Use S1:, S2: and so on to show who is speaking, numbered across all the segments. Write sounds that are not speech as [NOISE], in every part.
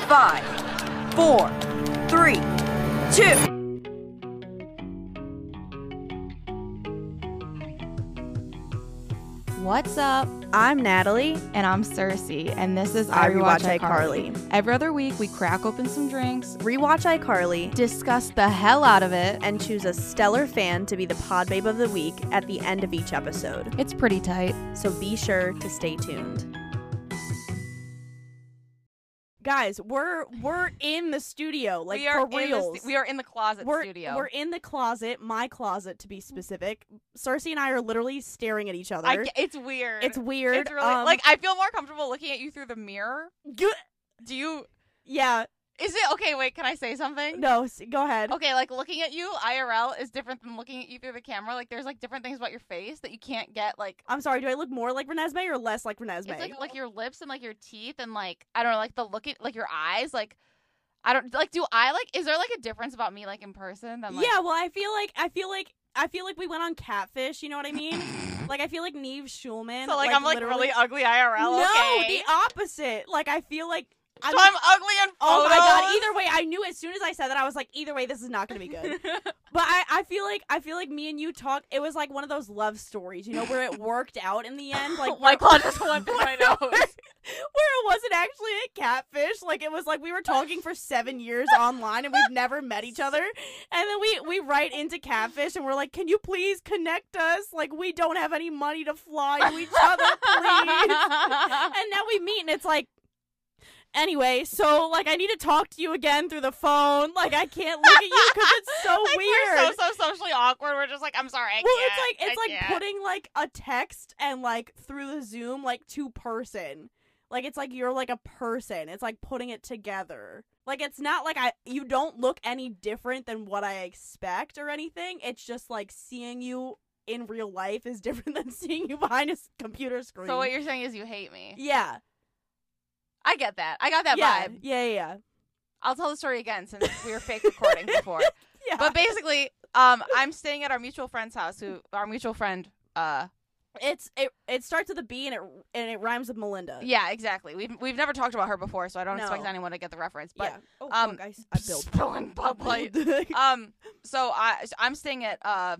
S1: five, four, three, two.
S2: What's up?
S3: I'm Natalie.
S2: And I'm Cersei, and this is
S3: I
S2: I
S3: Rewatch
S2: Rewatch
S3: iCarly.
S2: iCarly. Every other week, we crack open some drinks,
S3: Rewatch iCarly
S2: discuss the hell out of it.
S3: and choose a stellar fan to be the pod babe of the week at the end of each episode.
S2: It's pretty tight.
S3: So be sure to stay tuned. Guys, we're we're in the studio, like
S4: we are
S3: for
S4: in the
S3: reals.
S4: stu- we are in the closet
S3: we're,
S4: studio.
S3: we're in the closet, my closet to be specific. Cersei and I are literally staring at each other.
S4: I, ge- it's weird.
S3: it's weird.
S4: It's really
S3: um,
S4: like I feel more comfortable looking at you through the mirror.
S3: you-
S4: Do you?
S3: yeah.
S4: Is it okay? Wait, can I say something?
S3: No, s- go ahead.
S4: Okay, like looking at you IRL is different than looking at you through the camera. Like there's like different things about your face that you can't get. Like
S3: I'm sorry. Do I look more like Renesmee or less like
S4: it's
S3: Renesmee?
S4: like like your lips and like your teeth and like I don't know, like the look at like your eyes. Like I don't like. Do I like? Is there like a difference about me like in person than like?
S3: yeah, well, I feel like I feel like I feel like we went on catfish. You know what I
S4: [LAUGHS]
S3: mean? like I feel like Neve Schulman.
S4: So like, I'm like
S3: literally-
S4: really ugly IRL.
S3: No,
S4: okay.
S3: the opposite. Like I feel like I'm.
S4: so I'm ugly in photos.
S3: oh my god! Either way, I knew as soon as I said that I was like, either way, this is not gonna be
S4: [LAUGHS]
S3: good. but I, I feel like I feel like me and you talk. It was like one of those love stories, you know, where it worked out in the end.
S4: [LAUGHS]
S3: Like
S4: White
S3: where-
S4: Claw just went through my [LAUGHS] nose.
S3: where it wasn't actually a catfish. Like it was like we were talking for seven years online and we've never met each other. And then we we write into catfish and we're like, "Can you please connect us? Like we don't have any money to fly to each other, please." and now we meet and it's like. Anyway, so like I need to talk to you again through the phone. Like I can't look at you because
S4: [LAUGHS]
S3: it's so
S4: like,
S3: weird.
S4: We're so so socially awkward. We're just like, I'm sorry. I
S3: well,
S4: can't.
S3: it's like it's
S4: I
S3: like
S4: can't."
S3: putting like a text and like through the Zoom like two person. Like it's like you're like a person. It's like putting it together. Like it's not like I you don't look any different than what I expect or anything. It's just like seeing you in real life is [LAUGHS] different than seeing you behind a s- computer screen.
S4: So what you're saying is you hate me.
S3: yeah.
S4: I get that. I got that
S3: yeah.
S4: vibe.
S3: Yeah, yeah, yeah.
S4: I'll tell the story again since we were fake recording before.
S3: Yeah.
S4: But basically, um, I'm staying at our mutual friend's house. Who our mutual friend? Uh,
S3: it's it it starts with a B and it and it rhymes with Melinda.
S4: yeah, exactly. We've we've never talked about her before, so I don't expect
S3: No.
S4: anyone to get the reference. But
S3: yeah. Oh,
S4: um,
S3: fuck, I, s- I built
S4: spilling Bud Light.
S3: [LAUGHS]
S4: [LAUGHS]
S3: Light.
S4: um so i i'm staying at uh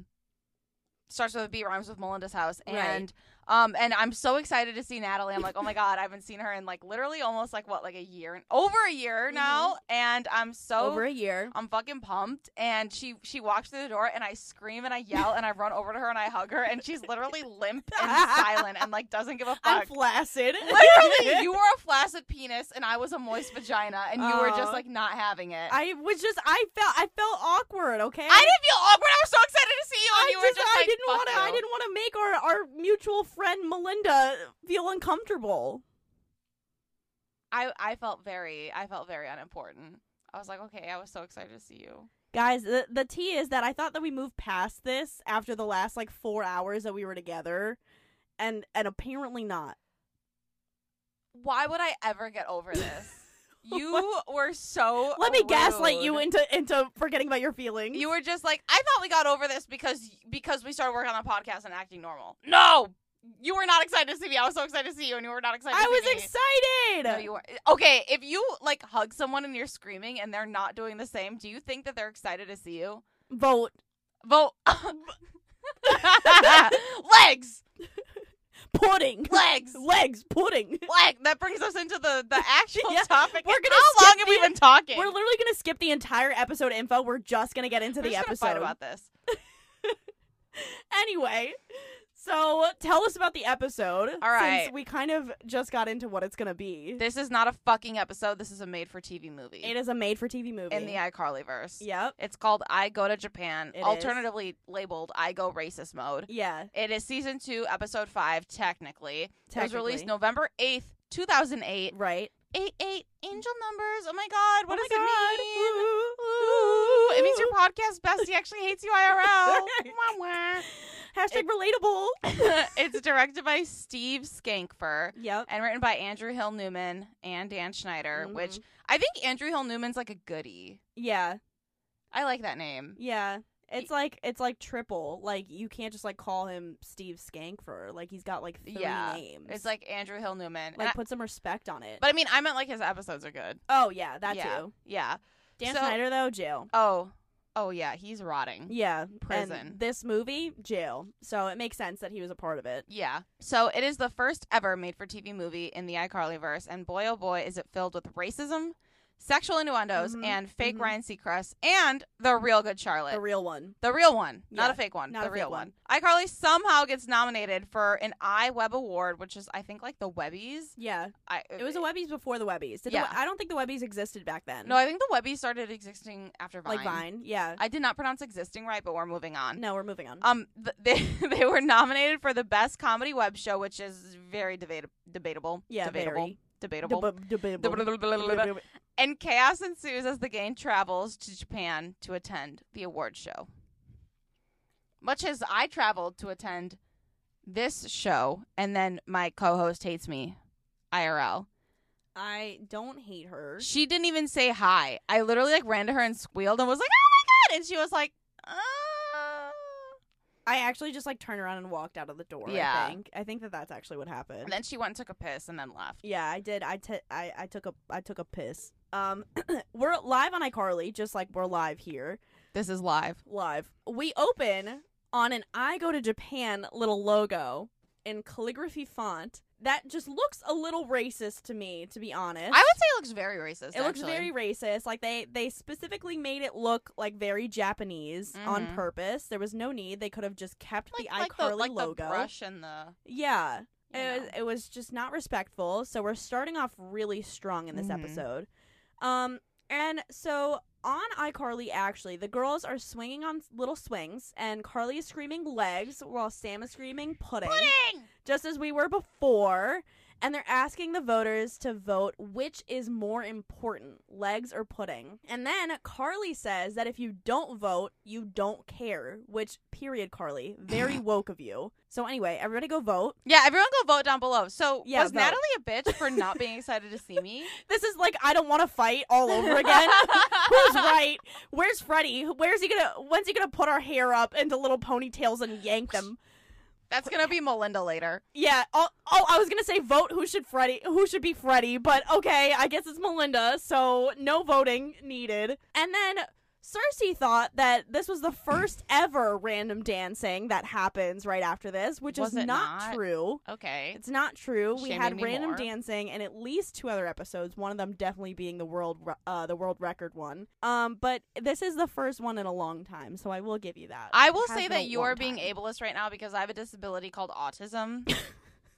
S4: starts with a b rhymes with melinda's house
S3: Right.
S4: and um and i'm so excited to see natalie i'm like oh my [LAUGHS] god i haven't seen her in like literally almost like what like a year over a year now and i'm so
S3: Mm-hmm. over a year.
S4: i'm fucking pumped and she she walks through the door and i scream and i yell and i run over to her and i hug her and she's literally limp and [LAUGHS] silent and like doesn't give a
S3: I'm
S4: fuck
S3: [LAUGHS] flaccid.
S4: [LAUGHS] literally you were a flaccid penis and i was a moist vagina and you were
S3: Aw.
S4: just like not having it
S3: I was just I felt I felt awkward, okay?
S4: I didn't feel awkward. I was so excited to see you, and
S3: I
S4: you were just
S3: I
S4: like,
S3: didn't
S4: "Fuck
S3: wanna I
S4: you."
S3: didn't wanna make our, our mutual friend Melinda feel uncomfortable.
S4: I, I felt very, I felt very unimportant. I was like, okay, I was so excited to see you.
S3: Guys, the the tea is that I thought that we moved past this after the last like four hours that we were together. And and apparently not.
S4: Why would I ever get over this? [LAUGHS] you were so.
S3: Let me gaslight
S4: Oh, rude.
S3: you into into forgetting about your feelings.
S4: You were just like, I thought we got over this because because we started working on a podcast and acting normal. No, you were not excited to see me. I was so excited to see you, and you were not excited.
S3: I
S4: to
S3: was
S4: see me.
S3: excited.
S4: No, you weren't. Okay, if you like hug someone and you're screaming and they're not doing the same, do you think that they're excited to see you?
S3: Vote.
S4: Vote. [LAUGHS] legs,
S3: Pudding.
S4: legs,
S3: [LAUGHS] Legs, pudding.
S4: leg. That brings us into the the
S3: [LAUGHS]
S4: actual
S3: Yeah,
S4: topic.
S3: we're
S4: And
S3: gonna
S4: How
S3: skip
S4: long have we
S3: the-
S4: been talking?
S3: We're literally gonna skip the entire episode info. We're just gonna get into
S4: We're
S3: the
S4: just
S3: episode.
S4: gonna fight about this.
S3: anyway, so tell us about the episode.
S4: All right.
S3: Since we kind of just got into what it's gonna be.
S4: This is not a fucking episode. This is a made-for-TV movie
S3: It is a made for TV movie.
S4: in the iCarly verse.
S3: Yep.
S4: It's called "I Go to Japan,"
S3: It is.
S4: alternatively labeled "I Go Racist Mode."
S3: Yeah.
S4: It is season two, episode five, technically. It was
S3: Technically.
S4: released November eighth, two thousand eight.
S3: Right.
S4: Eight eight angel numbers. Oh my god! What
S3: oh
S4: does
S3: my God.
S4: it
S3: Ooh.
S4: mean? Ooh, it means your podcast bestie actually hates
S3: [LAUGHS]
S4: you IRL. Wah,
S3: Hashtag relatable.
S4: wah. [LAUGHS] it's directed by Steve Skankfer
S3: Yep.
S4: and written by Andrew Hill Newman and Dan Schneider,
S3: Mhm.
S4: which I think Andrew Hill Newman's like a goodie.
S3: Yeah.
S4: I like that name.
S3: Yeah. It's like it's like triple. Like you can't just like call him Steve Skankfer. Like he's got like three
S4: Yeah.
S3: names.
S4: It's like Andrew Hill Newman. And
S3: like
S4: I-
S3: put some respect on it.
S4: but I mean, I meant like his episodes are good.
S3: oh yeah, that
S4: yeah.
S3: too.
S4: Yeah.
S3: Dan
S4: So-
S3: Snyder though, jail.
S4: Oh. Oh yeah, he's rotting.
S3: Yeah, and
S4: Prison.
S3: this movie, jail. So it makes sense that he was a part of it.
S4: Yeah. So it is the first ever made for TV movie in the iCarly verse, and boy oh boy is it filled with racism, sexual innuendos,
S3: Mhm,
S4: and fake
S3: mhm.
S4: Ryan Seacrest and the real good Charlotte.
S3: The real one.
S4: the real one, not
S3: Yeah,
S4: a fake one.
S3: not
S4: the
S3: a fake
S4: real
S3: one.
S4: one. iCarly somehow gets nominated for an iWeb Award, which is I think like the Webbies.
S3: Yeah,
S4: I uh,
S3: it was the Webbies before the Webbies. Did
S4: Yeah.
S3: the, I don't think the Webbies existed back then.
S4: No, I think the Webbies started existing after Vine.
S3: like Vine. Yeah.
S4: I did not pronounce existing right, but we're moving on.
S3: No, we're moving on.
S4: Um, th- [LAUGHS] they they were nominated for the best comedy web show, which is very debata- debatable.
S3: Yeah,
S4: debatable.
S3: very.
S4: Debatable.
S3: Deb- debatable.
S4: [LAUGHS] Debatable. And chaos ensues as the gang travels to Japan to attend the award show. Much as I traveled to attend this show, and then my co-host hates me, IRL.
S3: I don't hate her.
S4: She didn't even say hi. I literally like ran to her and squealed and was like, "Oh my god!" And she was like, "Uh."
S3: I actually just like turned around and walked out of the door. I
S4: Yeah.
S3: think. I think that that's actually what happened.
S4: And then she went and took a piss and then left.
S3: yeah, I did. I, t- I I took a I took a piss. Um, [CLEARS THROAT] we're live on iCarly, just like we're live here.
S4: This is live.
S3: Live. We open on an I go to Japan little logo in calligraphy font that just looks a little racist to me, to be honest.
S4: I would say it looks very
S3: it
S4: racist.
S3: looks
S4: actually.
S3: very racist. Like they they specifically made it look like very Japanese on
S4: Mhm.
S3: purpose. There was no need. They could have just kept
S4: like,
S3: the
S4: like
S3: iCarly
S4: the, like
S3: logo.
S4: The brush and the.
S3: Yeah.
S4: you
S3: It was,
S4: know.
S3: it was just not respectful. So we're starting off really strong in this
S4: Mhm.
S3: episode. Um, and so on iCarly, actually, the girls are swinging on s- little swings, and Carly is screaming legs while Sam is screaming pudding,
S4: Pudding!
S3: just as we were before. And they're asking the voters to vote which is more important, legs or pudding. And then Carly says that if you don't vote, you don't care, which, period, Carly, [CLEARS THROAT] very woke of you. So, anyway, everybody go vote.
S4: Yeah, everyone go vote down below. So
S3: Yeah,
S4: was
S3: vote.
S4: Natalie a bitch for
S3: [LAUGHS]
S4: not being excited to see me?
S3: This is like I don't want to fight all over
S4: [LAUGHS]
S3: again. Who's right? Where's Freddy? Where's he gonna? When's he gonna put our hair up into little ponytails and yank them?
S4: That's
S3: [LAUGHS]
S4: gonna be Melinda later.
S3: Yeah. Oh, oh I was gonna say vote. Who should Freddy? Who should be Freddy? But okay, I guess it's Melinda. So no voting needed. And then Cersei thought that this was the first ever random dancing that happens right after this, which
S4: Was
S3: is
S4: it
S3: not
S4: not?
S3: true.
S4: Okay.
S3: It's not true. we
S4: Shaming
S3: had
S4: me
S3: random
S4: more.
S3: dancing in at least two other episodes. One of them definitely being the world, re- uh, the world record one. Um, but this is the first one in a long time, so I will give you that. [LAUGHS]
S4: I will
S3: It has
S4: say
S3: been a
S4: that you are
S3: long
S4: being
S3: time.
S4: ableist right now because I have a disability
S3: [LAUGHS]
S4: called autism.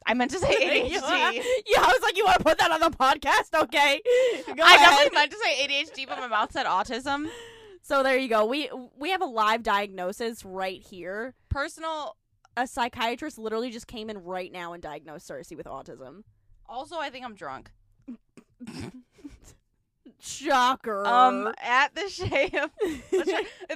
S4: I meant to say
S3: You-
S4: ADHD.
S3: [LAUGHS] yeah, I was like, you want to put that on the podcast? Okay, [LAUGHS] go
S4: I
S3: ahead.
S4: definitely meant to say ADHD, but my mouth said autism.
S3: So there you go. We we have a live diagnosis right here.
S4: Personal.
S3: A psychiatrist literally just came in right now and diagnosed Cersei with autism.
S4: Also, I think I'm drunk.
S3: Shocker. [LAUGHS]
S4: Um, at the [LAUGHS] Shea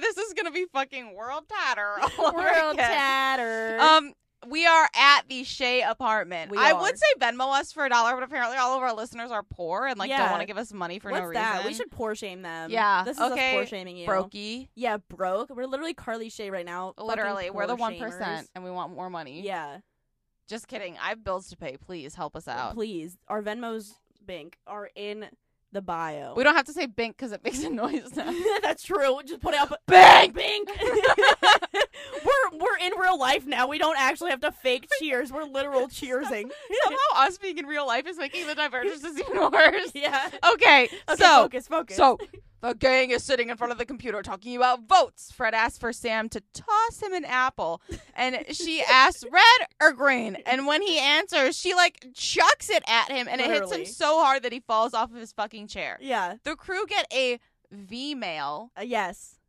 S4: this is gonna be fucking world tatter. all over
S3: World
S4: again.
S3: tatter.
S4: Um, we are at the Shea apartment.
S3: We
S4: I
S3: are.
S4: would say Venmo us for a dollar, but apparently all of our listeners are poor and like
S3: Yeah.
S4: don't want to give us money for
S3: What's
S4: no reason.
S3: that? We should poor shame them.
S4: Yeah,
S3: This is us
S4: okay,
S3: poor shaming you.
S4: brokey.
S3: Yeah, broke. We're literally Carly Shay right now. fucking
S4: Literally, we're the
S3: poor
S4: one percent,
S3: shamers.
S4: and we want more money.
S3: Yeah.
S4: Just kidding. I have bills to pay. Please help us out.
S3: Please, our Venmo's bank are in the bio. [LAUGHS]
S4: We don't have to say bink because it makes a [LAUGHS] noise now.
S3: That's true. Just put it
S4: [LAUGHS]
S3: up.
S4: Bang!
S3: Bing. [LAUGHS] we're we're in real life now. We don't actually have to fake cheers. We're
S4: [LAUGHS]
S3: literal cheersing.
S4: Somehow, us being in real life is making the divergences even worse.
S3: [LAUGHS]
S4: [LAUGHS]
S3: yeah.
S4: Okay,
S3: Okay,
S4: so
S3: focus, focus. [LAUGHS]
S4: So the gang is sitting in front of the computer talking about votes. Fred asks for Sam to toss him an apple, and
S3: [LAUGHS]
S4: she asks red or green. And when he answers, she like chucks it at him, and it
S3: Literally.
S4: hits him so hard that he falls off of his fucking chair.
S3: yeah,
S4: The crew get a V mail,
S3: uh, yes,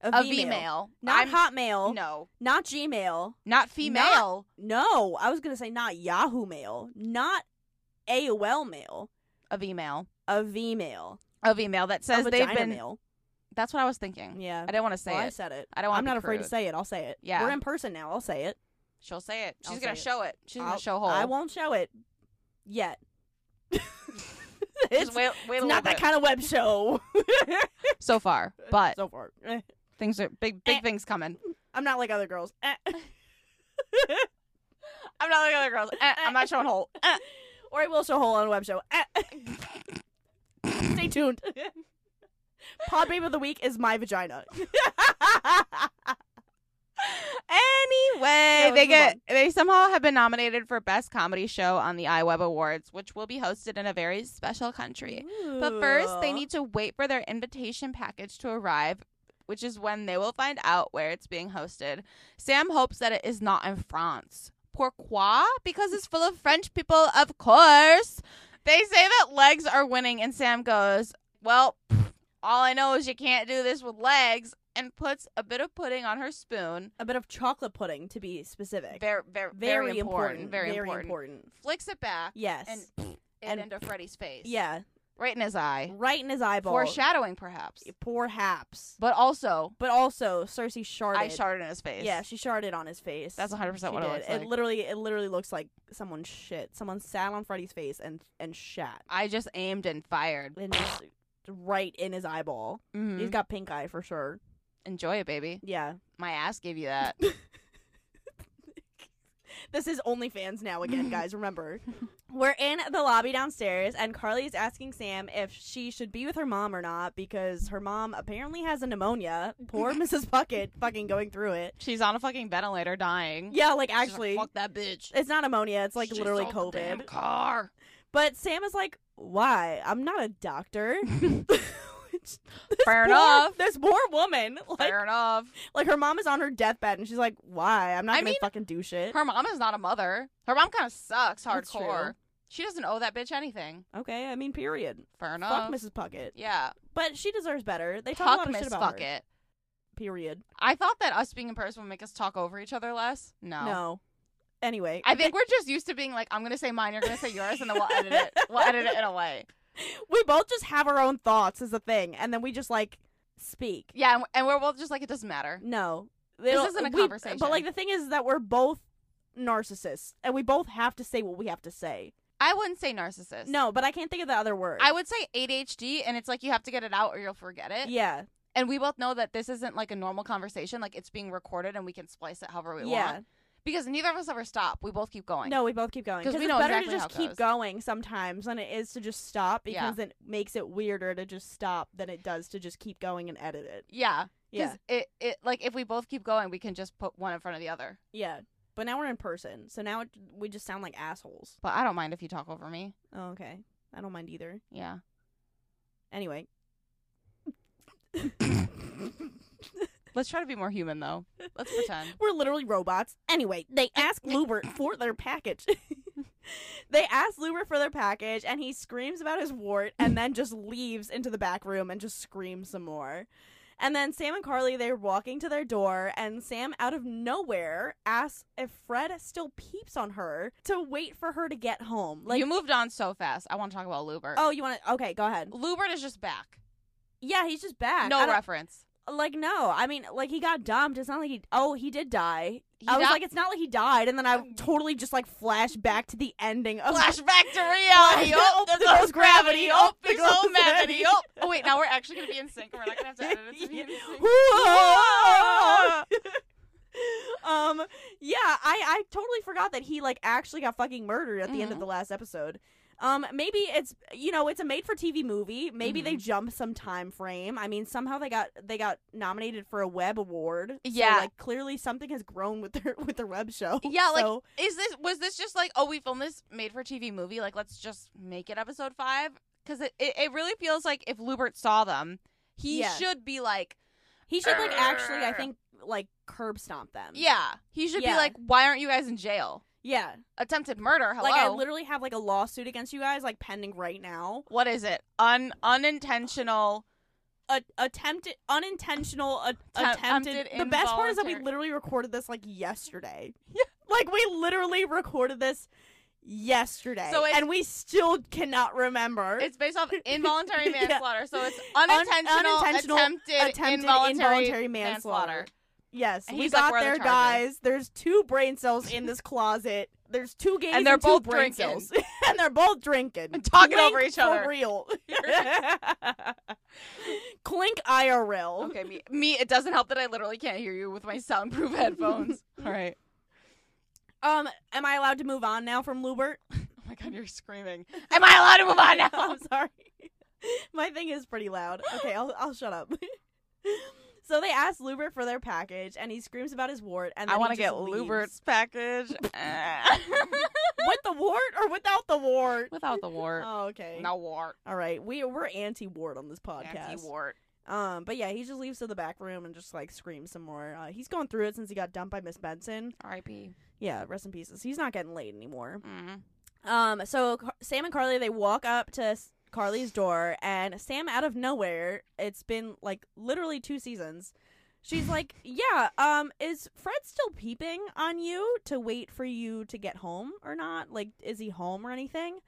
S3: a,
S4: a
S3: V-mail.
S4: V mail,
S3: not Hotmail,
S4: no,
S3: not Gmail,
S4: not female.
S3: No, I was gonna say not Yahoo Mail, not AOL Mail,
S4: A V mail,
S3: a V Mail,
S4: a V mail that
S3: a
S4: says they've
S3: vagina
S4: been.
S3: mail.
S4: That's what I was thinking.
S3: Yeah,
S4: I didn't want to say
S3: well, I
S4: it.
S3: said it.
S4: I don't want.
S3: I'm not afraid to say it. I'll say it.
S4: Yeah.
S3: we're in person now. I'll say it.
S4: She'll say it. She's
S3: I'll
S4: gonna
S3: say it.
S4: show it. She's
S3: I'll-
S4: gonna show whole.
S3: I won't show it
S4: [LAUGHS]
S3: yet. it's
S4: Just wait, wait
S3: it's
S4: a little
S3: not that
S4: bit.
S3: kind of web show [LAUGHS]
S4: so far, but
S3: so far. Eh.
S4: Things are big, big
S3: Eh.
S4: things coming.
S3: I'm not like other girls. Eh.
S4: [LAUGHS] I'm not like other girls. Eh, [LAUGHS] I'm not showing hole. Eh.
S3: [LAUGHS] or I will show hole on a web show. [LAUGHS] Eh. Stay
S4: [LAUGHS]
S3: tuned. Pod babe of the week is my
S4: [LAUGHS]
S3: vagina.
S4: Anyway,
S3: let's
S4: they
S3: move
S4: get
S3: on.
S4: they somehow have been nominated for best comedy show on the iWeb Awards, which will be hosted in a very special country. But first, they
S3: Ooh.
S4: need to wait for their invitation package to arrive, which is when they will find out where it's being hosted. Sam hopes that it is not in France. Pourquoi? Because it's full of French people, of course. They say that legs are winning, and Sam goes, Well, pff, all I know is you can't do this with legs, and puts a bit of pudding on her spoon.
S3: a bit of chocolate pudding to be specific.
S4: Very, very, very, important. Very, important. Flicks it back
S3: Yes.
S4: and pff, it
S3: And-
S4: into Freddy's face.
S3: yeah,
S4: Right in his eye.
S3: right in his eyeball.
S4: Foreshadowing, perhaps.
S3: Perhaps.
S4: But also,
S3: But also, Cersei sharded.
S4: I sharded in his face.
S3: Yeah, she sharded on his face.
S4: that's 100
S3: She
S4: percent what it
S3: did.
S4: looks
S3: it
S4: like.
S3: literally, it literally looks like someone shit. Someone sat on Freddy's face and and shat,
S4: I just aimed and fired.
S3: and just right in his eyeball.
S4: Mhm.
S3: He's got pink eye for sure.
S4: Enjoy it, baby.
S3: Yeah,
S4: My ass gave
S3: [LAUGHS]
S4: you that.
S3: this is OnlyFans now
S4: [LAUGHS]
S3: again, guys. Remember, we're in the lobby downstairs, and Carly is asking Sam if she should be with her mom or not because her mom apparently has a pneumonia.
S4: [LAUGHS]
S3: Poor Mrs. Bucket, fucking going through it.
S4: She's on a fucking ventilator, dying.
S3: Yeah, like
S4: Mm-hmm. She's like,
S3: actually,
S4: fuck that bitch.
S3: it's not pneumonia. It's like
S4: She
S3: literally
S4: sold the damn
S3: COVID.
S4: car.
S3: But Sam is like, "Why? I'm not a
S4: [LAUGHS]
S3: doctor." [LAUGHS] Which- this poor-
S4: Fair enough.
S3: This poor woman, [LAUGHS] like,
S4: Fair enough.
S3: [LAUGHS] like her mom is on her deathbed, and she's like, "Why? I'm not
S4: I
S3: gonna
S4: mean,
S3: fucking do shit."
S4: Her mom is not a mother. Her mom kind of sucks
S3: That's
S4: hardcore.
S3: true.
S4: She doesn't owe that bitch anything.
S3: okay, I mean, period.
S4: Fair enough.
S3: Fuck Mrs. Puckett,
S4: yeah.
S3: but she deserves better. They talk a
S4: Fuck
S3: lot of
S4: Miss
S3: shit about
S4: Fuck
S3: her.
S4: It.
S3: Period.
S4: I thought that us being in person would make us talk over each other less. No.
S3: No. Anyway,
S4: I think we're just used to being like, I'm gonna say mine, you're gonna say yours, and then we'll edit it. We'll edit it in a way.
S3: we both just have our own thoughts is the thing, and then we just like speak.
S4: Yeah, and- and we're both just like, it doesn't matter.
S3: No,
S4: This
S3: It'll-
S4: isn't a
S3: we-
S4: conversation.
S3: But like the thing is that we're both narcissists, and we both have to say what we have to say.
S4: I wouldn't say narcissist.
S3: No, but I can't think of the other word.
S4: I would say ADHD, and it's like you have to get it out or you'll forget it.
S3: yeah,
S4: And we both know that this isn't like a normal conversation. Like it's being recorded, and we can splice it however we
S3: yeah.
S4: want. Because neither of us ever stop. We both keep going.
S3: No, we both keep going
S4: 'Cause we
S3: it's
S4: know
S3: better
S4: exactly
S3: to
S4: how
S3: just
S4: it
S3: keep
S4: goes.
S3: going sometimes than it is to just stop
S4: Yeah.
S3: because it makes it weirder to just stop than it does to just keep going and edit it.
S4: Yeah.
S3: Yeah,
S4: Because it, it like if we both keep going, we can just put one in front of the other.
S3: yeah. But now we're in person, so now it, we just sound like assholes.
S4: But I don't mind if you talk over me.
S3: Oh, okay, I don't mind either.
S4: Yeah.
S3: Anyway, [LAUGHS]
S4: Let's try to be more human though. Let's pretend.
S3: We're literally robots. Anyway,
S4: [LAUGHS]
S3: they ask Lubert for their package. [LAUGHS] they ask Lubert for their package, and he screams about his wart and then just leaves into the back room and just screams some more. And then Sam and Carly, they're walking to their door, and Sam, out of nowhere, asks if Fred still peeps on her to wait for her to get home. [LAUGHS] Like,
S4: you moved on so fast. I want to talk about Lubert.
S3: oh, you want to? Okay, go ahead.
S4: Lubert is just back.
S3: Yeah, he's just back. I
S4: No
S3: don't-
S4: reference.
S3: like no i mean like he got dumped it's not like he oh he did die
S4: He
S3: i was
S4: di-
S3: like it's not like he died and then i
S4: Mm.
S3: totally just like flashed back to the ending of
S4: Flashback to reality. Oh, there goes gravity. Oh, there goes humanity. Oh. oh, wait. Now we're actually gonna be in sync. We're not gonna have to edit
S3: [LAUGHS]
S4: it to be in sync.
S3: Whoa! [LAUGHS] um yeah i i totally forgot that he like actually got fucking murdered at the end of
S4: Mhm.
S3: the last episode um maybe it's you know it's a made for tv movie maybe
S4: Mm-hmm.
S3: they jump some time frame i mean somehow they got they got nominated for a web award So,
S4: Yeah.
S3: like clearly something has grown with their [LAUGHS] with their web show
S4: Yeah, like
S3: So-
S4: is this was this just like oh we filmed this made for TV movie like let's just make it episode five because it, it it really feels like if Lubert saw them he
S3: Yeah.
S4: should be like
S3: He should like actually, I think, like curb stomp them.
S4: yeah he should be
S3: Yeah.
S4: like why aren't you guys in jail
S3: yeah.
S4: attempted murder hello
S3: Like I literally have like a lawsuit against you guys, like pending right now.
S4: what is it? Un unintentional.
S3: A- attempted, unintentional, a-
S4: um, Attempted
S3: attempted. The best part is that we
S4: involuntary-
S3: literally recorded this like yesterday. Yeah. [LAUGHS] Like we literally recorded this yesterday,
S4: So it's-
S3: and we still cannot remember.
S4: It's
S3: [LAUGHS]
S4: based off involuntary
S3: Yeah.
S4: manslaughter, so it's unintentional,
S3: unintentional
S4: attempted,
S3: attempted
S4: involuntary,
S3: involuntary
S4: manslaughter.
S3: manslaughter. yes,
S4: And
S3: we
S4: he's like,
S3: got
S4: "We're the
S3: there,
S4: charger."
S3: guys. There's two brain cells in this closet. There's two gays
S4: And they're
S3: two
S4: both
S3: brain
S4: drinking.
S3: cells. [LAUGHS] and they're both drinking
S4: [LAUGHS] And talking over
S3: Drink
S4: each other.
S3: for real. [LAUGHS] Clink IRL.
S4: Okay, me, me. It doesn't help that I literally can't hear you with my soundproof
S3: [LAUGHS]
S4: headphones. All right.
S3: Um, am I allowed to move on now from Lubert?
S4: Oh my god, you're screaming. Am [LAUGHS] I allowed to move on now?
S3: [LAUGHS] I'm sorry. My thing is pretty loud. Okay, I'll, I'll shut up. [LAUGHS] so they ask Lubert for their package, and he screams about his wart. And then
S4: I
S3: want to
S4: get Lubert's package. [LAUGHS] Ah.
S3: [LAUGHS] with the wart or without the
S4: [LAUGHS]
S3: wart.
S4: Without the wart.
S3: Oh, okay.
S4: No wart.
S3: All right, we we're anti wart on this podcast.
S4: Anti-wart.
S3: Um, but yeah, he just leaves to the back room and just like screams some more. Uh, he's going through it since he got dumped by Miss Benson.
S4: R.I.P.
S3: Yeah, rest in pieces. He's not getting laid anymore.
S4: Mm.
S3: Um, so Car- Sam and Carly they walk up to S- Carly's door, and Sam, out of nowhere, it's been like literally two seasons. She's like, "Yeah, um, is Fred still peeping on you to wait for you to get home or not? Like, is he home or anything?"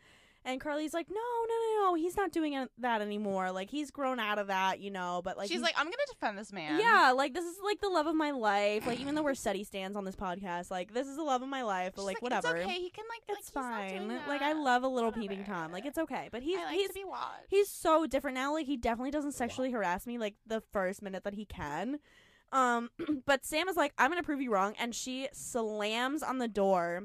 S3: And Carly's like, "No, no, no, no, he's not doing it- that anymore. Like, he's grown out of that, you know." But like,
S4: She's
S3: he's-
S4: like, I'm gonna defend this man.
S3: "Yeah, like this is like the love of my life. Like, even though we're steady stands on this podcast, like this is the love of my life. But
S4: She's
S3: like,
S4: like,
S3: whatever."
S4: It's okay. He can like.
S3: it's
S4: like, he's not
S3: fine.
S4: doing
S3: Like I
S4: that.
S3: love a little
S4: Whatever.
S3: peeping tom. Like it's okay. But he's
S4: I like
S3: he's
S4: to be watched.
S3: he's so different now. Like he definitely doesn't sexually harass me like the first minute that he can. Um [CLEARS THROAT] but Sam is like, I'm gonna prove you wrong and she slams on the door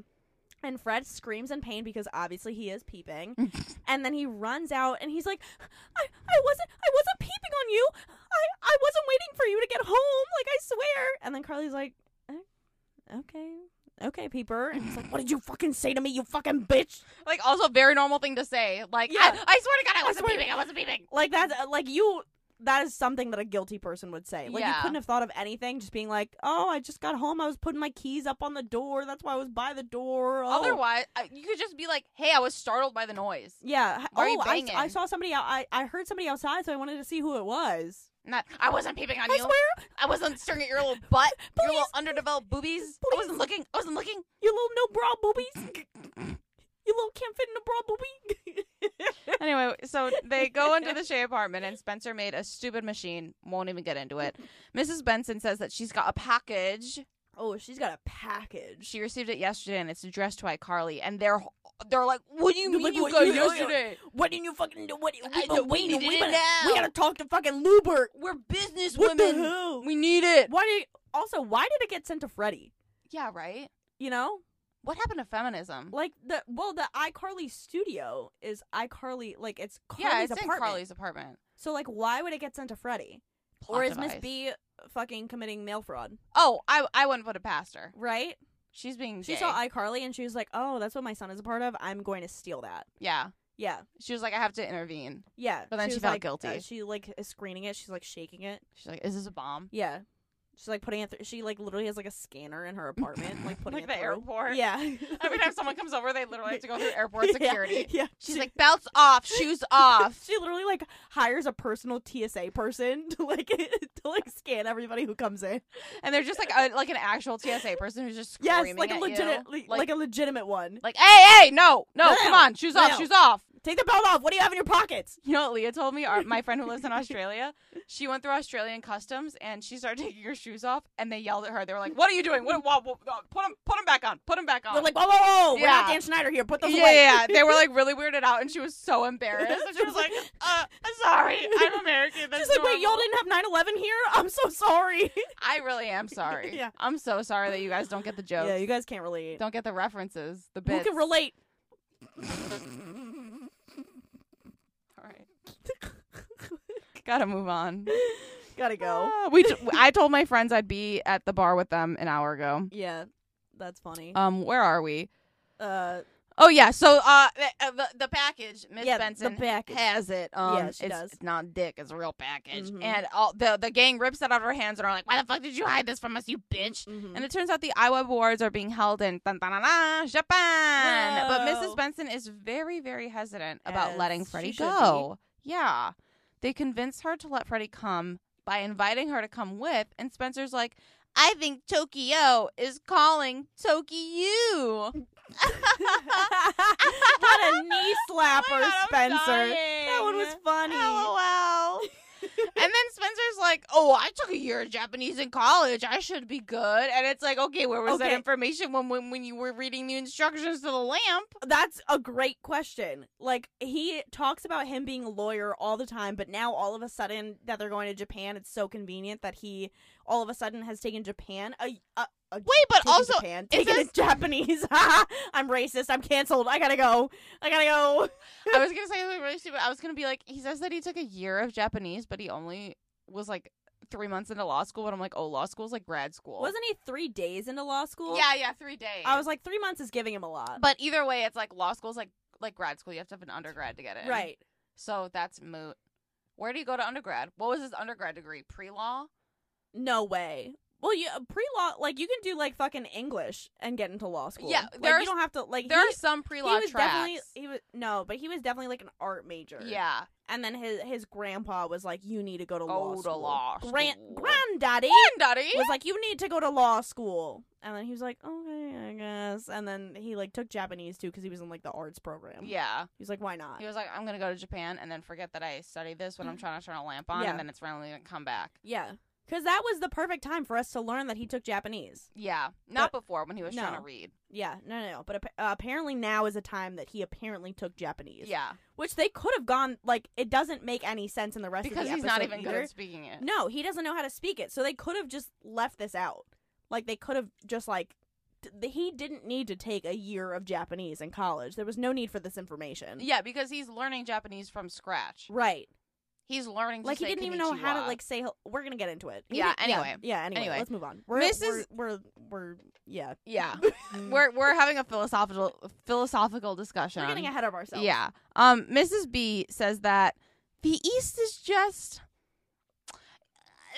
S3: and Fred screams in pain because obviously he is peeping. and then he runs out and he's like, I, I wasn't I wasn't peeping on you. I, I wasn't waiting for you to get home, like I swear. And then Carly's like, "Eh, Okay. Okay, peeper. And he's like, What did you fucking say to me, you fucking bitch?
S4: Like also a very normal thing to say. Like
S3: Yeah.
S4: I, I swear to God, I wasn't
S3: swear-
S4: peeping. I wasn't peeping.
S3: Like that's uh, like you. That is something that a guilty person would say. Like you
S4: Yeah.
S3: couldn't have thought of anything, just being like, "Oh, I just got home. I was putting my keys up on the door. That's why I was by the door." Oh.
S4: Otherwise, I, you could just be like, "Hey, I was startled by the noise."
S3: yeah. h-
S4: Why are you
S3: oh, I,
S4: banging?
S3: I saw somebody. out I I heard somebody outside, so I wanted to see who it was.
S4: Not, I wasn't peeping on
S3: I
S4: you.
S3: swear,
S4: I wasn't staring at your little [LAUGHS] butt, your little
S3: Please.
S4: underdeveloped boobies. I wasn't looking. I wasn't looking.
S3: you little no bra boobies. you little can't fit in a bra boobie.
S4: [LAUGHS]
S3: [LAUGHS]
S4: Anyway, so they go [LAUGHS] into the Shea apartment, and Spencer made a stupid machine. Won't even get into [LAUGHS] it. Mrs. Benson says that she's got a package.
S3: oh, she's got a package.
S4: She received it yesterday, and it's addressed to iCarly. And they're they're like, "What do you
S3: They're
S4: mean
S3: like,
S4: you
S3: "What-
S4: got
S3: you-
S4: it
S3: you-
S4: yesterday?
S3: What didn't you fucking do? What
S4: I
S3: we've
S4: know,
S3: been
S4: we
S3: waiting.
S4: needed
S3: We,
S4: it
S3: better-
S4: now.
S3: we gotta talk to fucking Lubert.
S4: We're business
S3: What the
S4: women.
S3: hell?
S4: We need it."
S3: Why did? Also, why did it get sent to Freddie?
S4: Yeah, right.
S3: You know,
S4: What happened to feminism?
S3: like the well, the iCarly studio is iCarly, like it's Carly's
S4: yeah, it's
S3: apartment.
S4: in Carly's apartment.
S3: So like, why would it get sent to Freddie?
S4: Plot
S3: or is
S4: device.
S3: Miss B fucking committing mail fraud?
S4: Oh, I I wouldn't put it past her.
S3: Right?
S4: She's being
S3: She
S4: gay.
S3: saw iCarly and she was like, "Oh, that's what my son is a part of. I'm going to steal that."
S4: yeah.
S3: Yeah,
S4: She was like, I have to intervene.
S3: yeah.
S4: But then she
S3: was
S4: felt
S3: like,
S4: guilty.
S3: uh, she like is screening it. She's like shaking it.
S4: She's like, is this a bomb?
S3: Yeah. She's like putting it through. She like literally has like a scanner in her apartment,
S4: [LAUGHS]
S3: like putting
S4: Like
S3: it
S4: the
S3: through.
S4: airport.
S3: Yeah.
S4: [LAUGHS] [LAUGHS] Every time someone comes over, they literally have to go through
S3: [LAUGHS]
S4: airport [LAUGHS]
S3: Yeah,
S4: security.
S3: yeah.
S4: She's like, belts off, [LAUGHS] shoes off.
S3: She literally like hires a personal TSA person [LAUGHS] to like to like scan everybody who comes in.
S4: And they're just like a, like an actual TSA person who's just
S3: Yes,
S4: screaming
S3: like a
S4: at
S3: legitimate
S4: you.
S3: like, a legitimate one.
S4: like, hey, hey, no, no,
S3: No,
S4: [LAUGHS] come
S3: no,
S4: on, shoes
S3: no.
S4: off, shoes off.
S3: Take the belt off. What do you have in your pockets?
S4: [LAUGHS] You know what Leah told me? Our, my friend who
S3: [LAUGHS]
S4: lives in Australia, she went through Australian customs and she started taking her shoes off, and they yelled at her. They were like, "What are you doing? What? what, what no, put them, put them back on. Put them back on."
S3: They're like, whoa, whoa, whoa! We're not
S4: Oh. Yeah.
S3: Dan Schneider here. Put
S4: [LAUGHS] yeah,
S3: those
S4: yeah,
S3: away. [LAUGHS]
S4: yeah. They were like really weirded out, and she was so embarrassed. And she was like, "Uh, I'm sorry, I'm American." That's
S3: She's like, wait, y'all
S4: normal."
S3: didn't have 9/11 here? [LAUGHS] I'm so
S4: [LAUGHS]
S3: sorry.
S4: I really am sorry.
S3: [LAUGHS] Yeah.
S4: I'm so sorry that you guys don't get the jokes.
S3: Yeah, you guys can't relate.
S4: don't get the references, the
S3: Who
S4: bits.
S3: can relate? [LAUGHS]
S4: All right. Gotta move on.
S3: Gotta go.
S4: Ah, we. T- I told my friends I'd be at the bar with them an hour
S3: [LAUGHS]
S4: ago.
S3: Yeah, that's funny.
S4: Um, where are we?
S3: Uh,
S4: Oh yeah, so uh, the- uh, the, the package Miss
S3: Yeah, the
S4: Benson
S3: package.
S4: has it. Um,
S3: Yeah, she
S4: it's,
S3: does.
S4: it's not dick, it's a real package.
S3: Mhm.
S4: And all the the gang rips it out of her hands and are like, "Why the fuck did you hide this from us, you bitch?"
S3: mhm.
S4: [LAUGHS] And it turns out the iWeb Awards are being held in dun, dun, dun, dun, Japan, but
S3: Whoa.
S4: Mrs. Benson is very very hesitant about
S3: As
S4: letting
S3: she
S4: Freddie
S3: should be.
S4: go. Yeah, they convince her to let Freddie come by inviting her to come with, and Spencer's like. I think Tokyo is calling
S3: [LAUGHS]
S4: Tokyo. [LAUGHS]
S3: what a knee slapper,
S4: Oh my God, I'm
S3: Spencer. That one was
S4: dying.
S3: funny. [LAUGHS]
S4: LOL. and then Spencer's like, oh, I took a year of Japanese in college. I should be good. And it's like, okay, where was that
S3: Okay.
S4: information when, when when you were reading the instructions to the lamp?
S3: That's a great question. Like he talks about him being a lawyer all the time, but now all of a sudden that they're going to Japan, it's so convenient that he all of a sudden has taken Japan a, a, a
S4: Wait, but
S3: taken
S4: also,
S3: Japan, taken
S4: this-
S3: it Japanese. [LAUGHS] I'm racist. I'm canceled. I gotta go. I gotta go.
S4: I was gonna say something really stupid. I was gonna be like, he says that he took a year of Japanese, but he only was like three months into law school. But I'm like, oh, law school's like grad school.
S3: Wasn't he three days into law school?
S4: Yeah, yeah, three days.
S3: I was like three months is giving him a lot.
S4: but either way, it's like law school's like like grad school. You have to have an undergrad to get in.
S3: right.
S4: So that's moot. Where do you go to undergrad? What was his undergrad degree? Pre law?
S3: No way. Well, you pre law like you can do like fucking English and get into law school.
S4: Yeah,
S3: like,
S4: there's-
S3: you don't have to like
S4: There
S3: he-
S4: are some pre
S3: he
S4: law
S3: was definitely
S4: tracks.
S3: he was no, but he was definitely like an art major.
S4: Yeah.
S3: and then his his grandpa was like, "You need to go to law
S4: Go to
S3: school."
S4: law
S3: Grand
S4: school.
S3: granddaddy
S4: Daddy.
S3: was like, "You need to go to law school," and then he was like, "Okay, I guess." And then he like took Japanese too because he was in like the arts program.
S4: Yeah.
S3: he was like, "Why not?"
S4: He was like, I'm gonna go to Japan and then forget that I studied this when I'm trying to turn a lamp on,
S3: Yeah.
S4: and then it's finally gonna come back.
S3: yeah, because that was the perfect time for us to learn that he took Japanese.
S4: Yeah, not before when he was trying
S3: no.
S4: to read.
S3: Yeah, no, no, no. But appa- uh, apparently now is a time that he apparently took Japanese.
S4: Yeah,
S3: which they could have gone like it doesn't make any sense in the rest
S4: because
S3: of the
S4: he's not
S3: episode
S4: even
S3: either.
S4: good at speaking it.
S3: No, he doesn't know how to speak it. So they could have just left this out. Like they could have just like t- th- he didn't need to take a year of Japanese in college. There was no need for this information.
S4: Yeah, because he's learning Japanese from scratch.
S3: Right.
S4: He's learning to
S3: Like he
S4: say
S3: didn't even know how to
S4: konnichiwa.
S3: like say hel- we're going to get into it. He
S4: Yeah,
S3: didn't-
S4: anyway.
S3: Yeah, anyway,
S4: Anyway.
S3: let's move on. We're,
S4: Mrs.
S3: we're, we're we're yeah.
S4: Yeah,
S3: [LAUGHS]
S4: we're we're having a philosophical philosophical discussion.
S3: We're getting ahead of ourselves.
S4: Yeah. Um, Mrs. B says that the East is just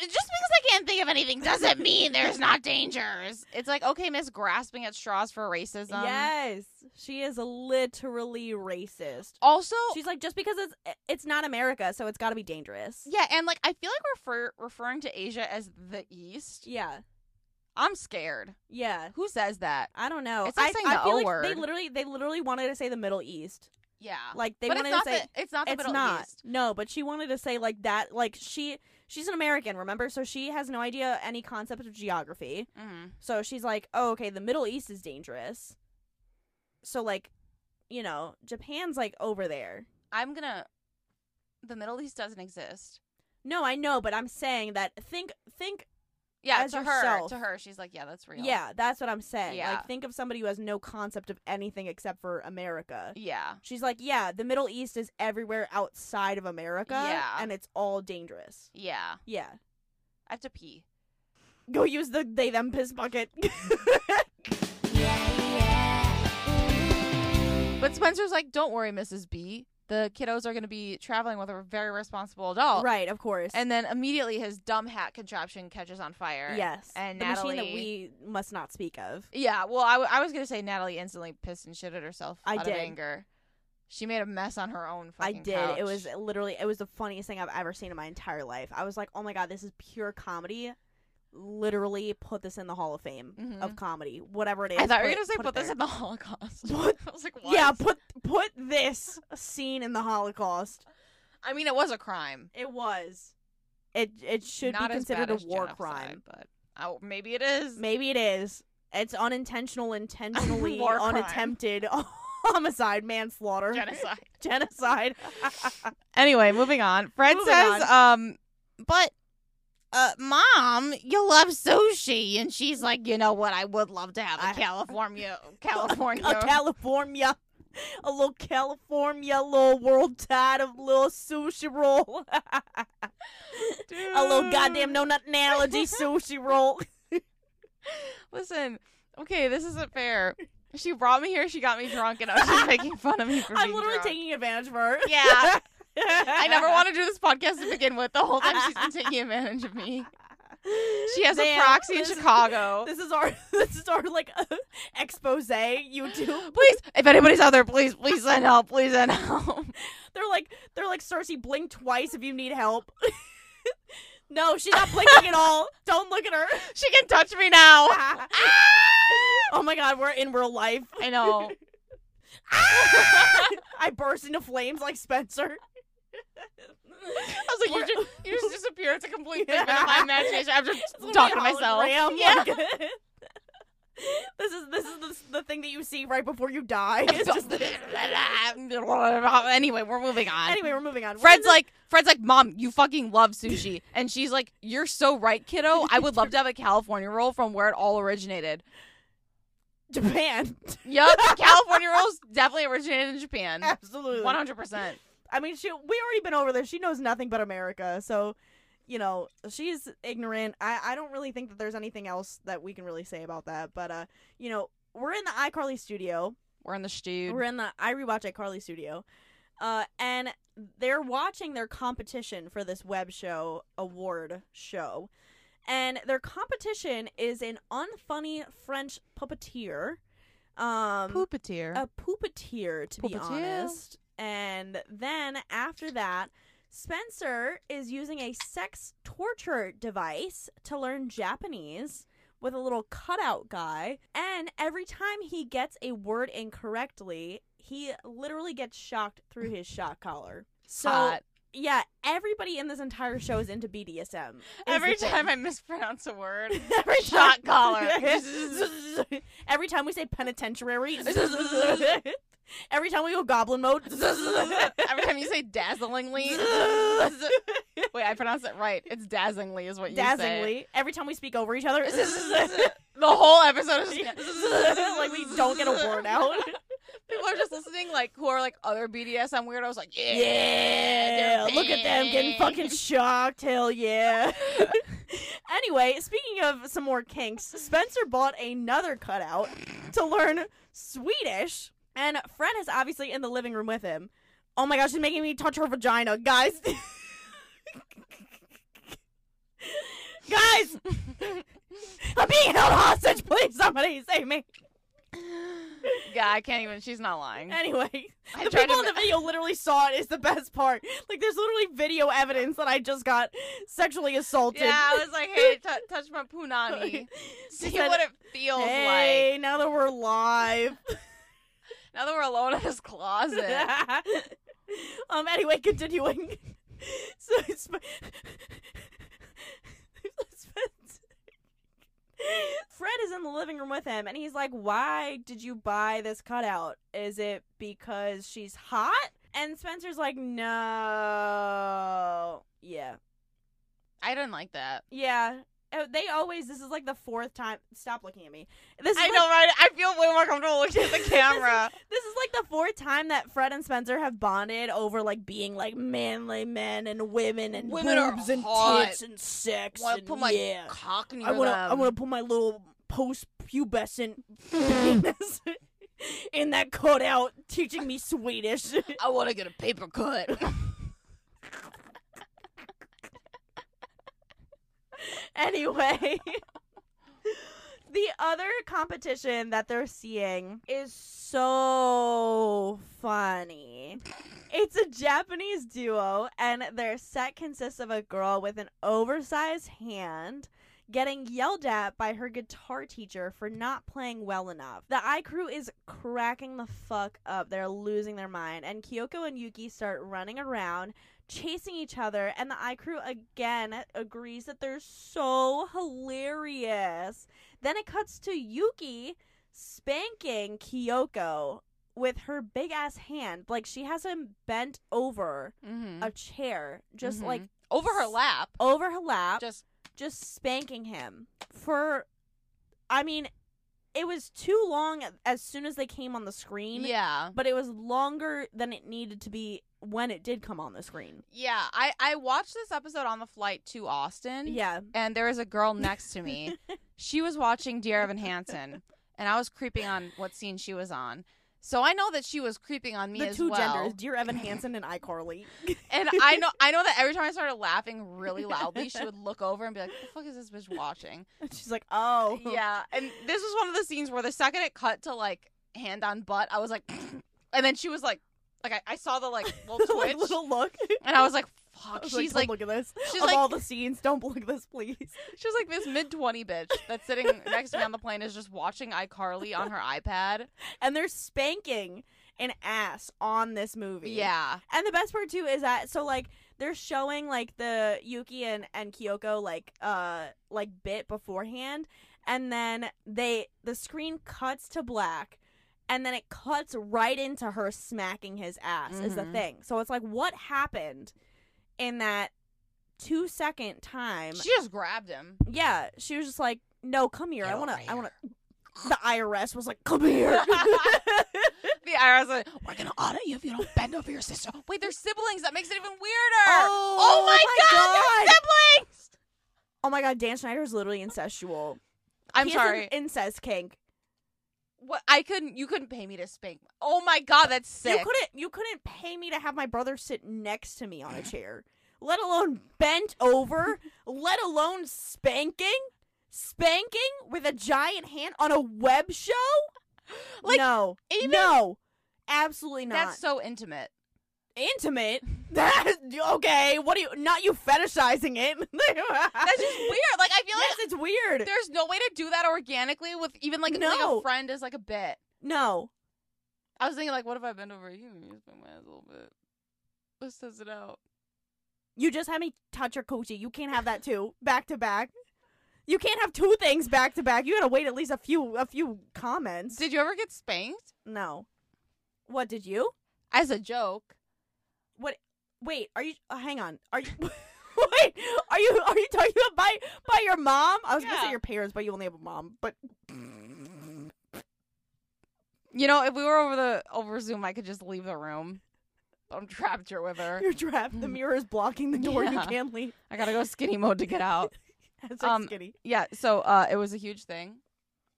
S4: just because I can't think of anything [LAUGHS] doesn't mean there's not dangers. It's like okay, Miss, grasping at straws for racism.
S3: Yes. She is literally racist.
S4: Also,
S3: She's like just because it's it's not America, so it's got to be dangerous.
S4: yeah, and like I feel like refer referring to Asia as the East.
S3: Yeah.
S4: I'm scared.
S3: Yeah.
S4: Who says that?
S3: I don't know.
S4: It's like
S3: I,
S4: saying
S3: I
S4: the
S3: feel
S4: O
S3: like They
S4: word.
S3: literally, they literally wanted to say the Middle East.
S4: Yeah.
S3: Like they
S4: but it's
S3: wanted
S4: not
S3: to say
S4: the it's not the
S3: it's
S4: Middle
S3: not.
S4: East.
S3: No, but she wanted to say like that. Like she, she's an American, remember? So she has no idea any concept of geography.
S4: hmm
S3: So she's like, oh, okay, the Middle East is dangerous. So like, you know, Japan's like over there.
S4: I'm gonna. The Middle East doesn't exist.
S3: No, I know, but I'm saying that think think
S4: Yeah,
S3: As
S4: to
S3: yourself.
S4: her, to her, she's like, yeah, that's real.
S3: yeah, that's what I'm saying.
S4: Yeah.
S3: Like think of somebody who has no concept of anything except for America.
S4: yeah.
S3: She's like, yeah, the Middle East is everywhere outside of America,
S4: Yeah.
S3: and it's all dangerous.
S4: Yeah.
S3: Yeah,
S4: I have to pee.
S3: go use the they them piss bucket. [LAUGHS]
S4: But Spencer's like, don't worry, Mrs. B. The kiddos are going to be traveling with a very responsible adult.
S3: Right, of course.
S4: Oh. And then immediately his dumb hat contraption catches on fire.
S3: yes,
S4: And
S3: the
S4: Natalie.
S3: machine that we must not speak of.
S4: Yeah, well, I, w- I was going to say Natalie instantly pissed and shit at herself
S3: I
S4: out
S3: did.
S4: of anger. She made a mess on her own
S3: I
S4: fucking
S3: did. It was
S4: couch.
S3: literally it was the funniest thing I've ever seen in my entire life. I was like, oh my god, this is pure comedy. Literally put this in the Hall of Fame of
S4: Mhm.
S3: comedy, whatever it is.
S4: I thought you were
S3: it-
S4: going to say put,
S3: it
S4: this
S3: there.
S4: in the [LAUGHS] Holocaust.
S3: What?
S4: [LAUGHS] I was like, what?
S3: Yeah, put put this scene in the Holocaust.
S4: I mean, it was a crime.
S3: It was. It it should
S4: Not
S3: be
S4: as
S3: considered
S4: bad
S3: a
S4: as
S3: war
S4: genocide,
S3: crime.
S4: But oh, maybe it is.
S3: Maybe it is. It's unintentional, intentionally
S4: [LAUGHS] War crime.
S3: unattempted [LAUGHS] homicide, manslaughter,
S4: Genocide.
S3: [LAUGHS]
S4: [LAUGHS]
S3: genocide.
S4: Anyway, moving on. Fred
S3: Moving
S4: says, um, but uh, mom, you love sushi, and she's like, you know what? I would love to have a
S3: I-
S4: California, California.
S3: [LAUGHS] a California, a little California, little world tide of little sushi roll, [LAUGHS] a little goddamn
S4: Mm.
S3: no nothing
S4: [LAUGHS]
S3: allergy sushi roll. [LAUGHS]
S4: Listen, okay, this isn't fair. She brought me here. She got me drunk, and I was just making fun of me
S3: [LAUGHS]
S4: for
S3: I'm
S4: being
S3: literally
S4: drunk.
S3: taking advantage of her.
S4: [LAUGHS] Yeah, I
S3: [LAUGHS]
S4: never wanted to do this podcast to begin with. The whole time she's been taking advantage of me. She has
S3: Man,
S4: a proxy in
S3: this-
S4: Chicago.
S3: [LAUGHS] This is our this is our like [LAUGHS] expose YouTube.
S4: Please, if anybody's out there, please, please send help. Please send help. [LAUGHS]
S3: They're like they're like Cersei blink twice if you need help. [LAUGHS] no, she's not blinking at all.
S4: [LAUGHS]
S3: Don't look at her.
S4: She can touch
S3: [LAUGHS]
S4: me now.
S3: oh my god, we're in real life. [LAUGHS]
S4: I [LAUGHS] know.
S3: I burst into flames like Spencer.
S4: I was like, you just, you just disappeared starts a complete figment of my imagination. [LAUGHS] I'm just [LAUGHS] talking to myself.
S3: yeah.
S4: [LAUGHS]
S3: [LAUGHS] this is this is the, the thing that you see right before you die. [LAUGHS] It's
S4: [LAUGHS]
S3: just
S4: anyway, we're moving on.
S3: anyway, we're moving on. We're in
S4: Fred's
S3: the-
S4: like, Fred's like, Mom, you fucking love [LAUGHS] sushi, and she's like, You're so right, kiddo. I would love to have a California roll from where it all originated.
S3: Japan. [LAUGHS]
S4: Yup, [LAUGHS] California rolls definitely originated in Japan,
S3: Absolutely.
S4: one hundred percent.
S3: I mean, she we already been over there. She knows nothing but America, so you know she's ignorant. I I don't really think that there's anything else that we can really say about that. But uh, you know, we're in the iCarly studio.
S4: We're in the stew.
S3: We're in the I rewatch iCarly studio, uh, and they're watching their competition for this web show award show, and their competition is an unfunny French puppeteer. Um,
S2: Puppeteer.
S4: Uh,
S3: a puppeteer to be
S4: Puppeteer.
S3: honest and then after that spencer is using a sex torture device to learn japanese with a little cutout guy and every time he gets a word incorrectly he literally gets shocked through
S4: [LAUGHS]
S3: his shock collar so
S4: Hot.
S3: yeah everybody in this entire show is into bdsm is
S4: Every
S3: the
S4: time
S3: thing.
S4: I mispronounce a word,
S3: [LAUGHS] Every time- [LAUGHS]
S4: shock collar. [LAUGHS]
S3: Every time we say penitentiary. [LAUGHS] Every time we go goblin
S4: [LAUGHS]
S3: mode.
S4: every time you
S3: [LAUGHS]
S4: say dazzlingly, wait, I pronounced it right. It's dazzlingly, is what you say.
S3: Dazzlingly. Every time we speak over each other.
S4: [LAUGHS]
S3: [LAUGHS]
S4: the whole episode is
S3: [LAUGHS] like we don't get a word out.
S4: People are just listening, like who are like other BDSM weirdos, like yeah,
S3: Yeah,
S4: they're
S3: look at them getting
S4: big." [LAUGHS]
S3: fucking shocked. Hell yeah. [LAUGHS] anyway, speaking of some more kinks, Spencer bought another cutout to learn Swedish, and Fred is obviously in the living room with him. Oh my gosh, she's making me touch her vagina, guys. [LAUGHS]
S4: [LAUGHS]
S3: guys, I'm being held hostage. Please, somebody save me.
S4: Yeah, I can't even. She's not lying. [LAUGHS]
S3: Anyway,
S4: I
S3: the
S4: tried
S3: people
S4: to
S3: in the
S4: ma-
S3: video literally saw it. Is the best part. Like, there's literally video evidence that I just got sexually assaulted.
S4: Yeah,
S3: [LAUGHS]
S4: I was like, hey, t- touch my punani, see
S3: said,
S4: what it feels
S3: hey,
S4: like.
S3: now that we're live.
S4: [LAUGHS] Now that we're alone in
S3: [LAUGHS]
S4: this closet,
S3: um. Anyway, continuing. [LAUGHS] so it's. [LAUGHS] Fred is in the living room with him, and he's like, "Why did you buy this cutout? Is it because she's hot?" And Spencer's like, "No, yeah,
S4: I didn't like that.
S3: yeah." Oh, They always. This is like the fourth time. Stop looking at me. This is
S4: I
S3: like,
S4: know, right? I feel way more comfortable looking [LAUGHS] at the camera.
S3: This is like the fourth time that Fred and Spencer have bonded over like being like manly men and women and
S4: Women are
S3: boobs and
S4: hot.
S3: tits and sex.
S4: want to
S3: and
S4: put my
S3: yeah.
S4: cock near
S3: I want to.
S4: them.
S3: I want to put my little
S4: [LAUGHS]
S3: post-pubescent [LAUGHS] penis in that cutout, teaching me Swedish. [LAUGHS]
S4: I want to get a paper [LAUGHS] cut.
S3: [LAUGHS] anyway. The other competition that they're seeing is so funny. It's a Japanese duo, and their set consists of a girl with an oversized hand getting yelled at by her guitar teacher for not playing well enough. The I crew is cracking the fuck up. They're losing their mind, and Kyoko and Yuki start running around chasing each other and the i crew again agrees that they're so hilarious then it cuts to yuki spanking kyoko with her big ass hand like she has him bent over
S4: mm-hmm.
S3: a chair just
S4: Mhm.
S3: like
S4: Over her lap.
S3: over her lap
S4: Just
S3: just spanking him for i mean it was too long as soon as they came on the screen
S4: yeah.
S3: but it was longer than it needed to be when it did come on the screen
S4: Yeah, I I watched this episode on the flight to Austin.
S3: yeah
S4: and there was
S3: [LAUGHS]
S4: a girl next to me. she was watching Dear Evan Hansen, and I was creeping on what scene she was on. So I know that she was creeping on me
S3: the
S4: as
S3: two
S4: well.
S3: genders, dear Evan Hansen and
S4: [LAUGHS]
S3: iCarly.
S4: And
S3: [LAUGHS]
S4: I know I know that every time I started laughing really loudly, she would look over and be like, "What the fuck is this bitch watching?"
S3: And She's [LAUGHS] like,
S4: [LAUGHS]
S3: oh,
S4: yeah, and this was one of the scenes where the second it cut to like hand on butt, I was like, [CLEARS THROAT] and then she was like, like I, I saw [LAUGHS] the like little
S3: Like,
S4: twitch,
S3: little look.
S4: and I was like,
S3: [LAUGHS] I
S4: fuck.
S3: was
S4: she's
S3: don't
S4: like, oh
S3: look at this.
S4: she's
S3: of
S4: like-
S3: all the scenes, don't look at this, please.
S4: she was like this mid twenty bitch that's sitting next to me on the plane is just watching iCarly on her iPad.
S3: And they're spanking an ass on this movie.
S4: Yeah,
S3: And the best part too is that so like they're showing like the Yuki and and Kyoko like uh like bit beforehand, and then they the screen cuts to black. And then it cuts right into her smacking his ass is the
S4: Mhm.
S3: thing. So it's like, what happened in that two second time?
S4: She just grabbed him. [LAUGHS]
S3: yeah, she was just like, "No, come here.
S4: Get
S3: I want
S4: over
S3: to. I
S4: here."
S3: want to." [LAUGHS] The IRS was like, "Come
S4: [LAUGHS]
S3: here." [LAUGHS]
S4: The IRS was like, we're gonna audit you if you don't bend over your sister. Wait, they're siblings. That makes it even weirder.
S3: Oh,
S4: my,
S3: my
S4: god,
S3: God.
S4: they're siblings.
S3: oh my god, Dan Schneider is literally incestual.
S4: I'm
S3: He has an
S4: sorry.
S3: incest kink.
S4: what I couldn't. You couldn't pay me to spank. Oh my god, that's sick.
S3: You couldn't. You couldn't pay me to have my brother sit next to me on a chair, let alone bent
S4: [LAUGHS]
S3: over, let alone spanking, spanking with a giant hand on a web show.
S4: Like,
S3: no,
S4: even-
S3: no, absolutely not.
S4: That's so intimate.
S3: intimate. [LAUGHS] That okay? What do you? Not you fetishizing it. [LAUGHS]
S4: That's just weird. Like I feel
S3: yes,
S4: like
S3: it's weird.
S4: there's no way to do that organically with even like, like
S3: No.
S4: a friend is like a bit.
S3: No,
S4: I was thinking like, what if I bend over you and you just bend my ass a little bit? Let's test it out.
S3: you just had me touch your coochie. You can't have that too, back to back. You can't have two things back to back. You gotta wait at least a few, a few comments.
S4: Did you ever get spanked
S3: no. What did you?
S4: as a joke?
S3: Wait, are you? Uh, hang on. Are you? [LAUGHS] wait, are you? Are you talking about by by your mom? I was gonna
S4: Yeah.
S3: say your parents, but you only have a mom. But [LAUGHS]
S4: You know, if we were over the over Zoom, I could just leave the room. I'm trapped here with her.
S3: you're trapped. The mirror is blocking the door. You
S4: Yeah.
S3: can't leave. [LAUGHS]
S4: I gotta go skinny mode to get out.
S3: That's
S4: Um,
S3: um, skinny.
S4: Yeah, so uh, it was a huge thing.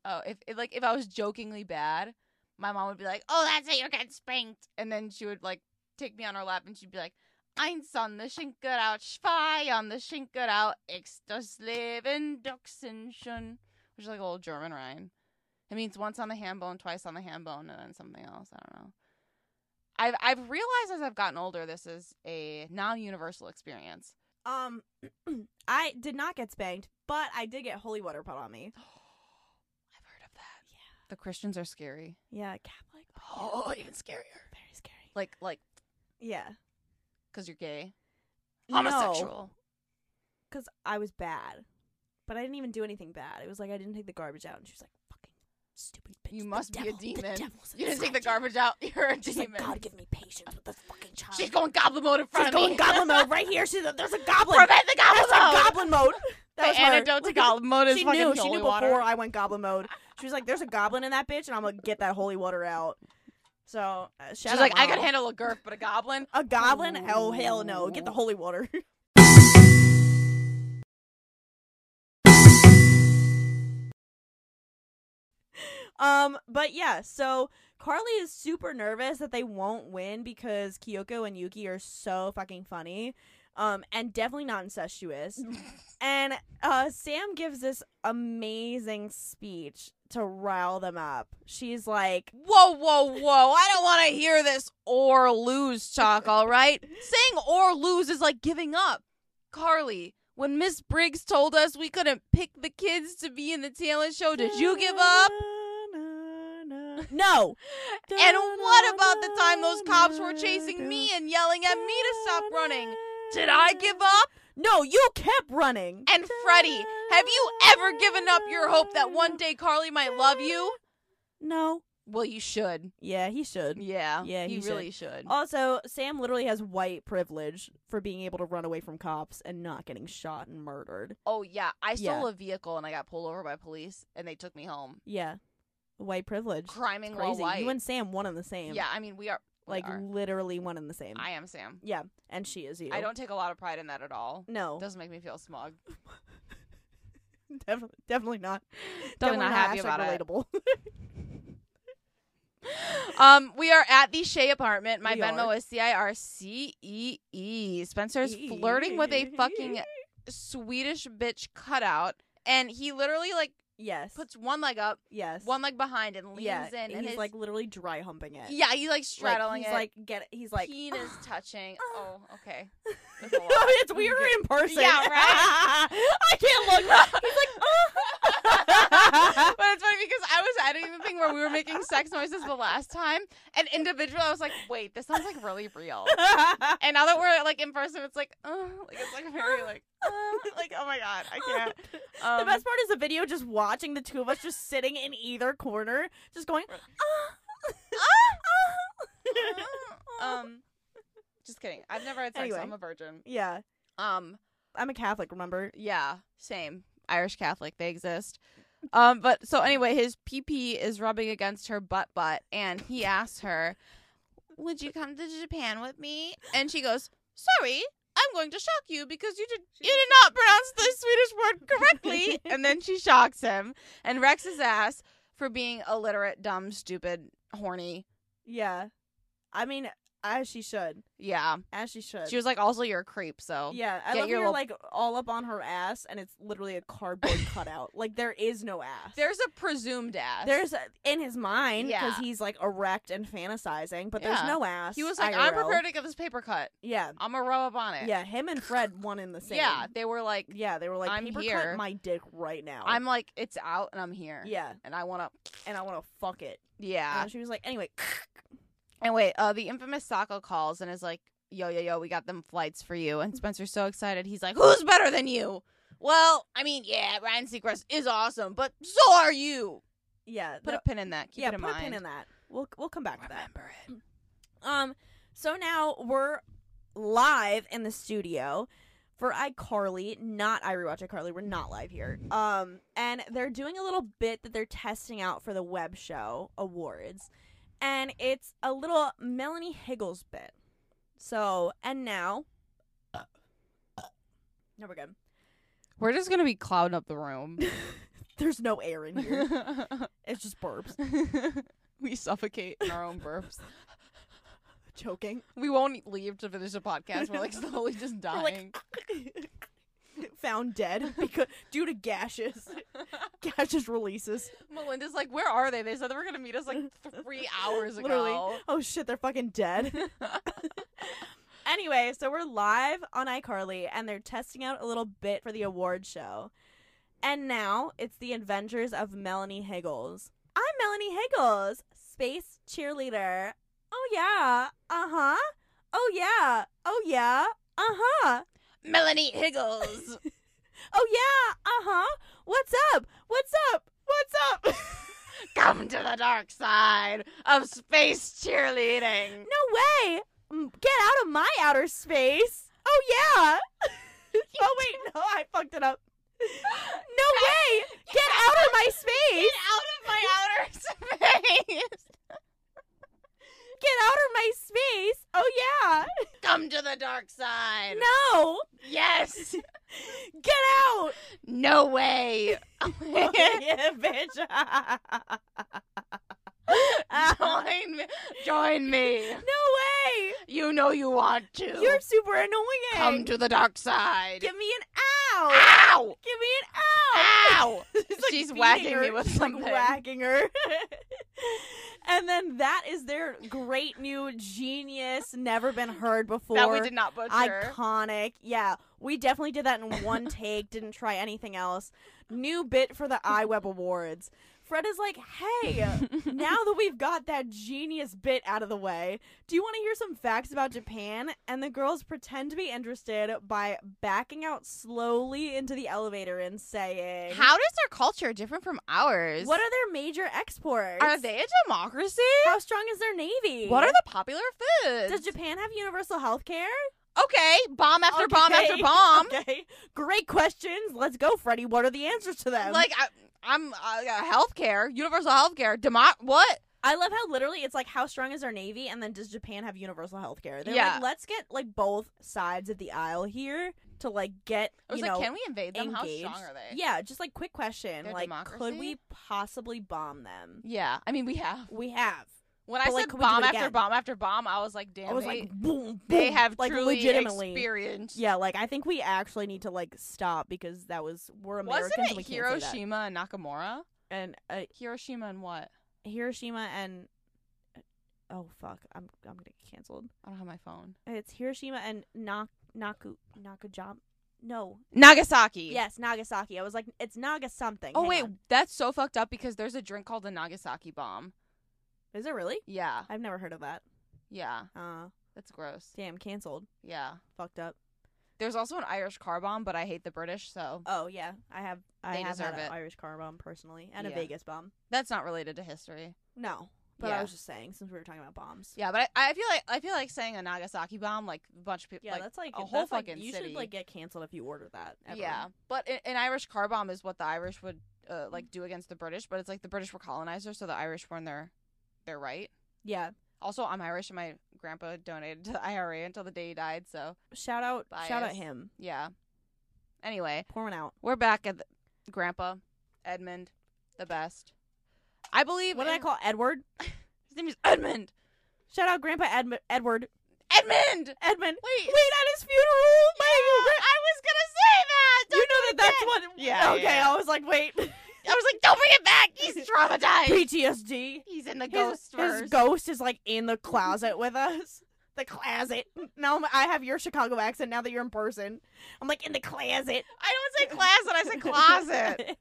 S4: Oh, if it, like if I was jokingly bad, my mom would be like, "Oh, that's it, you're getting spanked," and then she would like take me on her lap and she'd be like, "Eins on the Schinkel out, zwei on the Schinkel out, ist das Leben doxen schon," which is like a little German rhyme. It means once on the ham bone, twice on the ham bone, and then something else. I don't know. I've I've realized as I've gotten older, this is a non-universal experience.
S3: Um, [CLEARS THROAT] I did not get spanked, but I did get holy water put on
S4: [GASPS]
S3: me.
S4: I've heard of that. Yeah. The Christians are scary.
S3: Yeah, Catholic. but
S4: Oh, even scarier.
S3: Very scary.
S4: Like, like,
S3: Yeah.
S4: cause you're gay.
S3: No, Cause I was bad, but I didn't even do anything bad. It was like I didn't take the garbage out, and she was like, "Fucking stupid bitch."
S4: You
S3: the
S4: must be a
S3: devil- the
S4: demon.
S3: devil's
S4: You didn't take
S3: inside
S4: the
S3: you."
S4: garbage out. [LAUGHS] You're a
S3: She's
S4: demon.
S3: like, God, give me patience with this fucking child.
S4: She's going goblin mode in front
S3: She's
S4: of
S3: going
S4: me.
S3: goblin mode right here. She's a, there's a goblin.
S4: [LAUGHS] Prevent the goblin
S3: That's a
S4: mode.
S3: goblin mode. That was
S4: the
S3: her.
S4: antidote to goblin mode is
S3: She
S4: fucking
S3: knew. She
S4: holy
S3: knew
S4: water.
S3: before I went goblin mode. She was like, "There's a goblin in that bitch, and I'm gonna get that holy water out." So uh, shout
S4: She's
S3: out
S4: like, I
S3: Mom.
S4: could handle a girth, but a goblin.
S3: a goblin. Oh hell no! Get the holy water. [LAUGHS] um, but yeah, so Carly is super nervous that they won't win because Kyoko and Yuki are so fucking funny. Um, and definitely not incestuous. and uh, Sam gives this amazing speech to rile them up. She's like,
S4: Whoa, whoa, whoa! I don't want to hear this or lose talk. All right, saying or lose is like giving up. Carly, when Miss Briggs told us we couldn't pick the kids to be in the talent show, did you give up?
S3: No.
S4: And what about the time those cops were chasing me and yelling at me to stop running? Did I give up?
S3: No, you kept running.
S4: And Freddie, have you ever given up your hope that one day Carly might love you?
S3: No.
S4: Well, you should.
S3: Yeah, he should.
S4: Yeah.
S3: Yeah,
S4: you
S3: he
S4: really should.
S3: Also, Sam literally has white privilege for being able to run away from cops and not getting shot and murdered.
S4: Oh yeah, I stole
S3: Yeah.
S4: a vehicle and I got pulled over by police and they took me home.
S3: Yeah. White privilege.
S4: Criming while
S3: Crazy.
S4: white.
S3: You and Sam one and the same.
S4: yeah, I mean we are we
S3: Like
S4: are.
S3: literally one and the same.
S4: I am Sam.
S3: yeah. And she is you.
S4: I don't take a lot of pride in that at all.
S3: No.
S4: [LAUGHS] It doesn't make me feel
S3: [LAUGHS]
S4: smug.
S3: Definitely, definitely [LAUGHS] not.
S4: Definitely not happy
S3: hashtag
S4: about it.
S3: relatable.
S4: [LAUGHS] Um, we are at the Shea apartment. My
S3: We
S4: Venmo
S3: are.
S4: is C I R C E E. Spencer's flirting with a
S3: [LAUGHS]
S4: fucking Swedish bitch cutout, and he literally like
S3: yes.
S4: puts one leg up,
S3: yes.
S4: one leg behind, and leans
S3: yeah,
S4: in, and
S3: he's
S4: his,
S3: like literally dry humping it.
S4: yeah, he's like
S3: Like,
S4: straddling
S3: he's
S4: it,
S3: like get he's like
S4: penis
S3: [SIGHS]
S4: touching.
S3: "Ah."
S4: oh,
S3: [LAUGHS]
S4: okay. That's a lot.
S3: it's weirder in person.
S4: Yeah, right?
S3: [LAUGHS] I
S4: [LAUGHS]
S3: can't look. He's like, "Ah."
S4: but it's funny because I was editing the thing where we were making sex noises the last time, and individual, I was like, wait, this sounds like really real. And now that we're like in person, it's like, oh, like it's like very like, uh, like oh my god, I can't.
S3: [LAUGHS]
S4: Um,
S3: the best part is the video just watching the two of us just sitting in either corner, just going, "Ah."
S4: um, just kidding. I've never had sex.
S3: Anyway.
S4: so I'm a virgin.
S3: [LAUGHS] yeah.
S4: Um,
S3: I'm a Catholic, remember?
S4: yeah, same. Irish Catholic, they exist. Um, but so anyway, his PP is rubbing against her butt butt, and he asks her, "Would you come to Japan with me?" And she goes, "Sorry." I'm going to shock you because you did you did not pronounce the Swedish word correctly.
S3: [LAUGHS]
S4: and then she shocks him and wrecks his ass for being illiterate, dumb, stupid, horny.
S3: Yeah. I mean, as she should.
S4: Yeah.
S3: As she should.
S4: She was like, also you're a creep, so
S3: yeah, I
S4: Get
S3: love
S4: your
S3: you're
S4: little-
S3: like all up on her ass, and it's literally a
S4: [LAUGHS]
S3: cardboard cutout. Like there is no ass.
S4: there's a presumed ass.
S3: there's a, in his mind because
S4: Yeah.
S3: he's like erect and fantasizing, but there's
S4: Yeah.
S3: no ass.
S4: he was like, I'm
S3: IRL."
S4: prepared to get this paper cut.
S3: Yeah,
S4: I'm a row up on it.
S3: yeah. Him and Fred one
S4: [LAUGHS]
S3: in the same.
S4: Yeah, they were like,
S3: yeah. They were like,
S4: I'm
S3: paper
S4: here.
S3: cut my dick right now.
S4: I'm like, it's out and I'm here.
S3: yeah,
S4: And I want to,
S3: and I want to fuck it.
S4: yeah.
S3: And she was like, anyway, [LAUGHS]
S4: And wait, uh, the infamous Sacco calls and is like, yo, yo, yo, we got them flights for you. And Spencer's so excited. He's like, who's better than you? Well, I mean, yeah, Ryan Seacrest is awesome, but so are you.
S3: yeah,
S4: Put
S3: no-
S4: a pin in that. [LAUGHS] Keep
S3: yeah,
S4: it in
S3: put
S4: mind.
S3: a pin in that. We'll we'll come back to that.
S4: Remember it.
S3: Um, so now we're live in the studio for iCarly, not I Rewatch iCarly. We're not live here. Um, and they're doing a little bit that they're testing out for the web show awards, and it's a little Melanie Higgles bit. So, and now, no, we're good.
S4: We're just going to be clouding up the [LAUGHS] room.
S3: [LAUGHS] There's no air in here.
S4: [LAUGHS]
S3: it's just burps.
S4: we suffocate in our own burps.
S3: Choking.
S4: We won't leave to finish the podcast. We're like [LAUGHS] slowly just
S3: We're like,
S4: dying.
S3: [LAUGHS] Found dead because due to gashes, gashes releases.
S4: Melinda's like, where are they? They said they were gonna meet us like three hours ago.
S3: Literally. Oh shit, they're fucking dead. [LAUGHS] anyway, so we're live on iCarly and they're testing out a little bit for the award show. And now it's the adventures of Melanie Higgles. I'm Melanie Higgles, space cheerleader. Oh yeah. Uh huh. Oh yeah. Oh yeah. Uh huh.
S4: Melanie Higgles.
S3: Oh yeah. Uh huh. What's up? What's up? What's up? [LAUGHS]
S4: Come to the dark side of space cheerleading.
S3: no way. Mm, Get out of my outer space. Oh
S4: [LAUGHS]
S3: yeah. oh wait, no, I fucked it up. No way! Get out of my
S4: Get
S3: space!
S4: out of my outer [LAUGHS] space.
S3: Get out of my space! Oh yeah!
S4: Come to the dark side.
S3: No!
S4: Yes.
S3: Get
S4: [LAUGHS]
S3: out! Oh,
S4: No [LAUGHS] way.
S3: yeah, bitch!
S4: join me. Join
S3: [LAUGHS]
S4: me.
S3: no
S4: You know you want to.
S3: way! You're super annoying!
S4: Come to the dark side.
S3: Give me an ow!
S4: Ow!
S3: Give me an ow!
S4: Ow!
S3: It's like
S4: She's
S3: beating
S4: whacking
S3: her.
S4: me with
S3: She's, like,
S4: something.
S3: whacking her. [LAUGHS] and then that is their great new genius, never been heard before.
S4: That we did not butcher.
S3: iconic. Yeah, we definitely did that in
S4: [LAUGHS]
S3: one take. Didn't try anything else. New bit for the iWeb Awards. Fred is like,
S4: [LAUGHS]
S3: hey, now that we've got that genius bit out of the way, do you want to hear some facts about Japan? And the girls pretend to be interested by backing out slowly into the elevator and saying,
S4: How does their culture different from ours?
S3: What are their major exports?
S4: are they a democracy?
S3: How strong is their navy?
S4: What are the popular foods?
S3: Does Japan have universal health care?
S4: okay, bomb after bomb after
S3: Okay.
S4: bomb.
S3: [LAUGHS] Okay. Great questions. Let's go, Freddie. What are the answers to them?
S4: Like I, I'm uh, healthcare, universal healthcare, demo- what?
S3: I love how literally it's like how strong is our navy and then does Japan have universal health care? They're
S4: Yeah.
S3: like, let's get like both sides of the aisle here to like get
S4: I was
S3: you
S4: like,
S3: know
S4: can we invade them?
S3: engaged.
S4: How strong are they?
S3: Yeah, just like quick question.
S4: Their
S3: like could
S4: democracy?
S3: we possibly bomb them?
S4: Yeah, I mean we have.
S3: We have.
S4: When
S3: But,
S4: I
S3: like,
S4: said
S3: could we do
S4: bomb
S3: it
S4: after
S3: again?
S4: bomb after bomb, I was like, damn,
S3: I was
S4: they,
S3: like boom,
S4: they
S3: boom,
S4: have
S3: like
S4: truly
S3: legitimately
S4: experienced.
S3: Yeah, like I think we actually need to like stop because that was we're Americans
S4: Wasn't
S3: and we
S4: it
S3: can't say that.
S4: Hiroshima and Nakamura?
S3: and uh,
S4: Hiroshima and what?
S3: Hiroshima and oh fuck, I'm I'm gonna get canceled.
S4: I don't have my phone.
S3: It's Hiroshima and Nak Naku Nakajam. No.
S4: Nagasaki.
S3: Yes, Nagasaki. I was like, it's Naga something.
S4: Oh
S3: Hang
S4: wait,
S3: on.
S4: that's so fucked up because there's a drink called the Nagasaki bomb.
S3: Is it really?
S4: Yeah.
S3: I've never heard of that.
S4: Yeah.
S3: Uh,
S4: That's gross.
S3: damn, canceled.
S4: Yeah.
S3: Fucked up.
S4: There's also an Irish car bomb, but I hate the British, so
S3: Oh yeah, I have. I
S4: They
S3: have had
S4: deserve
S3: an
S4: it.
S3: Irish car bomb personally, and a
S4: Yeah.
S3: Vegas bomb.
S4: that's not related to history.
S3: No, but I
S4: Yeah.
S3: was just saying since we were talking about bombs.
S4: Yeah, but I, I feel like I feel like saying a Nagasaki bomb, like a bunch of people,
S3: Yeah,
S4: like
S3: that's like
S4: a whole
S3: that's like-
S4: fucking
S3: You
S4: city.
S3: should like get canceled if you order that. Ever.
S4: yeah. But an, an Irish car bomb is what the Irish would uh, like do against the British, but it's like the British were colonizers, so the Irish were in their their right.
S3: yeah.
S4: Also, I'm Irish, and my grandpa donated to the [LAUGHS] IRA until the day he died. So
S3: Shout out, shout out
S4: Bias.
S3: him.
S4: yeah. Anyway,
S3: Pour one out.
S4: we're back at the, Grandpa Edmund, the best. I believe.
S3: What did I
S4: in-
S3: call Edward?
S4: His name is Edmund.
S3: Shout out, Grandpa Edm- Edward.
S4: Edmund.
S3: Edmund.
S4: Wait.
S3: Wait, at his funeral. My
S4: I was gonna say that.
S3: you know that that's what.
S4: Yeah,
S3: Okay,
S4: yeah.
S3: I was like,
S4: [LAUGHS]
S3: wait.
S4: I was like, don't bring it back.
S3: [LAUGHS]
S4: He's traumatized.
S3: PTSD.
S4: He's in the
S3: His,
S4: ghost
S3: his
S4: verse.
S3: ghost is like in the closet with us. The closet. Now I'm- I have your Chicago accent. Now that you're in person, I'm like in the closet.
S4: I don't say closet. I say
S3: [LAUGHS]
S4: closet.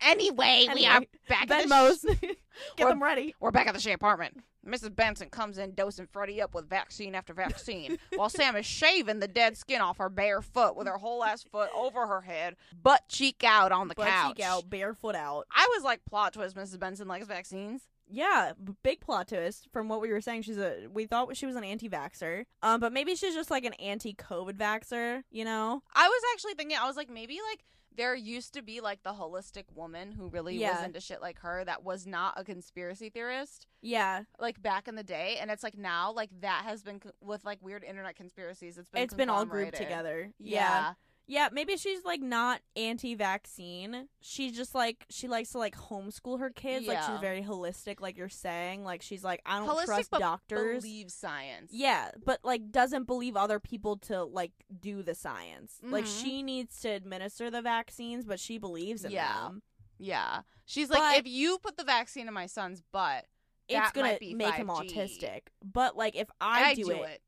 S4: anyway, we are
S3: Anyway,
S4: back at the
S3: Venmos. [LAUGHS] Get
S4: Or-
S3: them ready.
S4: We're back at the Shea apartment. Mrs. Benson comes in dosing Freddie up with vaccine after
S3: [LAUGHS]
S4: vaccine, while Sam is shaving the dead skin off her bare foot with her whole ass foot over her head, butt cheek out on the
S3: Butt
S4: couch.
S3: cheek out, barefoot out.
S4: I was like, plot twist: Mrs. Benson likes vaccines.
S3: Yeah, b- big plot twist from what we were saying. She's a. We thought she was an anti-vaxer, um, but maybe she's just like an anti-COVID vaxer. You know?
S4: I was actually thinking, I was like, maybe like there used to be like the holistic woman who really was
S3: Yeah.
S4: into shit like her that was not a conspiracy theorist,
S3: Yeah,
S4: like back in the day. And it's like now, like that has been co- with like weird internet conspiracies. It's been
S3: it's been all grouped
S4: conglomerated.
S3: together. yeah.
S4: Yeah.
S3: Yeah, maybe she's like not anti-vaccine. She's just like she likes to like homeschool her kids. Like
S4: Yeah.
S3: she's very holistic, like you're saying. Like she's like I don't
S4: Holistic,
S3: trust
S4: but
S3: doctors.
S4: Believe science.
S3: yeah, but like doesn't believe other people to like do the science. Like
S4: Mhm.
S3: she needs to administer the vaccines, but she believes in
S4: Yeah.
S3: them.
S4: Yeah. She's like,
S3: But-
S4: if you put the vaccine in my son's butt,
S3: It's
S4: That
S3: gonna
S4: might be
S3: make him
S4: 5G.
S3: autistic. But like if
S4: and
S3: I,
S4: I do, it.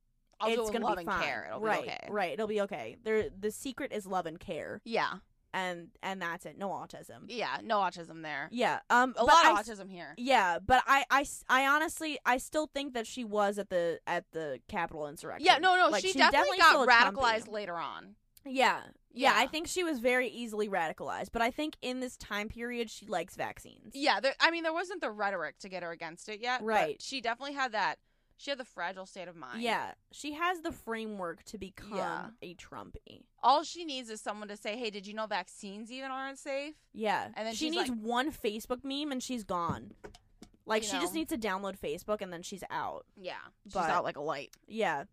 S4: I'll
S3: it's
S4: do it with
S3: gonna
S4: love
S3: be
S4: and
S3: fine.
S4: care. It'll
S3: right,
S4: be okay.
S3: right. It'll be okay. There, the secret is love and care,
S4: Yeah.
S3: and and that's it. No autism.
S4: Yeah. No autism there.
S3: Yeah. Um. but
S4: A lot
S3: I
S4: of
S3: s-
S4: autism here.
S3: Yeah, but I, I, s- I honestly, I still think that she was at the at the Capitol insurrection.
S4: Yeah, no, no,
S3: Like,
S4: she,
S3: she's
S4: definitely,
S3: still a
S4: got
S3: Trumpy.
S4: radicalized later on.
S3: Yeah, yeah, I
S4: Yeah.
S3: think she was very easily radicalized, but I think in this time period she likes vaccines.
S4: Yeah, there, I mean, there wasn't the rhetoric to get her against it yet. but
S3: Right.
S4: she definitely had that. She had the fragile state of mind.
S3: Yeah, she has the framework to become
S4: Yeah.
S3: a Trumpy.
S4: All she needs is someone to say, hey, did you know vaccines even aren't safe?
S3: Yeah,
S4: And then
S3: she
S4: she's
S3: needs
S4: like-
S3: one Facebook meme and she's gone. Like
S4: You
S3: she just
S4: know.
S3: needs to download Facebook and then she's out.
S4: Yeah. She's
S3: But-
S4: out like a light.
S3: Yeah,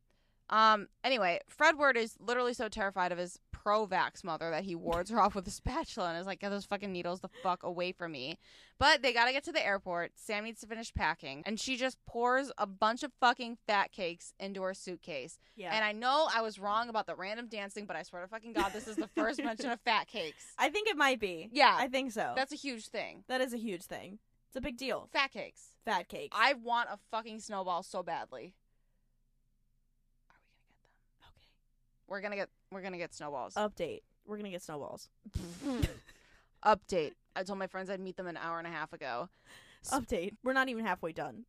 S4: Um. Anyway, Fred Ward is literally so terrified of his pro-vax mother that he wards her off with a spatula and is like, "Get those fucking needles the fuck away from me." But they gotta get to the airport. Sam needs to finish packing, and she just pours a bunch of fucking fat cakes into her suitcase.
S3: yeah.
S4: And I know I was wrong about the random dancing, but I swear to fucking god, this is the
S3: [LAUGHS]
S4: first mention of fat cakes.
S3: I, think it might be.
S4: Yeah.
S3: I think so.
S4: That's a huge thing.
S3: that is a huge thing. It's a big deal.
S4: Fat cakes.
S3: Fat cake.
S4: I want a fucking snowball so badly. Are we
S3: okay.
S4: gonna get them? We're gonna get. We're gonna get snowballs.
S3: update. We're gonna get
S4: [LAUGHS]
S3: snowballs.
S4: Update. I told my friends I'd meet them an hour and a
S3: [LAUGHS]
S4: half ago.
S3: Update. We're not even halfway done.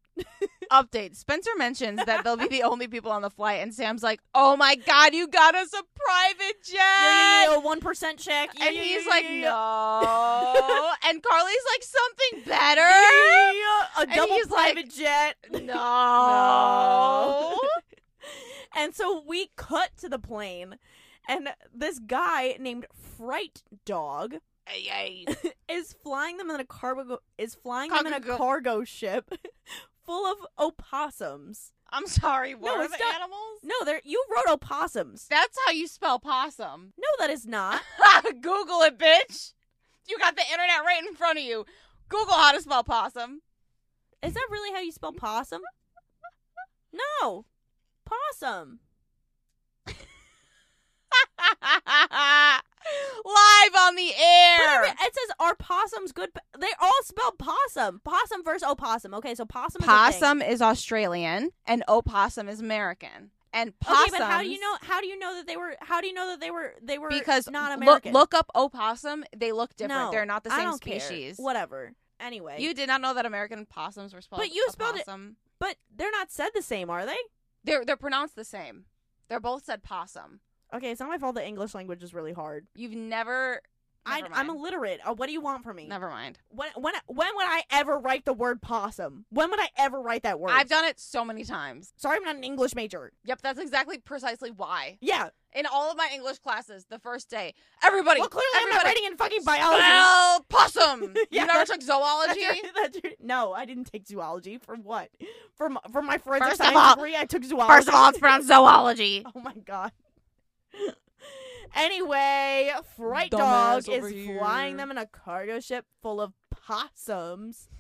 S4: Update. Spencer mentions that they'll be the only people on the flight, and Sam's like, "Oh my god, you got us a private jet!"
S3: one percent check.
S4: And he's like, "No." and Carly's like, "Something better."
S3: a double
S4: he's like,
S3: private jet.
S4: [LAUGHS] No.
S3: [LAUGHS] and so we cut to the plane, and this guy named Fright Dog [LAUGHS]
S4: Hey, hey.
S3: is flying them in a cargo is flying them in a
S4: Cargo-
S3: cargo ship [LAUGHS] full of opossums.
S4: I'm sorry. What
S3: No,
S4: are
S3: it's
S4: the
S3: not-
S4: animals?
S3: No, they're you wrote opossums.
S4: That's how you spell possum.
S3: No, that is not.
S4: [LAUGHS] Google it, bitch. You got the internet right in front of you. Google how to spell possum. [LAUGHS]
S3: Is that really how you spell possum? No. Possum.
S4: Live on the air.
S3: But it- it says are possums good? po-" They all spell possum. Possum versus opossum. Okay, so possum. Is a thing.
S4: possum is Australian and opossum is American. And possum.
S3: Okay, but how do you know? How do you know that they were? How do you know that they were? They were
S4: Because
S3: not
S4: lo-
S3: American.
S4: look up opossum. They look different.
S3: No,
S4: They're not the
S3: I
S4: same
S3: don't care.
S4: species.
S3: Whatever. Anyway,
S4: You did not know that American possums were spelled.
S3: But you spelled it-
S4: opossum.
S3: but they're not said the same, are they?
S4: They're they're pronounced the same. They're both said possum.
S3: Okay, it's not my fault. The English language is really hard.
S4: You've never.
S3: I,
S4: never
S3: I'm
S4: mind.
S3: illiterate. Uh, what do you want from me?
S4: Never mind.
S3: When when when would I ever write the word possum? When would I ever write that word?
S4: I've done it so many times.
S3: Sorry, I'm not an English major.
S4: Yep, that's exactly precisely why.
S3: Yeah.
S4: In all of my English classes, the first day, everybody,
S3: Well, clearly I'm not
S4: everybody,
S3: writing in fucking biology. [LAUGHS]
S4: spell [LAUGHS] possum.
S3: Yeah,
S4: you never
S3: that's-
S4: took
S3: That's
S4: zoology. [LAUGHS]
S3: your- [LAUGHS] that's your- no, I didn't take zoology. For what? For my, for my forensic
S4: First of
S3: science
S4: all-
S3: degree, I took zoology.
S4: First of all, it's pronounced zoology.
S3: Oh my god. [LAUGHS] anyway, Fright
S4: Dumbass
S3: Dog is
S4: over here.
S3: flying them in a cargo ship full of possums.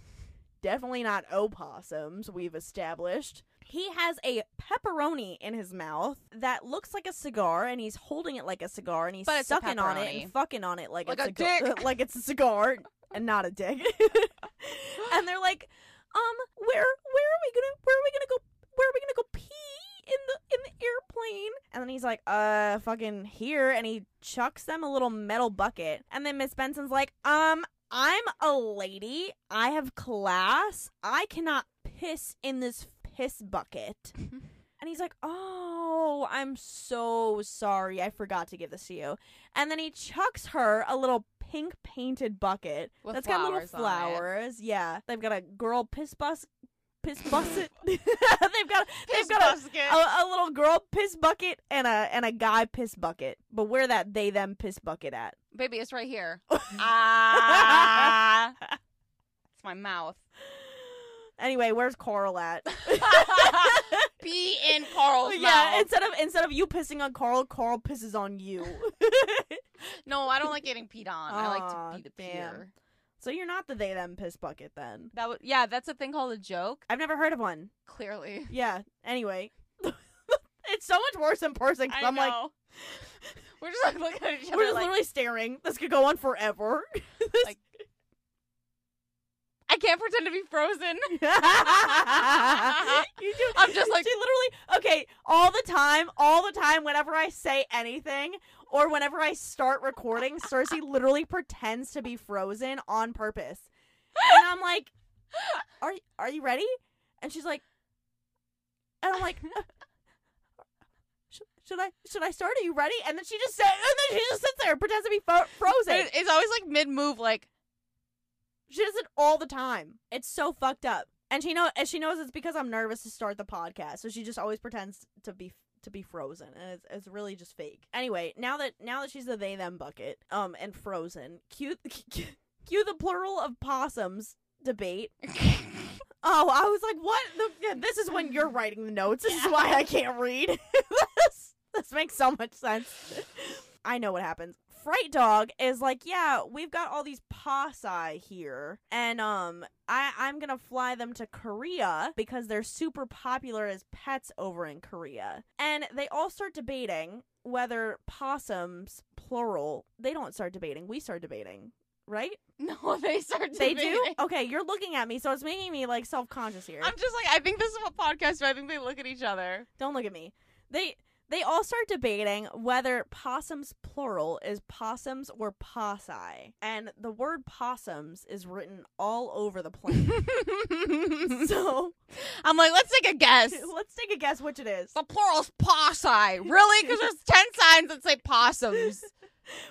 S3: Definitely not opossums, we've established. He has a pepperoni in his mouth that looks like a cigar, and he's holding it like a cigar, and he's
S4: But it's a
S3: sucking on it
S4: pepperoni.
S3: and fucking on it like,
S4: Like
S3: it's
S4: a
S3: cigar- [LAUGHS]
S4: dick.
S3: like it's a cigar and not a dick. [LAUGHS] and they're like, um, where where are we gonna where are we gonna go where are we gonna go pee in the in the airplane? And then he's like, uh, fucking here, and he chucks them a little metal bucket. And then Miss Benson's like, um, I'm a lady. I have class. I cannot piss in this piss bucket.
S4: [LAUGHS]
S3: And he's like, Oh, I'm so sorry. I forgot to give this to you. And then he chucks her a little pink painted bucket
S4: With
S3: that's got little
S4: flowers on it.
S3: flowers. Yeah. They've got a girl piss bus.
S4: [LAUGHS]
S3: Piss bucket. [LAUGHS] they've got
S4: Piss
S3: they've got
S4: basket.
S3: a, a, a little girl piss bucket and a and a guy piss bucket. But where that they them piss bucket at?
S4: Baby, it's right [LAUGHS] here. ah, it's my mouth.
S3: Anyway, where's Coral at?
S4: Be in Carl's
S3: yeah,
S4: mouth.
S3: instead of instead of you pissing on Carl, Carl pisses on you. [LAUGHS]
S4: No, I don't like getting peed on. I like
S3: Aw,
S4: to be the
S3: damn.
S4: peer.
S3: so you're not the they them piss bucket then.
S4: That was yeah. That's a thing called a joke.
S3: I've never heard of one.
S4: Clearly,
S3: Yeah. Anyway, [LAUGHS] it's so much worse in person. 'cause I'm like,
S4: [LAUGHS] we're just like looking at each other.
S3: we're just
S4: like,
S3: literally staring. This could go on forever.
S4: I can't pretend to be frozen.
S3: [LAUGHS] you
S4: [LAUGHS]
S3: do.
S4: I'm just like-
S3: she literally okay all the time, all the time. Whenever I say anything or whenever I start recording, Cersei literally pretends to be frozen on purpose, and I'm
S4: [LAUGHS]
S3: like, "Are are you ready?" And she's like, and I'm like.
S4: [LAUGHS]
S3: "Sh- Should I should I start? Are you ready? And then she just said, and then she just sits there, and pretends to be fro-
S4: But
S3: frozen.
S4: it- it's always like mid move. Like [LAUGHS]
S3: She does it all the time. It's so fucked up. And she know and she knows it's because I'm nervous to start the podcast, so she just always pretends to be to be frozen, and it's, it's really just fake. Anyway, now that now that she's the they them bucket, um, and frozen, cue [LAUGHS] cue the plural of possums debate. Oh, I was like, what? The, yeah, this is when you're writing the notes. This is why I can't read. [LAUGHS] this, this makes so much sense. I know what happens. Fright Dog is like, yeah, we've got all these posse here, and um, I I'm gonna fly them to Korea because they're super popular as pets over in Korea, and they all start debating whether possums plural. They don't start debating. We start debating, right?
S4: no, they start.
S3: They do.
S4: debating.
S3: Okay, you're looking at me, so it's making me like self conscious here.
S4: [LAUGHS] I'm just like I think this is a podcast. Where I think they look at
S3: [LAUGHS]
S4: each other.
S3: Don't look at me. They they all start debating whether possums plural is possums or possi, and the word possums is written all over the
S4: [LAUGHS]
S3: planet. so
S4: I'm like, let's take
S3: [LAUGHS]
S4: a guess.
S3: let's take a guess which it is.
S4: The plural's possi. Really?
S3: [LAUGHS]
S4: Because there's ten signs that say possums.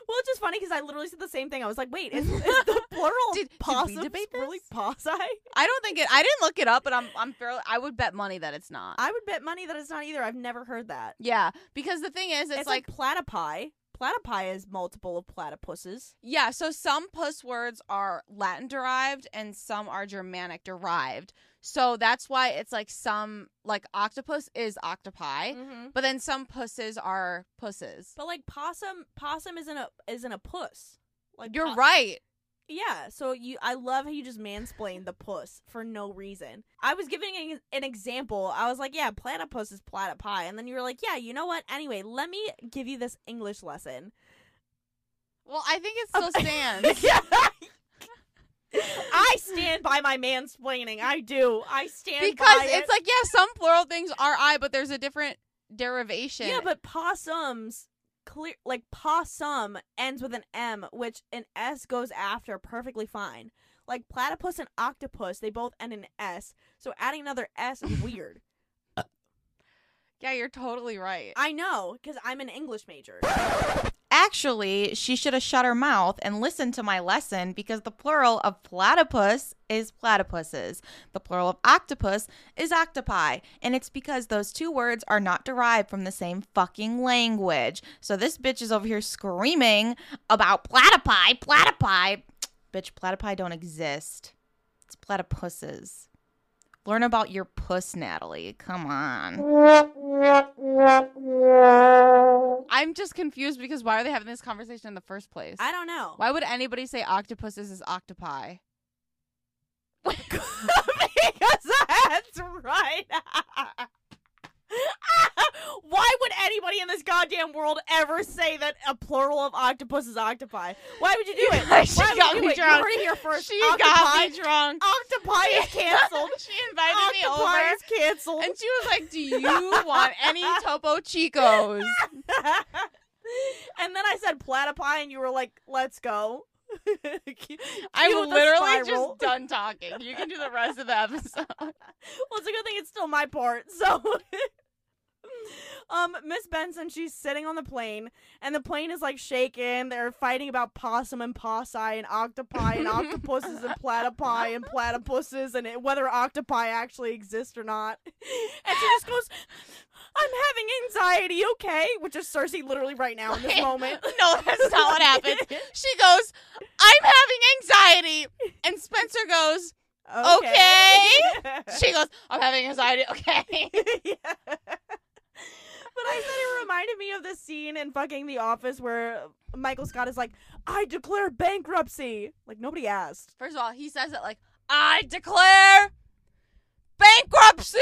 S3: Well, it's just funny because I literally said the same thing. I was like, wait,
S4: [LAUGHS]
S3: is, is the plural
S4: Did- did we
S3: possums
S4: debate this?
S3: really possi?
S4: I don't think it. I didn't look it up, but I'm I'm fairly. I would bet money that it's not.
S3: I would bet money that it's not either. I've never heard that.
S4: Yeah, because the thing is, it's,
S3: It's,
S4: like,
S3: like, platypi. Platypi is multiple of platypuses.
S4: yeah. So some puss words are Latin derived and some are Germanic derived. So that's why it's like some like octopus is octopi,
S3: Mm-hmm.
S4: but then some pusses are pusses.
S3: But like possum, possum isn't a isn't a puss. Like
S4: You're
S3: po-
S4: right.
S3: Yeah, so you I love how you just mansplained the puss for no reason. I was giving an, an example. I was like, yeah, platypus is platypi and then you were like, yeah, you know what? Anyway, let me give you this English
S4: [LAUGHS]
S3: lesson.
S4: Well, I think it [LAUGHS] still stands.
S3: I stand by my mansplaining. I do. I stand
S4: because
S3: by it.
S4: it's like yeah, some plural things are I, but there's a different derivation.
S3: Yeah, but possums clear like possum ends with an M, which an S goes after perfectly fine. like platypus and octopus, they both end in S. So adding another S
S4: [LAUGHS]
S3: is weird.
S4: Yeah, you're totally right.
S3: I know, because I'm an English major.
S2: Actually, she should have shut her mouth and listened to my lesson because the plural of platypus is platypuses. The plural of octopus is octopi. And it's because those two words are not derived from the same fucking language. So this bitch is over here screaming about platypi, platypi. Bitch, platypi don't exist. It's platypuses. Learn about your puss, Natalie. Come on.
S4: I'm just confused because why are they having this conversation in the first place?
S3: I don't know.
S4: Why would anybody say octopuses is octopi?
S3: [LAUGHS] because that's right. [LAUGHS] Why would anybody in this goddamn world ever say that a plural of octopus is octopi? Why would you do it? Why
S4: [LAUGHS] She
S3: would
S4: got
S3: you
S4: me
S3: do it?
S4: drunk.
S3: You heard it here first.
S4: She
S3: octopi,
S4: got me
S2: [LAUGHS]
S4: drunk.
S3: Octopi is
S4: [LAUGHS]
S3: canceled.
S4: she invited me
S3: octopi
S4: over.
S3: is canceled.
S4: And she was like, Do you want
S2: [LAUGHS]
S4: any Topo Chicos?
S3: [LAUGHS] and then I said platypi, and you were like, "Let's go." [LAUGHS]
S4: I'm
S3: Cue the
S4: literally
S3: spiral.
S4: just done talking. You can do the rest of the episode.
S3: Well, it's a good thing it's still my part. [LAUGHS] So, um, Miss Benson, she's sitting on the plane, and the plane is like shaking. They're fighting about possum and possi and octopi and octopuses and platypi and platypuses and it, whether octopi actually exist or not. And she just goes, "I'm having anxiety, okay?" Which is Cersei literally right now in this moment.
S4: [LAUGHS] No, that's not what [LAUGHS] happened. She goes, I'm having anxiety. And Spencer goes,
S3: [LAUGHS]
S4: She goes, I'm having anxiety. Okay.
S3: Yeah. But I said it reminded me of the scene in fucking The Office where Michael Scott is like, I declare bankruptcy. Like, nobody asked.
S4: First of all, he says it like, I declare bankruptcy.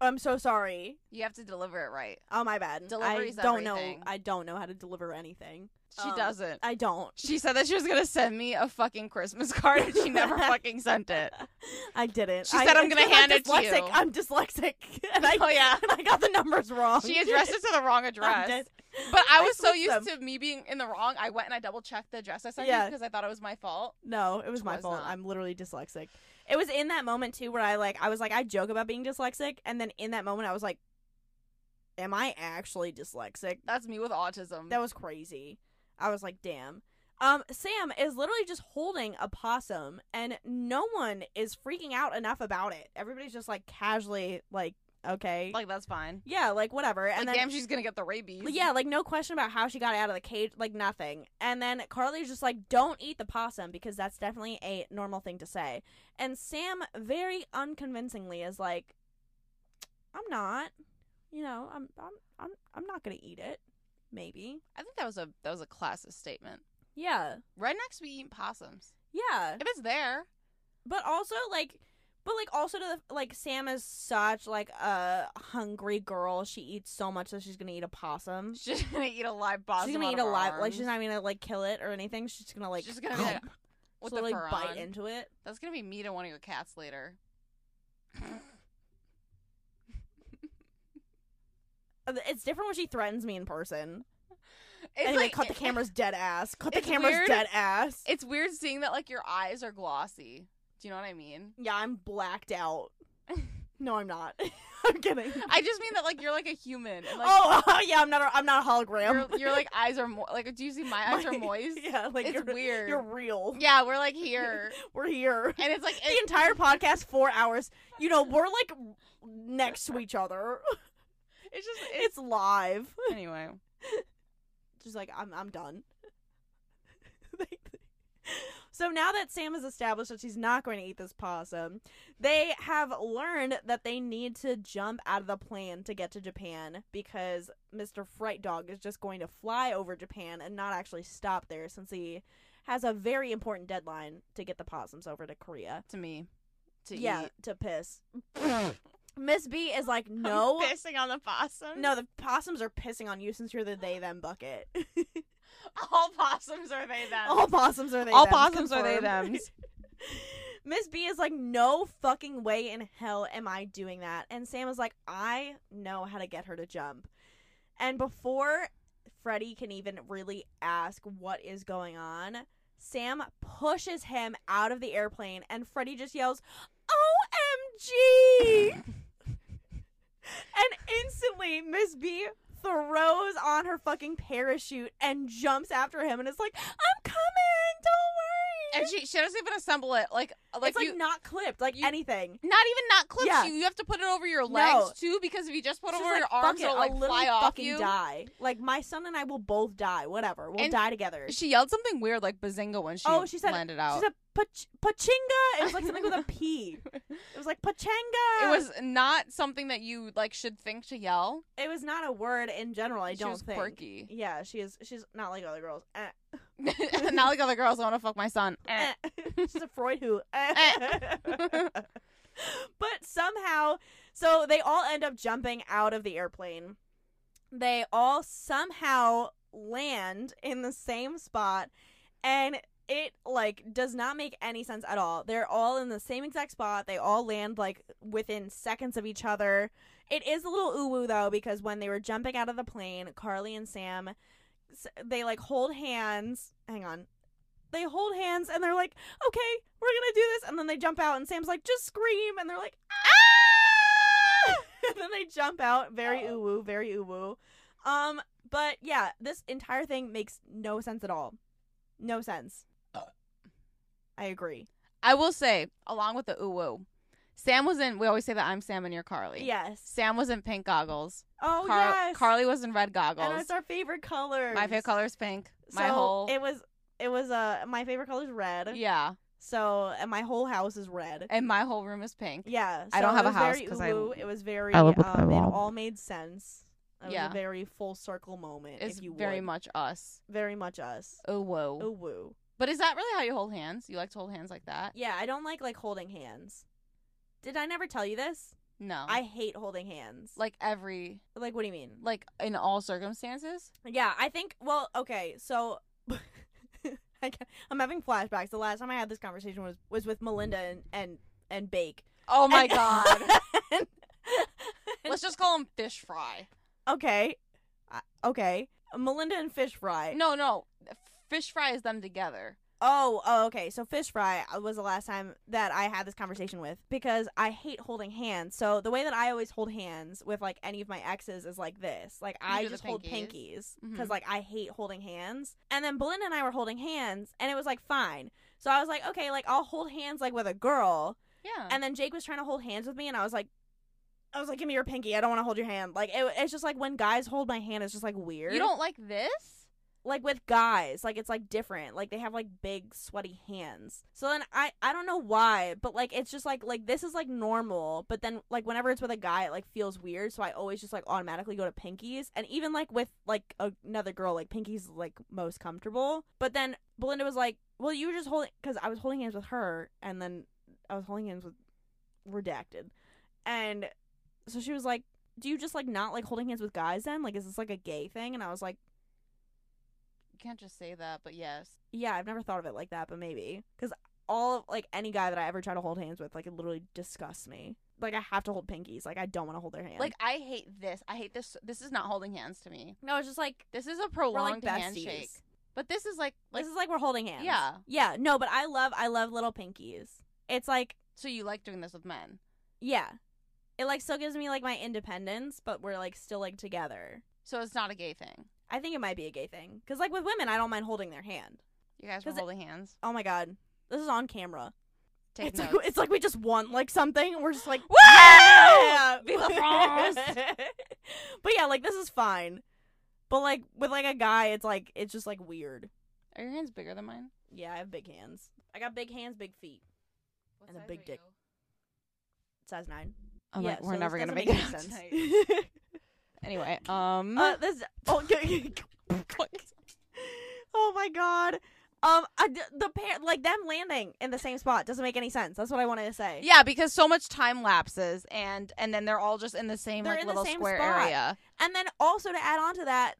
S3: I'm so sorry.
S4: You have to deliver it right.
S3: Oh, my bad.
S4: Delivery's
S3: I don't
S4: everything.
S3: know. I don't know how to deliver anything.
S4: She
S3: Um,
S4: doesn't.
S3: I don't.
S4: She said that she was gonna send me a fucking Christmas card and she [LAUGHS] never fucking sent it.
S3: I didn't.
S4: She
S3: I,
S4: said, "I'm
S3: it's
S4: gonna
S3: 'cause
S4: hand it to
S3: dyslexic.
S4: you."
S3: I'm dyslexic. [LAUGHS] And I,
S4: Oh, yeah.
S3: and I got the numbers wrong.
S4: She
S3: [LAUGHS]
S4: addressed it to the wrong
S3: I
S4: address.
S3: did.
S4: But I
S3: I
S4: was so
S3: switched
S4: used
S3: them.
S4: to me being in the wrong, I went and I double checked the address I sent you
S3: Yeah.
S4: because I thought it was my fault.
S3: No, it was my
S4: Was
S3: fault.
S4: not.
S3: I'm literally dyslexic. It was in that moment too where I like I was like I joke about being dyslexic and then in that moment I was like am I actually dyslexic?
S4: That's me with autism.
S3: That was crazy. I was like damn. Um Sam is literally just holding a possum and no one is freaking out enough about it. Everybody's just like casually like okay.
S4: like that's fine.
S3: yeah, like whatever.
S4: Like
S3: And then
S4: damn, she's gonna get the rabies.
S3: like, Yeah, like no question about how she got out of the cage, like nothing. And then Carly's just like, "Don't eat the possum because that's definitely a normal thing to say." And Sam very unconvincingly is like, "I'm not, you know, I'm I'm I'm I'm not gonna eat it, maybe."
S4: I think that was a that was a classist statement.
S3: Yeah,
S4: Rednecks we eat possums.
S3: yeah.
S4: If it's there, [LAUGHS]
S3: but also like but like also to the like sam is such like a hungry girl she eats so much that she's gonna eat a possum
S4: she's gonna eat a live possum.
S3: she's gonna
S4: out
S3: eat a
S4: of her
S3: live like she's not
S4: arms.
S3: gonna like kill it or anything she's just gonna like
S4: She's just gonna be like, with
S3: so,
S4: the
S3: like
S4: fur
S3: bite
S4: on.
S3: into it
S4: That's gonna be me to one of your cats later.
S3: Uh, it's different when she threatens me in person
S4: It's
S3: anyway
S4: like-
S3: cut the camera's dead ass cut the
S4: it's
S3: camera's
S4: weird.
S3: dead ass
S4: It's weird seeing that like your eyes are glossy. Do you know what I mean?
S3: yeah i'm blacked
S4: [LAUGHS]
S3: out no i'm not [LAUGHS] i'm kidding
S4: I just mean that like you're like a human.
S3: [LAUGHS]
S4: And, like,
S3: oh yeah i'm not a, i'm not a hologram
S4: your, your like eyes are mo- like do you see my eyes
S3: [LAUGHS]
S4: are
S3: My-
S4: moist?
S3: yeah like
S4: it's
S3: you're
S4: weird.
S3: you're real
S4: yeah, we're like here,
S3: we're
S4: [LAUGHS]
S3: here
S4: and
S3: [LAUGHS]
S4: it's like
S3: the
S4: it,
S3: entire podcast four hours. You know, we're like next to each other. [LAUGHS]
S4: it's just
S3: It's
S4: it's
S3: live.
S4: anyway.
S3: Just like I'm, I'm done. [LAUGHS] so now that Sam has established that she's not going to eat this possum, they have learned that they need to jump out of the plane to get to Japan because Mr. Fright Dog is just going to fly over Japan and not actually stop there since he has a very important deadline to get the possums over to Korea.
S4: To me, to
S3: yeah,
S4: eat.
S3: to
S4: [LAUGHS]
S3: piss. Miss B is like, no,
S4: I'm [LAUGHS] pissing on the possum.
S3: no, the possums are pissing on you since you're the they them bucket. [LAUGHS]
S4: [LAUGHS] all possums are they them.
S3: All possums are they.
S4: All
S3: thems,
S4: possums are they
S3: confirmed.
S4: thems.
S3: Miss B is like, no fucking way in hell am I doing that. And Sam is like, I know how to get her to jump. And before Freddy can even really ask what is going on, Sam pushes him out of the airplane, and Freddy just yells, OMG! and instantly, Miss B throws on her fucking parachute and jumps after him and is like, I'm coming! Don't worry!
S4: [LAUGHS] And she she doesn't even assemble it. Like like
S3: it's like
S4: you
S3: not clipped, like
S4: you-
S3: anything.
S4: not even not clips
S3: Yeah.
S4: you. You have to put it over your
S3: No.
S4: legs too, because if you just put it
S3: It's
S4: over
S3: just
S4: your
S3: like, fuck
S4: arms,
S3: it,
S4: it'll like
S3: I'll literally
S4: fly off
S3: fucking
S4: you.
S3: die. Like my son and I will both die. Whatever, we'll
S4: And
S3: die together.
S4: She yelled something weird like bazinga when she,
S3: oh, she said
S4: landed out.
S3: She said Pach- pachinga. It was like something with a P. It was like pachanga.
S4: it was not something that you like should think to yell.
S3: It was not a word in general. I
S4: she
S3: don't
S4: was
S3: think.
S4: quirky.
S3: [LAUGHS]
S4: [LAUGHS]
S3: Yeah, she is. She's not like other girls. Eh,
S4: not like other girls. I want to fuck my son. Eh.
S3: eh. [LAUGHS] she's a Freud who. eh. [LAUGHS] but somehow, so they all end up jumping out of the airplane. They all somehow land in the same spot, and it like does not make any sense at all. They're all in the same exact spot. They all land like within seconds of each other. It is a little ooh woo though because when they were jumping out of the plane, Carly and Sam, s- they like hold hands. Hang on, they hold hands and they're like, okay, we're gonna do this. And then they jump out, and Sam's like, just scream. And they're like, ah! [LAUGHS] and then they jump out, very ooh woo, very ooh woo. Um, but yeah, this entire thing makes no sense at all. No sense.
S4: Uh.
S3: I agree.
S4: I will say, along with the ooh woo, Sam was in. We always say that I'm Sam and you're Carly.
S3: Yes.
S4: Sam was in pink goggles.
S3: Oh
S4: Car-
S3: yes.
S4: Carly was in red
S3: and
S4: goggles.
S3: it's our favorite color.
S4: My favorite color is pink. My
S3: so
S4: whole
S3: It was. It was. Uh, my favorite color is red.
S4: yeah,
S3: So and my whole house is red.
S4: and my whole room is pink.
S3: Yeah,
S4: I don't
S3: so
S4: have
S3: it
S4: a
S3: was
S4: house
S3: very
S4: 'cause I-
S3: ooh-woo, it was very.
S2: I live with my
S3: um, it
S2: mom.
S3: all made sense. It
S4: Yeah.
S3: was a very full circle moment.
S4: It's
S3: if you
S4: very
S3: would. Oh.
S4: much us.
S3: very much us.
S4: Ooh woo.
S3: Ooh woo.
S4: But is that really how you hold hands? You like to hold hands like that?
S3: Yeah, I don't like like holding hands. Did I never tell you this?
S4: No.
S3: I hate holding hands.
S4: Uh-huh. like every
S3: like what do you mean?
S4: like in all circumstances.
S3: Yeah, I think. Well, okay, so [LAUGHS] I ca- I'm having flashbacks. The last time I had this conversation was was with Melinda and and, and Bake.
S4: Oh my
S3: And-
S4: god.
S3: and-
S4: [LAUGHS] Let's just call him fish fry.
S3: [LAUGHS] okay, I- okay. Melinda and Fish Fry.
S4: No, no. Fish fry is them together.
S3: Oh, oh, okay. So fish fry was the last time that I had this conversation with because I hate holding hands. So the way that I always hold hands with like any of my exes is like this. Like I
S4: do the
S3: just hold
S4: pinkies.
S3: pinkies
S4: Mhm.
S3: because like I hate holding hands. And then Belinda and I were holding hands, and it was like fine. So I was like, okay, like I'll hold hands like with a girl.
S4: Yeah.
S3: And then Jake was trying to hold hands with me, and I was like, I was like, give me your pinky. I don't want to hold your hand. Like it, it's just like when guys hold my hand, it's just like weird
S4: you don't like this?
S3: like with guys like it's like different like they have like big sweaty hands so then i i don't know why but like it's just like like this is like normal but then like whenever it's with a guy it like feels weird so i always just like automatically go to pinkies and even like with like a- another girl like pinkies is, like most comfortable but then belinda was like well you were just holding because i was holding hands with her and then i was holding hands with redacted and so she was like do you just like not like holding hands with guys then like is this like a gay thing and i was like
S4: You can't just say that, but yes.
S3: yeah, I've never thought of it like that, but maybe because all of like any guy that I ever try to hold hands with, like it literally disgusts me. Like I have to hold pinkies. Like I don't want to hold their hand.
S4: Like I hate this. I hate this. This is not holding hands to me.
S3: no, it's just like
S4: This is
S3: we're
S4: a
S3: like
S4: prolonged
S3: besties.
S4: handshake. But this is like like
S3: this is like we're holding hands.
S4: Yeah.
S3: yeah. No, but I love I love little pinkies. It's like
S4: so you like doing this with men.
S3: yeah, it like still gives me like my independence, but we're like still like together.
S4: So it's not a gay thing.
S3: I think it might be a gay thing because like with women, I don't mind holding their hand.
S4: You guys were
S3: 'Cause it-
S4: holding hands.
S3: Oh my god, this is on camera.
S4: Take
S3: it's
S4: notes.
S3: like [LAUGHS] it's like we just want like something and we're just like
S4: Woo!
S3: yeah!
S4: Viva France!
S3: [LAUGHS] but yeah, like this is fine. But like with like a guy, it's like it's just like weird.
S4: Are your hands bigger than mine?
S3: Yeah, I have big hands. I got big hands, big feet. And a big dick. Size nine.
S4: I'm
S3: yeah,
S4: like, Oh, we're
S3: so
S4: never
S3: this doesn't
S4: gonna make
S3: any
S4: it out
S3: sense.
S4: tonight. [LAUGHS] Anyway,
S3: [LAUGHS]
S4: um,
S3: uh, this. Oh, [LAUGHS] oh my god. Um, I d the pair like them landing in the same spot doesn't make any sense. That's what I wanted to say.
S4: yeah, because so much time lapses, and and then they're all just in the same
S3: They're
S4: like
S3: in the
S4: little
S3: same
S4: square
S3: spot.
S4: area.
S3: And then also to add on to that,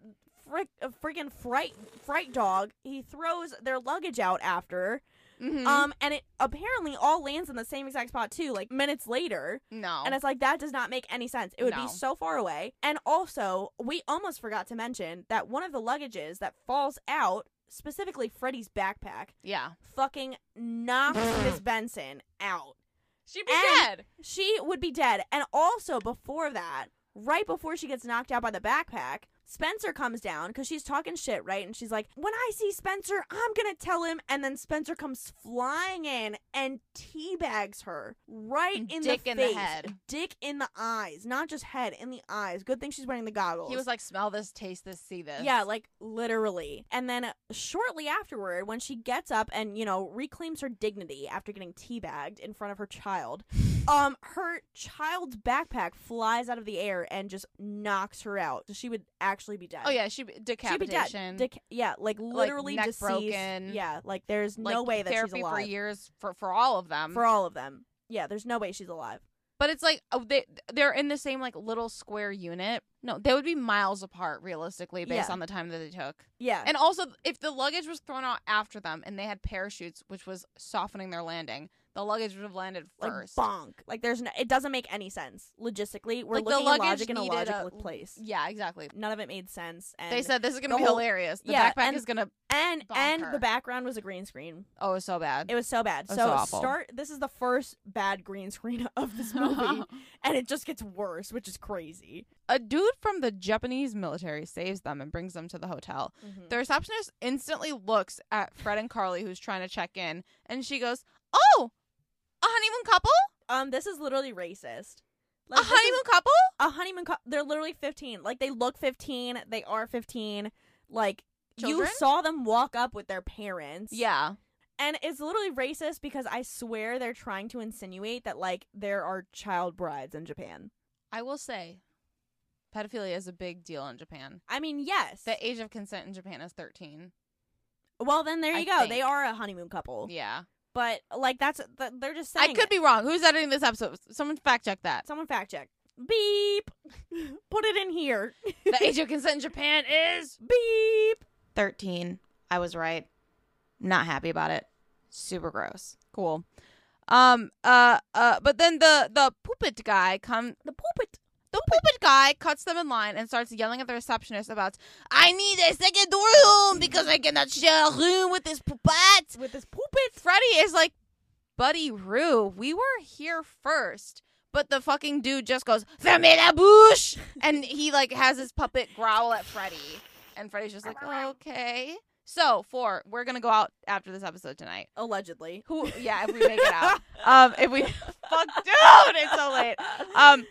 S3: frick, uh, freaking fright, fright dog. He throws their luggage out after,
S4: Mm-hmm.
S3: um, and it apparently all lands in the same exact spot too. Like minutes later,
S4: no,
S3: and it's like that does not make any sense. It would
S4: No.
S3: be so far away. And also, we almost forgot to mention that one of the luggages that falls out specifically Freddy's backpack,
S4: Yeah.
S3: fucking
S4: [LAUGHS]
S3: knocks Miss Benson out.
S4: She'd be
S3: And-
S4: dead.
S3: She would be dead. And also, before that, right before she gets knocked out by the backpack, Spencer comes down because she's talking shit, right? And she's like, When I see Spencer, I'm going to tell him. And then Spencer comes flying in and teabags her right in
S4: Dick
S3: the
S4: in the
S3: face.
S4: head.
S3: Dick in the eyes. Not just head, in the eyes. Good thing she's wearing the goggles.
S4: He was like, smell this, taste this, see this.
S3: Yeah, like literally. And then shortly afterward, when she gets up and, you know, reclaims her dignity after getting teabagged in front of her
S4: [LAUGHS]
S3: child, um, her child's backpack flies out of the air and just knocks her out. So she would actually be dead.
S4: Oh yeah, she
S3: She'd be dead.
S4: decapitation.
S3: Deca- yeah, like literally
S4: neck
S3: deceased.
S4: broken.
S3: Yeah, like there's
S4: like,
S3: no way that she's
S4: therapy
S3: alive.
S4: for years for for all of them.
S3: For all of them. Yeah, there's no way she's alive.
S4: but it's like oh, they they're in the same like little square unit. No, they would be miles apart realistically based
S3: Yeah.
S4: on the time that they took.
S3: Yeah.
S4: And also, if the luggage was thrown out after them and they had parachutes, which was softening their landing, the luggage would have landed
S3: like
S4: first.
S3: bonk. Like there's no it doesn't make any sense. Logistically, we're
S4: Like, the
S3: looking at
S4: luggage
S3: logic in a
S4: needed a-
S3: logical place.
S4: yeah, exactly.
S3: None of it made sense. And
S4: They said this is gonna
S3: the
S4: be
S3: whole-
S4: hilarious. The
S3: yeah,
S4: backpack
S3: and-
S4: is gonna
S3: and and
S4: Bonker.
S3: the background was a green screen.
S4: oh it's so bad.
S3: It was so bad.
S4: That's
S3: so
S4: awful.
S3: start. This is the first bad green screen [LAUGHS] of
S4: [LAUGHS]
S3: this movie, and it just gets worse, which is crazy.
S4: a dude from the Japanese military saves them and brings them to the hotel. The receptionist instantly looks at Fred and Carly, who's trying to check in, and she goes, "Oh, a honeymoon couple?
S3: Um, this is literally racist.
S4: A
S3: Like, this is-
S4: honeymoon couple?
S3: a honeymoon. cou- they're literally fifteen. Like they look fifteen. They are fifteen. Like
S4: Children?
S3: you saw them walk up with their parents.
S4: Yeah,
S3: and it's literally racist because I swear they're trying to insinuate that like there are child brides in Japan.
S4: I will say, pedophilia is a big deal in Japan.
S3: I mean, yes.
S4: The age of consent in Japan is thirteen.
S3: well, then there
S4: I
S3: you go. They
S4: think.
S3: are a honeymoon couple.
S4: Yeah,
S3: But like that's th- they're just saying.
S4: I could
S3: it.
S4: be wrong. Who's editing this episode? Someone fact check that.
S3: Someone fact check. Beep. [LAUGHS] Put it in
S4: [LAUGHS]
S3: here.
S4: the age of consent in Japan is
S3: Beep.
S2: 13. I was right. Not happy about it. Super gross.
S4: cool. Um. Uh. Uh. But then the the poopit guy come
S3: The pulpit.
S4: The poopit guy cuts them in line and starts yelling at the receptionist about, I need a second room because I cannot share a room with this poopet.
S3: With this pulpit.
S4: Freddy is like, Buddy Roo, we were here first. But the fucking dude just goes, Ferme la bouche! And he like has his puppet growl at Freddy. And Freddy's just like, okay. So, four, we're going to go out after this episode tonight.
S3: Allegedly.
S4: [LAUGHS]
S3: [LAUGHS]
S4: Who? Yeah, if we make it out. Um, if we [LAUGHS] fuck, dude, it's so [LAUGHS] late.
S3: Uh,
S4: Um,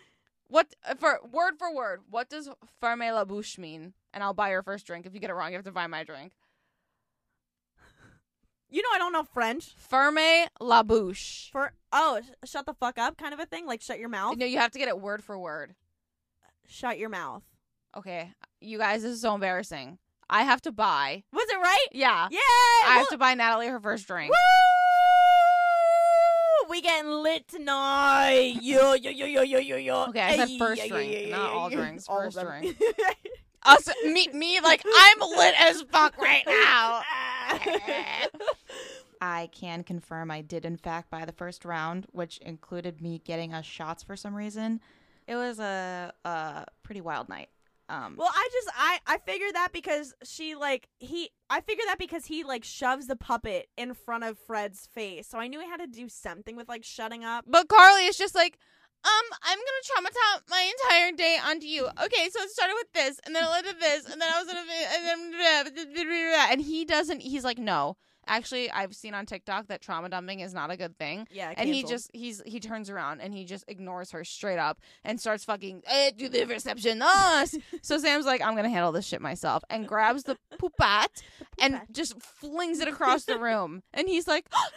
S4: what for word for word? What does ferme la bouche mean? And I'll buy your first drink. If you get it wrong, you have to buy my drink.
S3: You know I don't know French.
S4: Ferme la bouche.
S3: For oh, sh- shut the fuck up kind of a thing. Like shut your mouth.
S4: No, you have to get it word for word.
S3: Shut your mouth.
S4: Okay, you guys, this is so embarrassing. I have to buy.
S3: Was it right?
S4: Yeah,
S3: Yay!
S4: I have
S3: Look-
S4: to buy Natalie her first drink.
S3: Woo! We getting lit tonight. Yo yo yo yo yo yo yo.
S4: Okay, I said
S3: Ay,
S4: first
S3: ay, ay,
S4: drink,
S3: ay,
S4: not
S3: ay,
S4: all
S3: ay.
S4: drinks,
S3: All of
S4: first
S3: them. [LAUGHS]
S4: drink. Us, me, me,
S2: [LAUGHS]
S4: like I'm lit as fuck right now.
S2: I can confirm I did, in fact, buy the first round, which included me getting us shots for some reason. It was a, a pretty wild night. Um,
S3: [LAUGHS] Well, I just I I figured that because she like he I figured that because he like shoves the puppet in front of Fred's face. So I knew he had to do something with like shutting up.
S4: But Carly is just like, um, I'm gonna traumatize my entire day onto you. Okay, so it started with this, and then it led to this, and then I was in a, and then and he doesn't. He's like, no, actually, I've seen on TikTok that trauma dumping is not a good thing.
S3: Yeah,
S4: And he
S3: canceled.
S4: just he's he turns around and he just ignores her straight up and starts fucking eh, do the reception us. so Sam's like, I'm gonna handle this shit myself and grabs the poopat and
S3: poopat.
S4: just flings it across the room. And he's like, "Ah,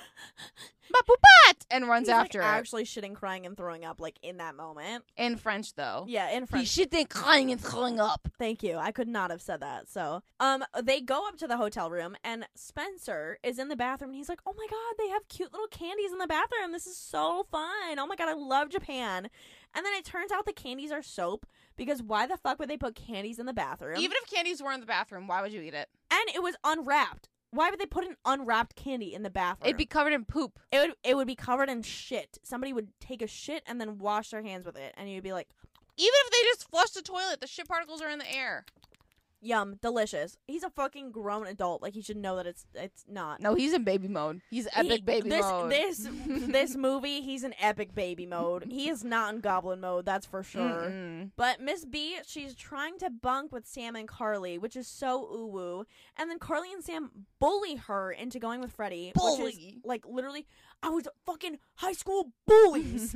S4: my poopat, and runs
S3: He's, like,
S4: after it.
S3: actually shitting, crying, and throwing up like in that moment.
S4: In French, though.
S3: Yeah, in
S4: He
S3: French.
S4: should think crying and throwing up.
S3: Thank you. I could not have said that. So, um, they go up to the hotel room, and Spencer is in the bathroom, and he's like, "Oh my god, they have cute little candies in the bathroom. This is so fun. Oh my god, I love Japan." And then it turns out the candies are soap because why the fuck would they put candies in the bathroom?
S4: Even if candies were in the bathroom, why would you eat it?
S3: and it was unwrapped. Why would they put an unwrapped candy in the bathroom?
S4: It'd be covered in poop.
S3: it would it would be covered in shit. Somebody would take a shit and then wash their hands with it, and you'd be like,
S4: Even if they just flush the toilet, the shit particles are in the air.
S3: Yum, delicious. He's a fucking grown adult. Like he should know that it's it's not.
S4: No, he's in baby mode. He's epic
S3: He-
S4: baby
S3: this,
S4: mode. [LAUGHS]
S3: This this movie, he's in epic baby mode. He is not in goblin mode, that's for sure.
S4: Mm-mm.
S3: But Miss B, she's trying to bunk with Sam and Carly, which is so ooh woo. And then Carly and Sam bully her into going with Freddie, which is
S4: Bully.
S3: like literally, I was fucking high school bullies.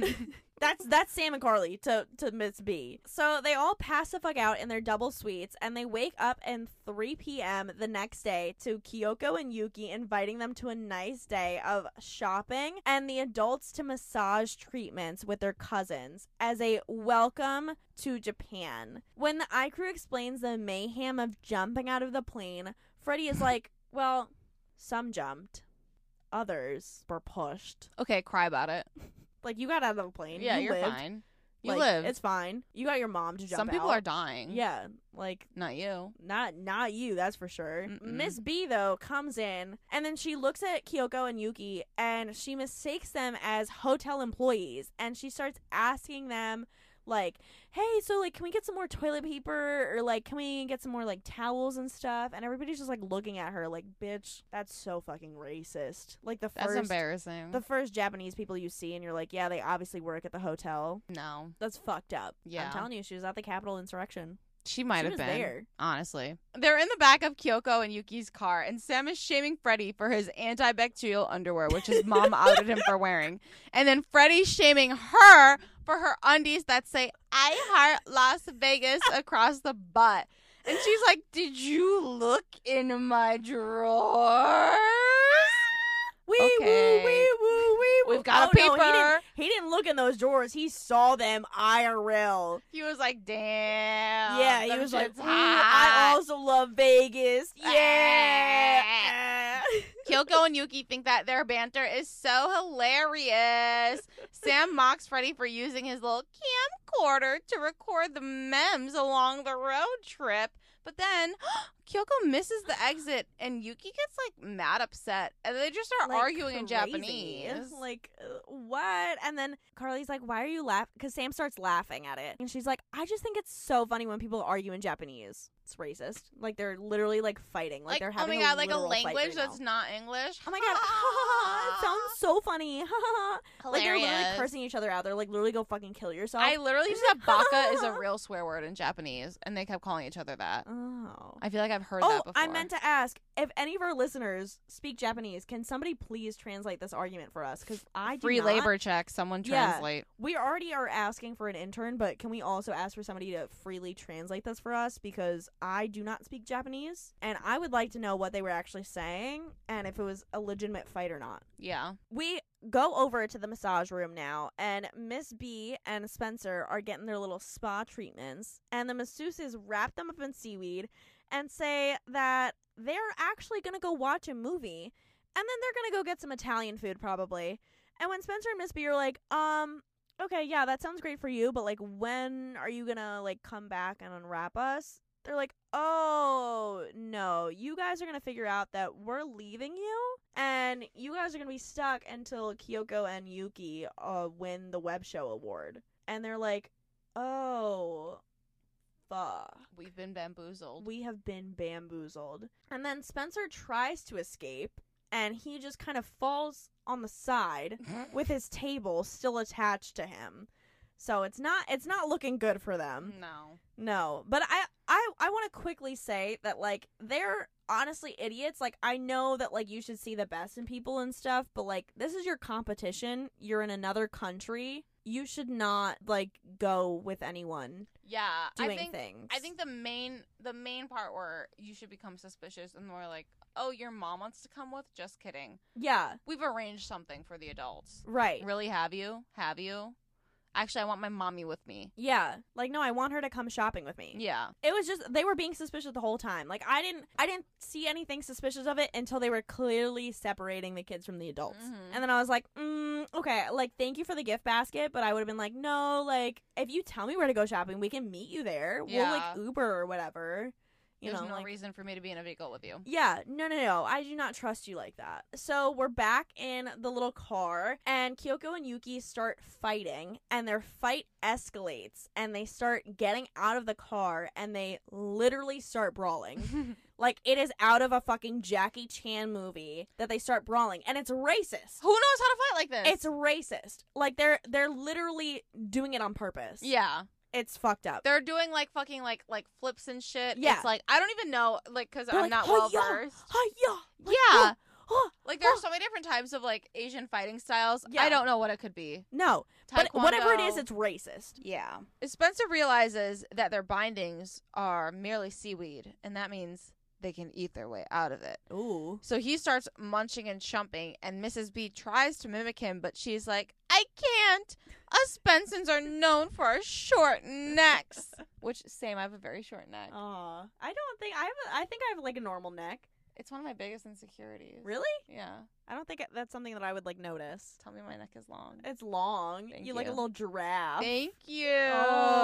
S3: that's that's Sam and Carly to to Miss B. So they all pass the fuck out in their double suites, and they wake up in 3 p.m. the next day to Kyoko and Yuki inviting them to a nice day of shopping and the adults to massage treatments with their cousins as a welcome to Japan. When the I crew explains the mayhem of jumping out of the plane, Freddy is like, "Well, some jumped." Others were pushed.
S4: Okay, cry about it.
S3: Like you got out of the plane.
S4: Yeah,
S3: you
S4: you're
S3: lived.
S4: fine. You
S3: Like,
S4: live.
S3: It's fine. You got your mom to jump.
S4: Some people
S3: out.
S4: are dying.
S3: Yeah, like
S4: Not you.
S3: not not you. That's for sure.
S4: Mm-mm.
S3: Miss B though comes in and then she looks at Kyoko and Yuki and she mistakes them as hotel employees and she starts asking them like, "Hey, so like, can we get some more toilet paper or like, can we get some more like towels and stuff?" And everybody's just like looking at her like, "Bitch, that's so fucking racist." Like the
S4: That's
S3: first
S4: embarrassing.
S3: the first Japanese people you see and you're like, "Yeah, they obviously work at the hotel."
S4: no.
S3: That's fucked up.
S4: Yeah.
S3: I'm telling you, she was at the Capitol insurrection.
S4: She might
S3: she
S4: have
S3: was
S4: been.
S3: there.
S4: Honestly. They're in the back of Kyoko and Yuki's car, and Sam is shaming Freddy for his antibacterial underwear, which
S3: [LAUGHS]
S4: his mom outed him for wearing. And then Freddy's shaming her for her undies that say, I heart Las
S3: [LAUGHS]
S4: Vegas across the butt. And she's like, Did you look in
S3: [LAUGHS]
S4: my drawers?
S3: Wee
S4: Okay.
S3: woo, wee woo, wee woo.
S4: We've got
S3: Oh,
S4: a
S3: No, he,
S4: paper.
S3: didn't, he didn't look in those drawers. He saw them IRL.
S4: He was like, Damn.
S3: yeah, he
S4: Oh, them
S3: was like,
S4: shit's Ah.
S3: "Ooh,
S4: hot."
S3: I
S4: [LAUGHS]
S3: also love Vegas.
S4: Ah.
S3: Yeah.
S4: Kyoko and Yuki think that their banter is so hilarious. Sam mocks Freddy for using his little camcorder to record the memes along the road trip. But then [GASPS] Kyoko misses the exit and Yuki gets like mad upset and they just start
S3: Like,
S4: arguing in
S3: crazy.
S4: Japanese.
S3: Like, uh, what? And then Carly's like, why are you laughing? Because Sam starts laughing at it. And she's like, I just think it's so funny when people argue in Japanese. It's racist. Like, they're literally like fighting. Like,
S4: Like,
S3: they're
S4: oh
S3: having
S4: my god, like a
S3: literal fight
S4: language
S3: right now.
S4: that's not English.
S3: Oh my god! [LAUGHS] it
S4: [LAUGHS]
S3: sounds so funny. [LAUGHS] like they're literally
S4: Hilarious.
S3: cursing each other out. They're like, literally go fucking kill yourself.
S4: I literally just thought baka is a real swear word in Japanese and they kept calling each other that.
S3: oh.
S4: I feel like I've heard
S3: Oh,
S4: that before.
S3: I meant to ask if any of our listeners speak Japanese. Can somebody please translate this argument for us? Because I do
S4: free
S3: not.
S4: labor check. Someone
S3: Yeah.
S4: translate.
S3: We already are asking for an intern, but can we also ask for somebody to freely translate this for us? Because I do not speak Japanese, and I would like to know what they were actually saying and if it was a legitimate fight or not.
S4: Yeah.
S3: we go over to the massage room now, and Miss B and Spencer are getting their little spa treatments, and the masseuses wrap them up in seaweed and say that they're actually going to go watch a movie, and then they're going to go get some Italian food probably. And when Spencer and Miss B are like, um, okay, yeah, that sounds great for you, but like, when are you going to like come back and unwrap us? They're like, oh, no, you guys are going to figure out that we're leaving you and you guys are gonna be stuck until Kyoko and Yuki uh, win the web show award. And they're like, oh, fuck.
S4: We've been [LAUGHS] bamboozled.
S3: We have been bamboozled. And then Spencer tries to escape, and he just kind of falls on the side with his table still attached to him. So it's not it's not looking good for them.
S4: no.
S3: No, but I I I want to quickly say that like they're honestly idiots. Like I know that like you should see the best in people and stuff, but like this is your competition. You're in another country. You should not like go with anyone
S4: Yeah.
S3: doing
S4: I think
S3: things.
S4: I think the main the main part where you should become suspicious and we're like, "Oh, your mom wants to come with?" Just kidding.
S3: yeah,
S4: We've arranged something for the adults.
S3: right.
S4: Really have you? Have you? Actually, I want my mommy with me.
S3: Yeah, like no, I want her to come shopping with me.
S4: Yeah.
S3: It was just they were being suspicious the whole time. Like I didn't I didn't see anything suspicious of it until they were clearly separating the kids from the adults.
S4: Mhm.
S3: And then I was like, mm, okay, like thank you for the gift basket, but I would have been like, no, like if you tell me where to go shopping, we can meet you there. We'll
S4: Yeah.
S3: like Uber or whatever. You You
S4: There's
S3: know,
S4: no
S3: like-
S4: reason for me to be in a vehicle with you.
S3: Yeah, no, no, no. I do not trust you like that. So we're back in the little car, and Kyoko and Yuki start fighting, and their fight escalates, and they start getting out of the car, and they literally start
S4: [LAUGHS]
S3: brawling. [LAUGHS] like, it is out of a fucking Jackie Chan movie that they start brawling, and it's racist.
S4: Who knows how to fight like this?
S3: It's racist. Like they're they're literally doing it on purpose.
S4: yeah.
S3: it's fucked up.
S4: They're doing like fucking like like flips and shit.
S3: Yeah.
S4: It's like I don't even know like because
S3: They're
S4: I'm
S3: like,
S4: not well
S3: "Hi-ya!
S4: versed.
S3: Hi-ya! Like,
S4: Yeah.
S3: oh,
S4: Like there are so many different types of like Asian fighting styles.
S3: Yeah.
S4: I don't know what it could be.
S3: no, but whatever it
S4: Taekwondo.
S3: is, it's racist.
S4: Yeah. Spencer realizes that their bindings are merely seaweed, and that means they can eat their way out of it.
S3: Ooh.
S4: So he starts munching and chumping, and Mrs. B tries to mimic him, but she's like, I can't. Us Bensons are known for our short
S3: [LAUGHS]
S4: necks. Which, same, I have a very short neck.
S3: Oh. Aw. I don't think I have. A, I think I have like a normal neck.
S4: It's one of my biggest insecurities.
S3: Really?
S4: Yeah.
S3: I don't think that's something that I would like notice.
S4: Tell me my neck is long.
S3: It's long.
S4: Thank
S3: you like a
S4: you.
S3: little giraffe.
S4: Thank you.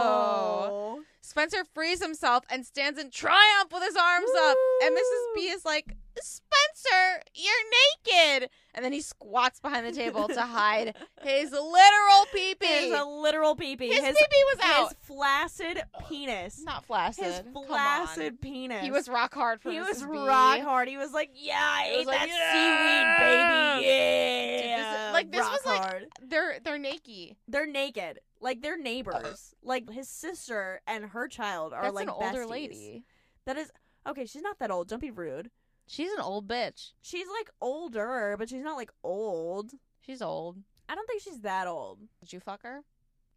S3: Oh.
S4: Spencer frees himself and stands in triumph with his arms up. And Mrs. B is like, Spencer, you're naked. And then he squats behind the table
S3: [LAUGHS]
S4: to hide his literal pee
S3: It is
S4: pee.
S3: a literal peepee.
S4: His, pee pee was out.
S3: his flaccid penis.
S4: It's not flaccid.
S3: His
S4: Come on.
S3: flaccid penis.
S4: He was rock hard for
S3: He
S4: Mrs.
S3: was
S4: B.
S3: rock hard. He was like, yeah, I
S4: He was
S3: ate
S4: like,
S3: that
S4: "Yeah!"
S3: seaweed, baby.
S4: Dude, this is-
S3: Yeah.
S4: like, this
S3: rock
S4: was, like-
S3: hard.
S4: They're they're naked.
S3: They're naked. Like they're
S4: Uh-huh.
S3: neighbors. Like his sister and her child are
S4: That's
S3: like
S4: an older
S3: besties.
S4: lady.
S3: That is okay. She's not that old. Don't be rude.
S4: She's an old bitch.
S3: She's like older, but she's not like old.
S4: She's old.
S3: I don't think she's that old.
S4: Did you fuck her?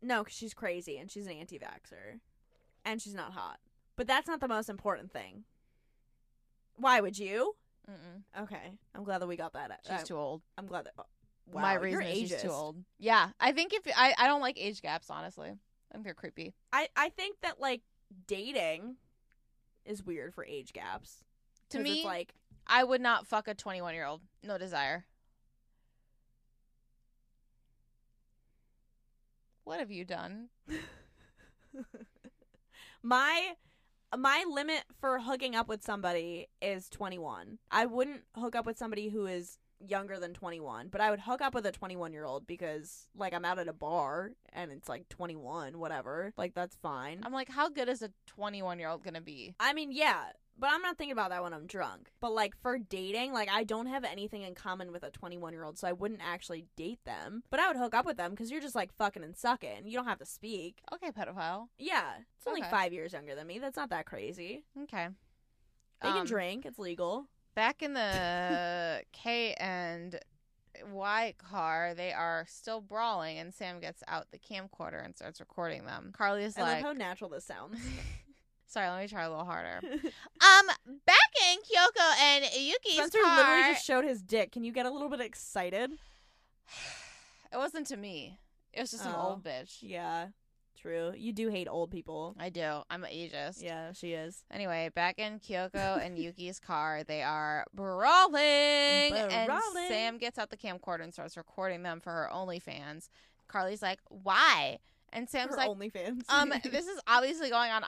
S3: No, 'cause she's crazy and she's an anti-vaxxer, and she's not hot. But that's not the most important thing. Why would you?
S4: Mm-mm. Uh,
S3: Okay, I'm glad that we got that.
S4: She's
S3: I'm,
S4: too old.
S3: I'm glad that. oh, Wow,
S4: My
S3: you're
S4: reason is she's too
S3: ageist.
S4: old. Yeah, I think if I I don't like age gaps honestly. I think they're creepy.
S3: I I think that like dating is weird for age gaps.
S4: To
S3: 'Cause
S4: me,
S3: it's like
S4: I would not fuck a 21 year old. No desire. What have you done?
S3: my my limit for hooking up with somebody is 21 i wouldn't hook up with somebody who is younger than 21 but i would hook up with a 21 year old because like i'm out at a bar and it's like 21 whatever like that's fine
S4: I'm like, how good is a 21 year old gonna be?
S3: i mean yeah but i'm not thinking about that when i'm drunk but like for dating like i don't have anything in common with a 21 year old so i wouldn't actually date them but i would hook up with them because you're just like fucking and sucking you don't have to speak
S4: Okay, pedophile.
S3: yeah it's only
S4: Okay.
S3: five years younger than me that's not that crazy
S4: Okay.
S3: They can
S4: Um,
S3: drink. It's legal.
S4: Back
S3: [LAUGHS]
S4: in the K and Y car, they are still brawling, and Sam gets out the camcorder and starts recording them. Carly is
S3: I love
S4: like,
S3: how natural this
S4: [LAUGHS]
S3: sounds. [LAUGHS]
S4: Sorry, let me try a little harder. um, back in Kyoko and Yuki's
S3: Spencer
S4: car,
S3: literally just showed his dick. Can you get a little bit excited?
S4: [SIGHS] it wasn't to me. It was just an
S3: Oh.
S4: old bitch.
S3: Yeah, true. You do hate old people.
S4: I do. I'm an ageist.
S3: Yeah, she is.
S4: Anyway, back in Kyoko
S3: [LAUGHS]
S4: and Yuki's car, they are brawling, and
S3: Brawling.
S4: Sam gets out the camcorder and starts recording them for her OnlyFans. Carly's like, "Why?" And Sam's
S3: Her
S4: like,
S3: OnlyFans. [LAUGHS]
S4: "Um, this is obviously going on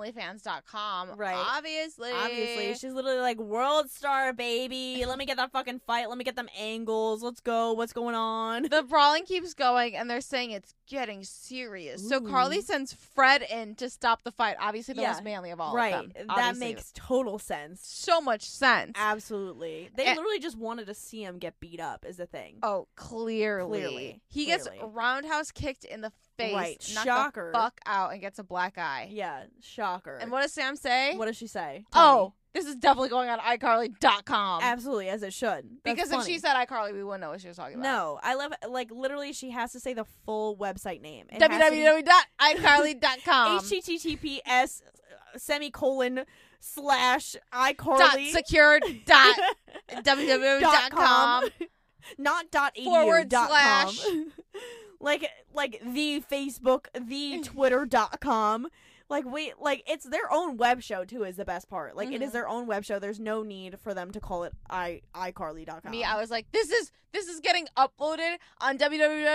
S4: iCarly.onlyfans.com,
S3: Right.
S4: Obviously,
S3: obviously [LAUGHS] she's literally like world star baby. Let me get that fucking fight. Let me get them angles. Let's go. What's going on?
S4: the brawling keeps going, and they're saying it's getting serious. So
S3: Ooh.
S4: Carly sends Fred in to stop the fight. Obviously, the
S3: Yeah.
S4: most manly of all, of
S3: right.
S4: them.
S3: That
S4: Obviously.
S3: makes total sense.
S4: so much sense.
S3: Absolutely. They
S4: Eh.
S3: literally just wanted to see him get beat up. Is the thing.
S4: Oh, clearly.
S3: Clearly,
S4: He gets
S3: clearly.
S4: roundhouse kicked in the face.
S3: Right,
S4: knocked
S3: shocker.
S4: The fuck out and gets a black eye.
S3: Yeah. Shocker.
S4: And what does Sam say?
S3: What does she say? Tell me.
S4: oh, this is definitely going on iCarly.com.
S3: Absolutely, as it should. That's
S4: because if
S3: funny.
S4: she said iCarly, we wouldn't know what she was talking about.
S3: no, I love like literally she has to say the full website name. It has to be E
S4: www.icarly.com.
S3: https uh, semicolon slash
S4: [LAUGHS] dot
S3: iCarly
S4: secured
S3: [LAUGHS]
S4: dot www.com.
S3: not dot edu,
S4: Forward
S3: dot
S4: slash.
S3: [LAUGHS]
S4: [LAUGHS]
S3: com. like like the Facebook the Twitter dot com Like we like it's their own web show too is the best part. Like it is
S4: Mhm.
S3: their own web show. There's no need for them to call it i iCarly.com.
S4: Me, I was like, this is this is getting uploaded on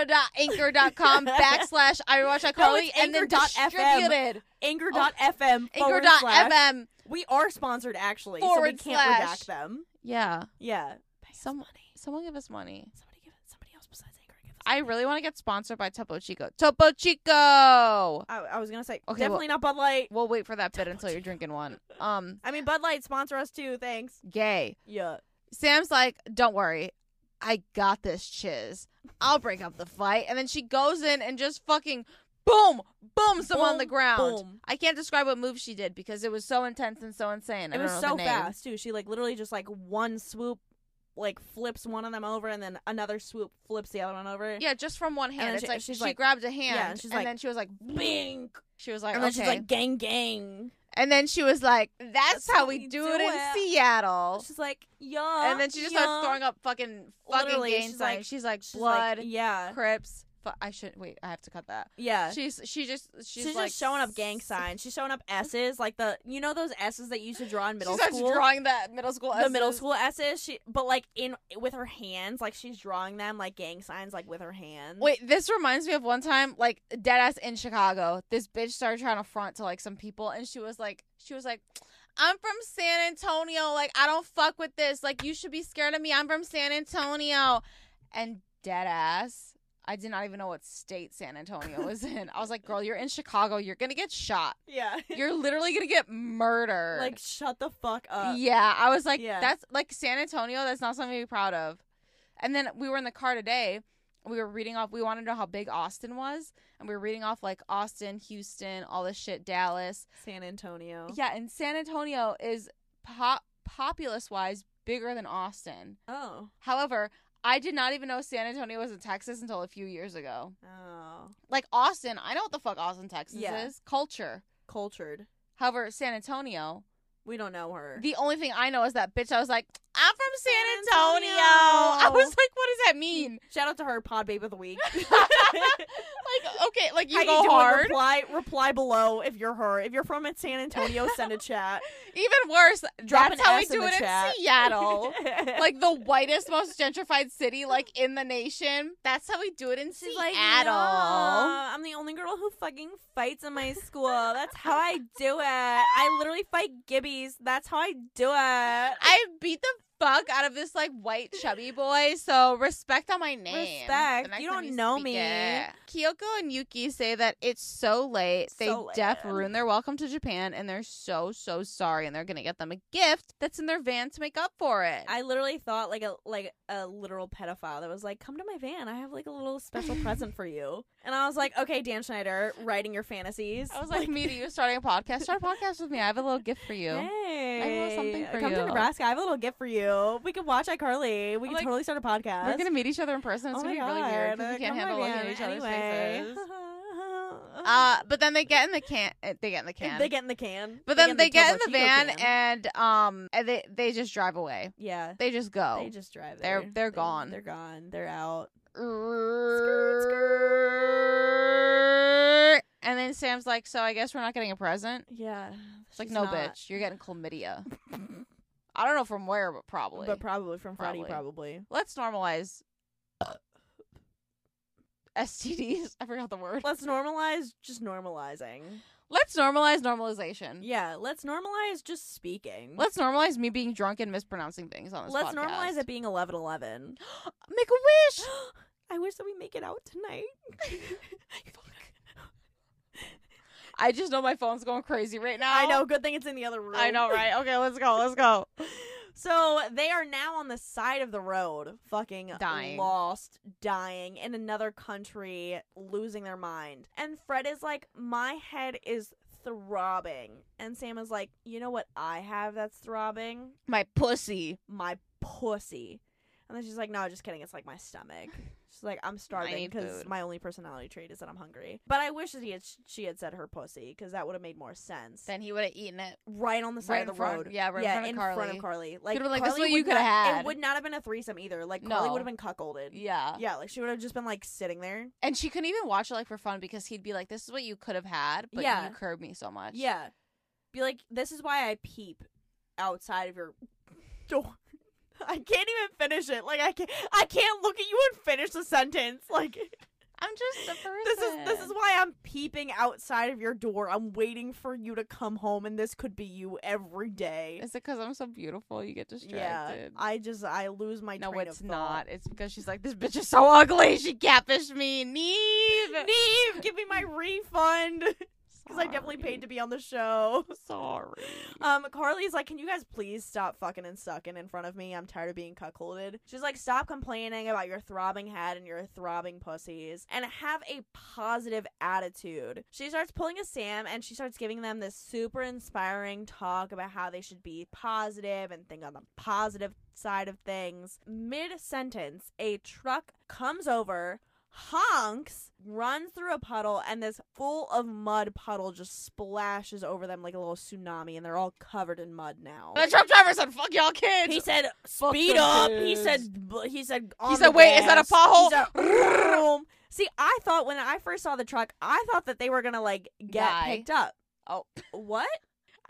S3: [LAUGHS]
S4: www.anchor.com backslash I watch iCarly
S3: it's
S4: and then
S3: anchor.fm.
S4: distributed.
S3: Anchor.fm
S4: Oh,
S3: forward slash.
S4: Anchor.fm.
S3: We are sponsored actually,
S4: Forward
S3: so we can't
S4: slash.
S3: redact them.
S4: Yeah.
S3: Yeah.
S4: Some, someone give us money.
S3: Somebody give it somebody else besides Anchor give us
S4: I really want to get sponsored by Topo Chico. Topo Chico.
S3: I, I was gonna say
S4: well-
S3: definitely not Bud Light.
S4: We'll wait for that bit
S3: Topo
S4: until you're
S3: Chico.
S4: drinking one. Um,
S3: I mean Bud Light sponsor us too, thanks.
S4: gay.
S3: Yeah.
S4: Sam's like, don't worry. I got this, Chiz. I'll break up the fight. And then she goes in and just fucking boom, booms him on the
S3: Boom,
S4: ground.
S3: boom.
S4: I can't describe what move she did because it was so intense and so insane. I
S3: It
S4: don't
S3: was
S4: know the
S3: so
S4: name.
S3: fast too. She like literally just like one swoop, like flips one of them over, and then another swoop flips the other one over.
S4: Yeah, just from one hand.
S3: then
S4: It's
S3: she-
S4: like
S3: she's
S4: she
S3: like-
S4: grabbed a hand
S3: yeah, and she's like,
S4: then she was like,
S3: bing.
S4: she was like,
S3: And
S4: okay.
S3: then she's like, gang, gang.
S4: and then she was like, that's,
S3: "That's
S4: how
S3: how
S4: we
S3: we
S4: do
S3: do
S4: it in
S3: it."
S4: Seattle.
S3: She's like, yeah.
S4: and then she just starts throwing up fucking fucking
S3: Literally,
S4: gang
S3: she's like-
S4: signs. she's like
S3: She's like,
S4: blood,
S3: yeah,
S4: crips. Fu- I should wait. I have to cut that.
S3: yeah.
S4: She's she just she's,
S3: She's,
S4: like
S3: just showing up gang signs. She's showing up S's, like the you know those S's that you used to draw in middle
S4: she starts
S3: school.
S4: drawing that middle school.
S3: the middle
S4: essays.
S3: school S's, she but like in with her hands, like she's drawing them like gang signs, like with her hands.
S4: Wait, this reminds me of one time, like dead ass in Chicago. This bitch started trying to front to like some people, and she was like, she was like, "I'm from San Antonio. Like, I don't fuck with this. Like, you should be scared of me. I'm from San Antonio." And dead ass, I did not even know what state San Antonio was in. I was like, "Girl, you're in Chicago. You're gonna get shot.
S3: yeah,
S4: [LAUGHS] You're literally gonna get murdered."
S3: [LAUGHS] like [LAUGHS] shut the fuck up.
S4: yeah, I was like,
S3: Uh, yeah.
S4: that's like San Antonio. That's not something to be proud of. And then we were in the car today. and We were reading off. We wanted to know how big Austin was, and we were reading off like Austin, Houston, all this shit, Dallas.
S3: San Antonio.
S4: Yeah, and San Antonio is pop populace wise bigger than Austin.
S3: Oh.
S4: However, I did not even know San Antonio was in Texas until a few years ago.
S3: Oh.
S4: Like Austin, I know what the fuck Austin, Texas
S3: Yeah.
S4: is culture.
S3: Cultured.
S4: However, San Antonio,
S3: We don't know her.
S4: The only thing I know is that bitch. I was like, I'm from San
S3: San
S4: Antonio. [LAUGHS] I
S3: Antonio.
S4: was like, what does that mean?
S3: Shout out to her, Pod Babe of the Week.
S4: [LAUGHS]
S3: [LAUGHS]
S4: like, okay, like you
S3: How
S4: go
S3: doing?
S4: hard.
S3: Reply, reply below if you're her. If you're from San Antonio, send a chat.
S4: Even worse,
S3: Drop
S4: that's
S3: an
S4: how
S3: S
S4: we
S3: in
S4: do
S3: the
S4: it
S3: chat.
S4: in [LAUGHS]
S3: [LAUGHS]
S4: Seattle. like the whitest, most gentrified city, like in the nation. That's how we do it in
S3: She's
S4: Seattle.
S3: like, "Yeah, I'm the only girl who fucking fights in my school. That's how I do it. I literally fight gibbies. That's how I do it.
S4: I beat the fuck out of this like white chubby boy. So respect on my name.
S3: Respect.
S4: the next
S3: You
S4: time
S3: don't know
S4: speak
S3: me.
S4: it. Kyoko and Yuki say that it's so late. they
S3: So
S4: deaf
S3: late.
S4: ruin their welcome to Japan, and they're so so sorry. And they're gonna get them a gift that's in their van to make up for it.
S3: I literally thought like a like a literal pedophile that was like, "Come to my van. I have like a little special
S4: [LAUGHS]
S3: present for you." And I was like, "Okay, Dan Schneider, writing your fantasies."
S4: I
S3: [LAUGHS]
S4: was like, me to you starting a podcast. Start a podcast with me. I have a little gift for you.
S3: Hey,
S4: I have a little something for
S3: come
S4: you."
S3: to Nebraska. I have a little gift for you. We can watch iCarly. We can
S4: I'm like,
S3: totally start a podcast.
S4: We're gonna meet each other in person. It's
S3: oh my
S4: gonna be
S3: god,
S4: really weird because
S3: uh,
S4: we
S3: come
S4: can't
S3: to
S4: handle
S3: my
S4: looking at
S3: van.
S4: each other's
S3: anyway.
S4: faces.
S3: [LAUGHS]
S4: Uh, but then they get in the can. They get in the can.
S3: They get in the can.
S4: But then they get in
S3: Topo
S4: the
S3: Chico
S4: van
S3: can.
S4: and um and they they just drive away.
S3: yeah,
S4: They just go.
S3: they just drive.
S4: Oh, They're-
S3: there.
S4: they're
S3: They-
S4: gone.
S3: They're gone. They're out.
S4: And then Sam's like, "So I guess we're not getting a present."
S3: Yeah,
S4: It's like,
S3: she's
S4: "No,
S3: not.
S4: bitch, you're getting
S3: [LAUGHS]
S4: chlamydia." I don't know from where, but probably.
S3: But probably from Freddy.
S4: Probably.
S3: Probably.
S4: Let's normalize STDs. I forgot the word.
S3: Let's normalize just normalizing.
S4: Let's normalize normalization.
S3: Yeah, let's normalize just speaking.
S4: Mm. Let's normalize me being drunk and mispronouncing things on this
S3: Let's
S4: podcast.
S3: normalize it being eleven eleven. [GASPS]
S4: Make a wish.
S3: I wish that we make it out tonight. [LAUGHS]
S4: [LAUGHS] I just know my phone's going crazy right now.
S3: I know. Good thing it's in the other room.
S4: I know, right? Okay, let's go. Let's [LAUGHS] go.
S3: So they are now on the side of the road, fucking
S4: Dying.
S3: lost, dying in another country, losing their mind. And Fred is like, My head is throbbing. And Sam is like, You know what I have that's throbbing?
S4: My pussy.
S3: My pussy. And then she's like, no, just kidding. It's like my
S4: [LAUGHS]
S3: stomach. She's like, I'm starving
S4: need
S3: because
S4: food.
S3: my only personality trait is that I'm hungry. But I wish that he had, she had said her pussy because that would have made more sense.
S4: Then he would have eaten it.
S3: right on the side
S4: Right
S3: of the
S4: in front-
S3: road.
S4: yeah, right in front of Carly.
S3: Carly. Like,
S4: Could've been like, this
S3: Carly
S4: is what you
S3: would
S4: coulda
S3: not-
S4: had.
S3: It would not have been a threesome either. Like Carly
S4: No.
S3: would have been cuckolded.
S4: Yeah.
S3: Yeah, like she would have just been like sitting there.
S4: And she couldn't even watch it like for fun because he'd be like, "This is what you could have had, but
S3: Yeah.
S4: you curbed me so much."
S3: Yeah. Be like, this is why I peep outside of your door. [LAUGHS] I can't even finish it. Like I can't I can't look at you and finish the sentence. [LAUGHS] Like
S4: I'm just a person.
S3: [LAUGHS] this is this is why I'm peeping outside of your door. I'm waiting for you to come home and this could be you every day.
S4: Is it because I'm so beautiful? You get
S3: Yeah.
S4: distracted.
S3: I just I lose my
S4: no,
S3: train
S4: it's
S3: of thought.
S4: not. It's because she's like, "This bitch is so ugly. She catfished
S3: [LAUGHS]
S4: me." Neve.
S3: Neve, give me my refund [LAUGHS] because I definitely paid to be on the show.
S4: Sorry.
S3: Um, Carly's like, can you guys please stop fucking and sucking in front of me? I'm tired of being cuckolded. She's like, stop complaining about your throbbing head and your throbbing pussies, and have a positive attitude. She starts pulling a Sam, and she starts giving them this super inspiring talk about how they should be positive and think on the positive side of things. Mid sentence, a truck comes over, honks, runs through a puddle, and this full of mud puddle just splashes over them like a little tsunami, and they're all covered in mud now.
S4: And the truck driver said, "Fuck y'all kids."
S3: He said,
S4: Fuck
S3: "Speed
S4: them
S3: up." He
S4: kids.
S3: said, b- "He said." On
S4: He
S3: the
S4: said, "Wait, is that a
S3: gas."
S4: pothole?"
S3: He said, "Vroom." See, I thought when I first saw the truck, I thought that they were gonna like get
S4: Die.
S3: picked up.
S4: Oh.
S3: what?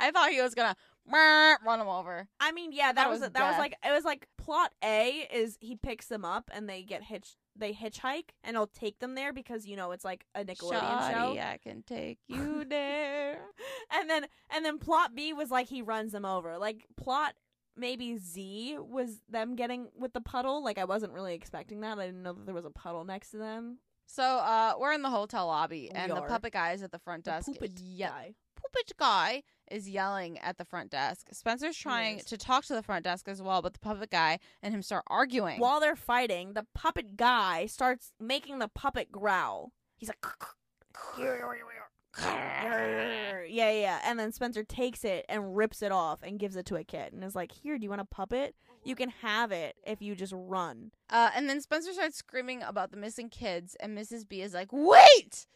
S4: I thought he was gonna run him over.
S3: I mean, yeah, that
S4: thought it
S3: was,
S4: was
S3: that was
S4: death.
S3: like it was like plot A is he picks them up and they get hitched, they hitchhike, and he'll take them there because you know it's like a Nickelodeon show.
S4: Shoddy, I can take you there.
S3: and then and then plot B was like he runs them over. Like plot maybe Z was them getting with the puddle. Like I wasn't really expecting that. I didn't know that there was a puddle next to them.
S4: So uh, we're in the hotel lobby,
S3: We
S4: and the
S3: are.
S4: puppet guy is at the front desk.
S3: Poop it
S4: Ye-
S3: guy.
S4: puppet guy is yelling at the front desk. Spencer's trying
S3: is.
S4: to talk to the front desk as well, but the puppet guy and him start arguing.
S3: While they're fighting, the puppet guy starts making the puppet growl. He's like yeah, yeah, yeah. And then Spencer takes it and rips it off and gives it to a kid and is like, "Here, do you want a puppet? You can have it if you just run."
S4: Uh, and then Spencer starts screaming about the missing kids, and Mrs. B is like, "Wait!"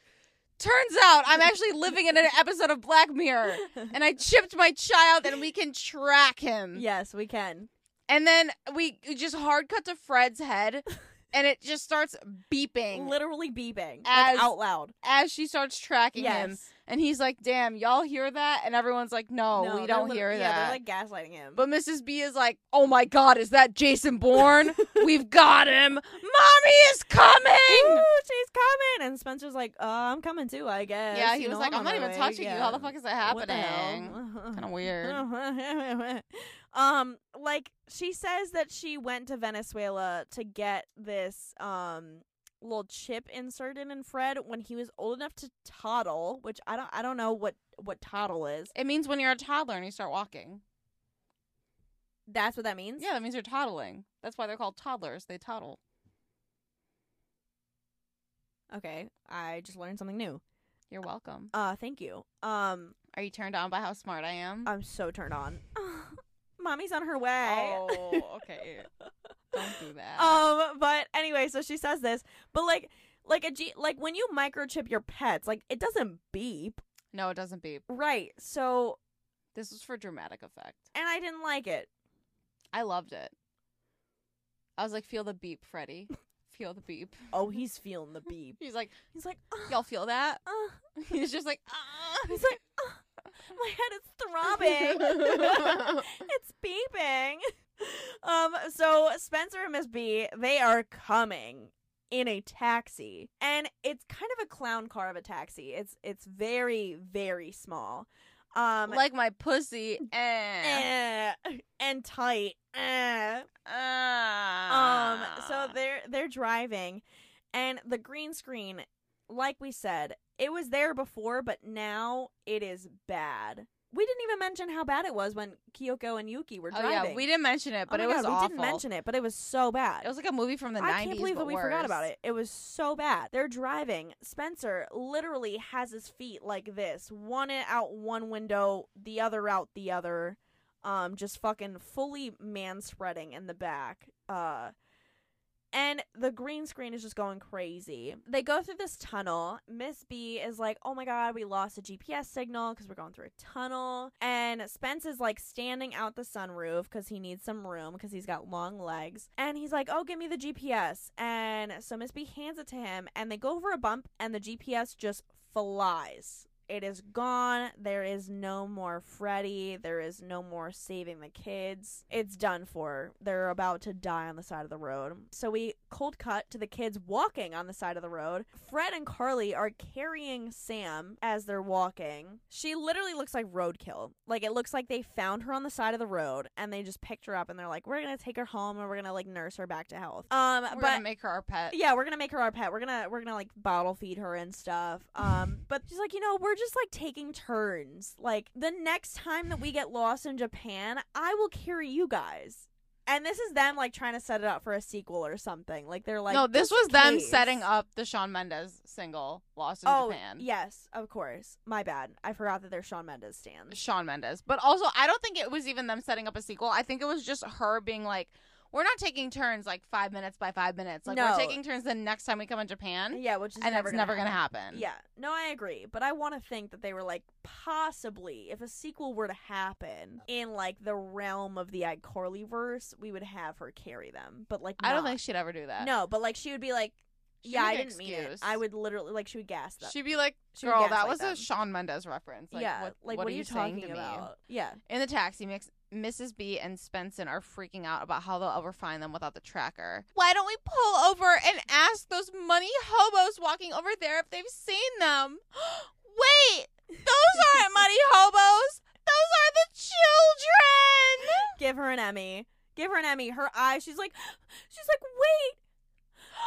S4: Turns out I'm actually living in an episode of Black Mirror, and I chipped my child, and we can track him.
S3: yes, we can.
S4: And then we we just hard cut to Fred's head, and it just starts beeping
S3: Literally beeping like,
S4: As-
S3: out loud.
S4: as she starts tracking him.
S3: Yes.
S4: And he's like, "Damn, y'all hear that?" And everyone's like, "No,
S3: No,
S4: Oh, we
S3: they're
S4: don't
S3: lit-
S4: hear
S3: Yeah,
S4: that."
S3: they're like gaslighting him.
S4: but Mrs. B is like, "Oh my God, is that
S3: [LAUGHS]
S4: Jason Bourne? We've got him! Mommy is
S3: Ooh,
S4: coming!"
S3: she's coming, and Spencer's like, "Uh, I'm coming too, I guess."
S4: Yeah, he
S3: You
S4: was
S3: know,
S4: like, "I'm
S3: on
S4: not
S3: my
S4: even
S3: way."
S4: touching you. How the
S3: Yeah.
S4: fuck is that
S3: What the [LAUGHS]
S4: happening?"
S3: hell?
S4: Kind of weird.
S3: [LAUGHS] um, like she says that she went to Venezuela to get this um little chip inserted in Fred when he was old enough to toddle, which I don't I don't know what what toddle is.
S4: It means when you're a toddler and you start walking.
S3: That's what that means.
S4: Yeah, that means you're toddling. That's why they're called toddlers. They toddle.
S3: Okay, I just learned something new.
S4: You're welcome.
S3: Uh, thank you. Um,
S4: Are you turned on by how smart I am?
S3: I'm so turned on. [LAUGHS] Mommy's on her way.
S4: Oh, okay.
S3: [LAUGHS]
S4: Don't do that.
S3: um but anyway so she says this but like like a g like when you microchip your pets like it doesn't beep
S4: no, it doesn't beep.
S3: right so
S4: This was for dramatic effect.
S3: and i didn't like it
S4: I loved it. I was like, feel the
S3: [LAUGHS]
S4: beep, Freddy. Feel the beep.
S3: oh he's feeling the beep
S4: He's like,
S3: he's like uh,
S4: y'all feel that? [LAUGHS]
S3: uh.
S4: He's just like, ah.
S3: [LAUGHS] he's like uh, my head is throbbing it's beeping um so spencer and miss b they are coming in a taxi and it's kind of a clown car of a taxi it's it's very very small um
S4: [LAUGHS] like my
S3: [LAUGHS]
S4: pussy. Eh.
S3: Eh, and tight. eh. Um,
S4: Ah.
S3: so they're they're driving, and the green screen, like we said, it was there before, but now it is bad. We didn't even mention how bad it was when Kyoko and Yuki were
S4: Oh,
S3: driving.
S4: yeah, we didn't mention it,
S3: Oh
S4: but
S3: my
S4: it
S3: God,
S4: was
S3: we
S4: awful.
S3: didn't mention it, but it was so bad.
S4: It was like a movie from the
S3: I
S4: 90s.
S3: can't believe
S4: but
S3: that we forgot about
S4: worse.
S3: it. It was so bad. They're driving. Spencer literally has his feet like this, one out one window, the other out the other, um, just fucking fully man spreading in the back. Uh, And the green screen is just going crazy. They go through this tunnel. Miss B is like, oh my God, we lost a GPS signal because we're going through a tunnel. And Spence is like standing out the sunroof because he needs some room because he's got long legs. And he's like, oh, give me the GPS. And so Miss B hands it to him. And they go over a bump and the GPS just flies. It is gone. There is no more Freddy. There is no more saving the kids. It's done for. They're about to die on the side of the road. So we cold cut to the kids walking on the side of the road. Fred and Carly are carrying Sam as they're walking. She literally looks like roadkill. Like it looks like they found her on the side of the road and they just picked her up and they're like, we're gonna take her home and we're gonna like nurse her back to health. Um, but
S4: We're gonna make her our pet.
S3: yeah, we're gonna make her our pet. We're gonna we're gonna like bottle feed her and stuff.
S4: [LAUGHS]
S3: Um, but she's like, you know, we're just like taking turns. Like the next time that we get lost in Japan, I will carry you guys. And this is them like trying to set it up for a sequel or something. Like they're like,
S4: no, this
S3: just in
S4: was them
S3: case.
S4: setting up the Shawn Mendes single "Lost in
S3: Oh
S4: Japan."
S3: yes, of course. My bad. I forgot that they're Shawn Mendes stands.
S4: Shawn Mendes. But also, I don't think it was even them setting up a sequel. I think it was just her being like, "We're not taking turns like five minutes by five minutes. Like
S3: No.
S4: we're taking turns the next time we come in Japan,
S3: Yeah, which is
S4: and
S3: never
S4: that's
S3: gonna
S4: never
S3: happen.
S4: gonna happen."
S3: Yeah, no, I agree. But I want to think that they were like, possibly, if a sequel were to happen in like the realm of the iCarly verse, we would have her carry them. But like,
S4: I don't
S3: not.
S4: think she'd ever do that.
S3: No, but like, she would be like,
S4: She'd
S3: yeah, I
S4: make an
S3: didn't mean it.
S4: excuse.
S3: I would literally, like, she would gas them.
S4: She'd be like,
S3: She would
S4: "Girl, that
S3: gaslight
S4: was
S3: them.
S4: a Shawn Mendes reference. Like,
S3: yeah,
S4: what,
S3: like,
S4: what
S3: what, are you
S4: saying
S3: talking
S4: to me?"
S3: about? Yeah.
S4: In the taxi mix, Mrs. B and Spencer are freaking out about how they'll ever find them without the tracker. Why don't we pull over and ask those money hobos walking over there if they've seen them? [GASPS] Wait, those
S3: [LAUGHS]
S4: aren't money hobos. Those are the children.
S3: Give her an Emmy. Give her an Emmy. Her eyes, she's like, [GASPS] she's like, wait,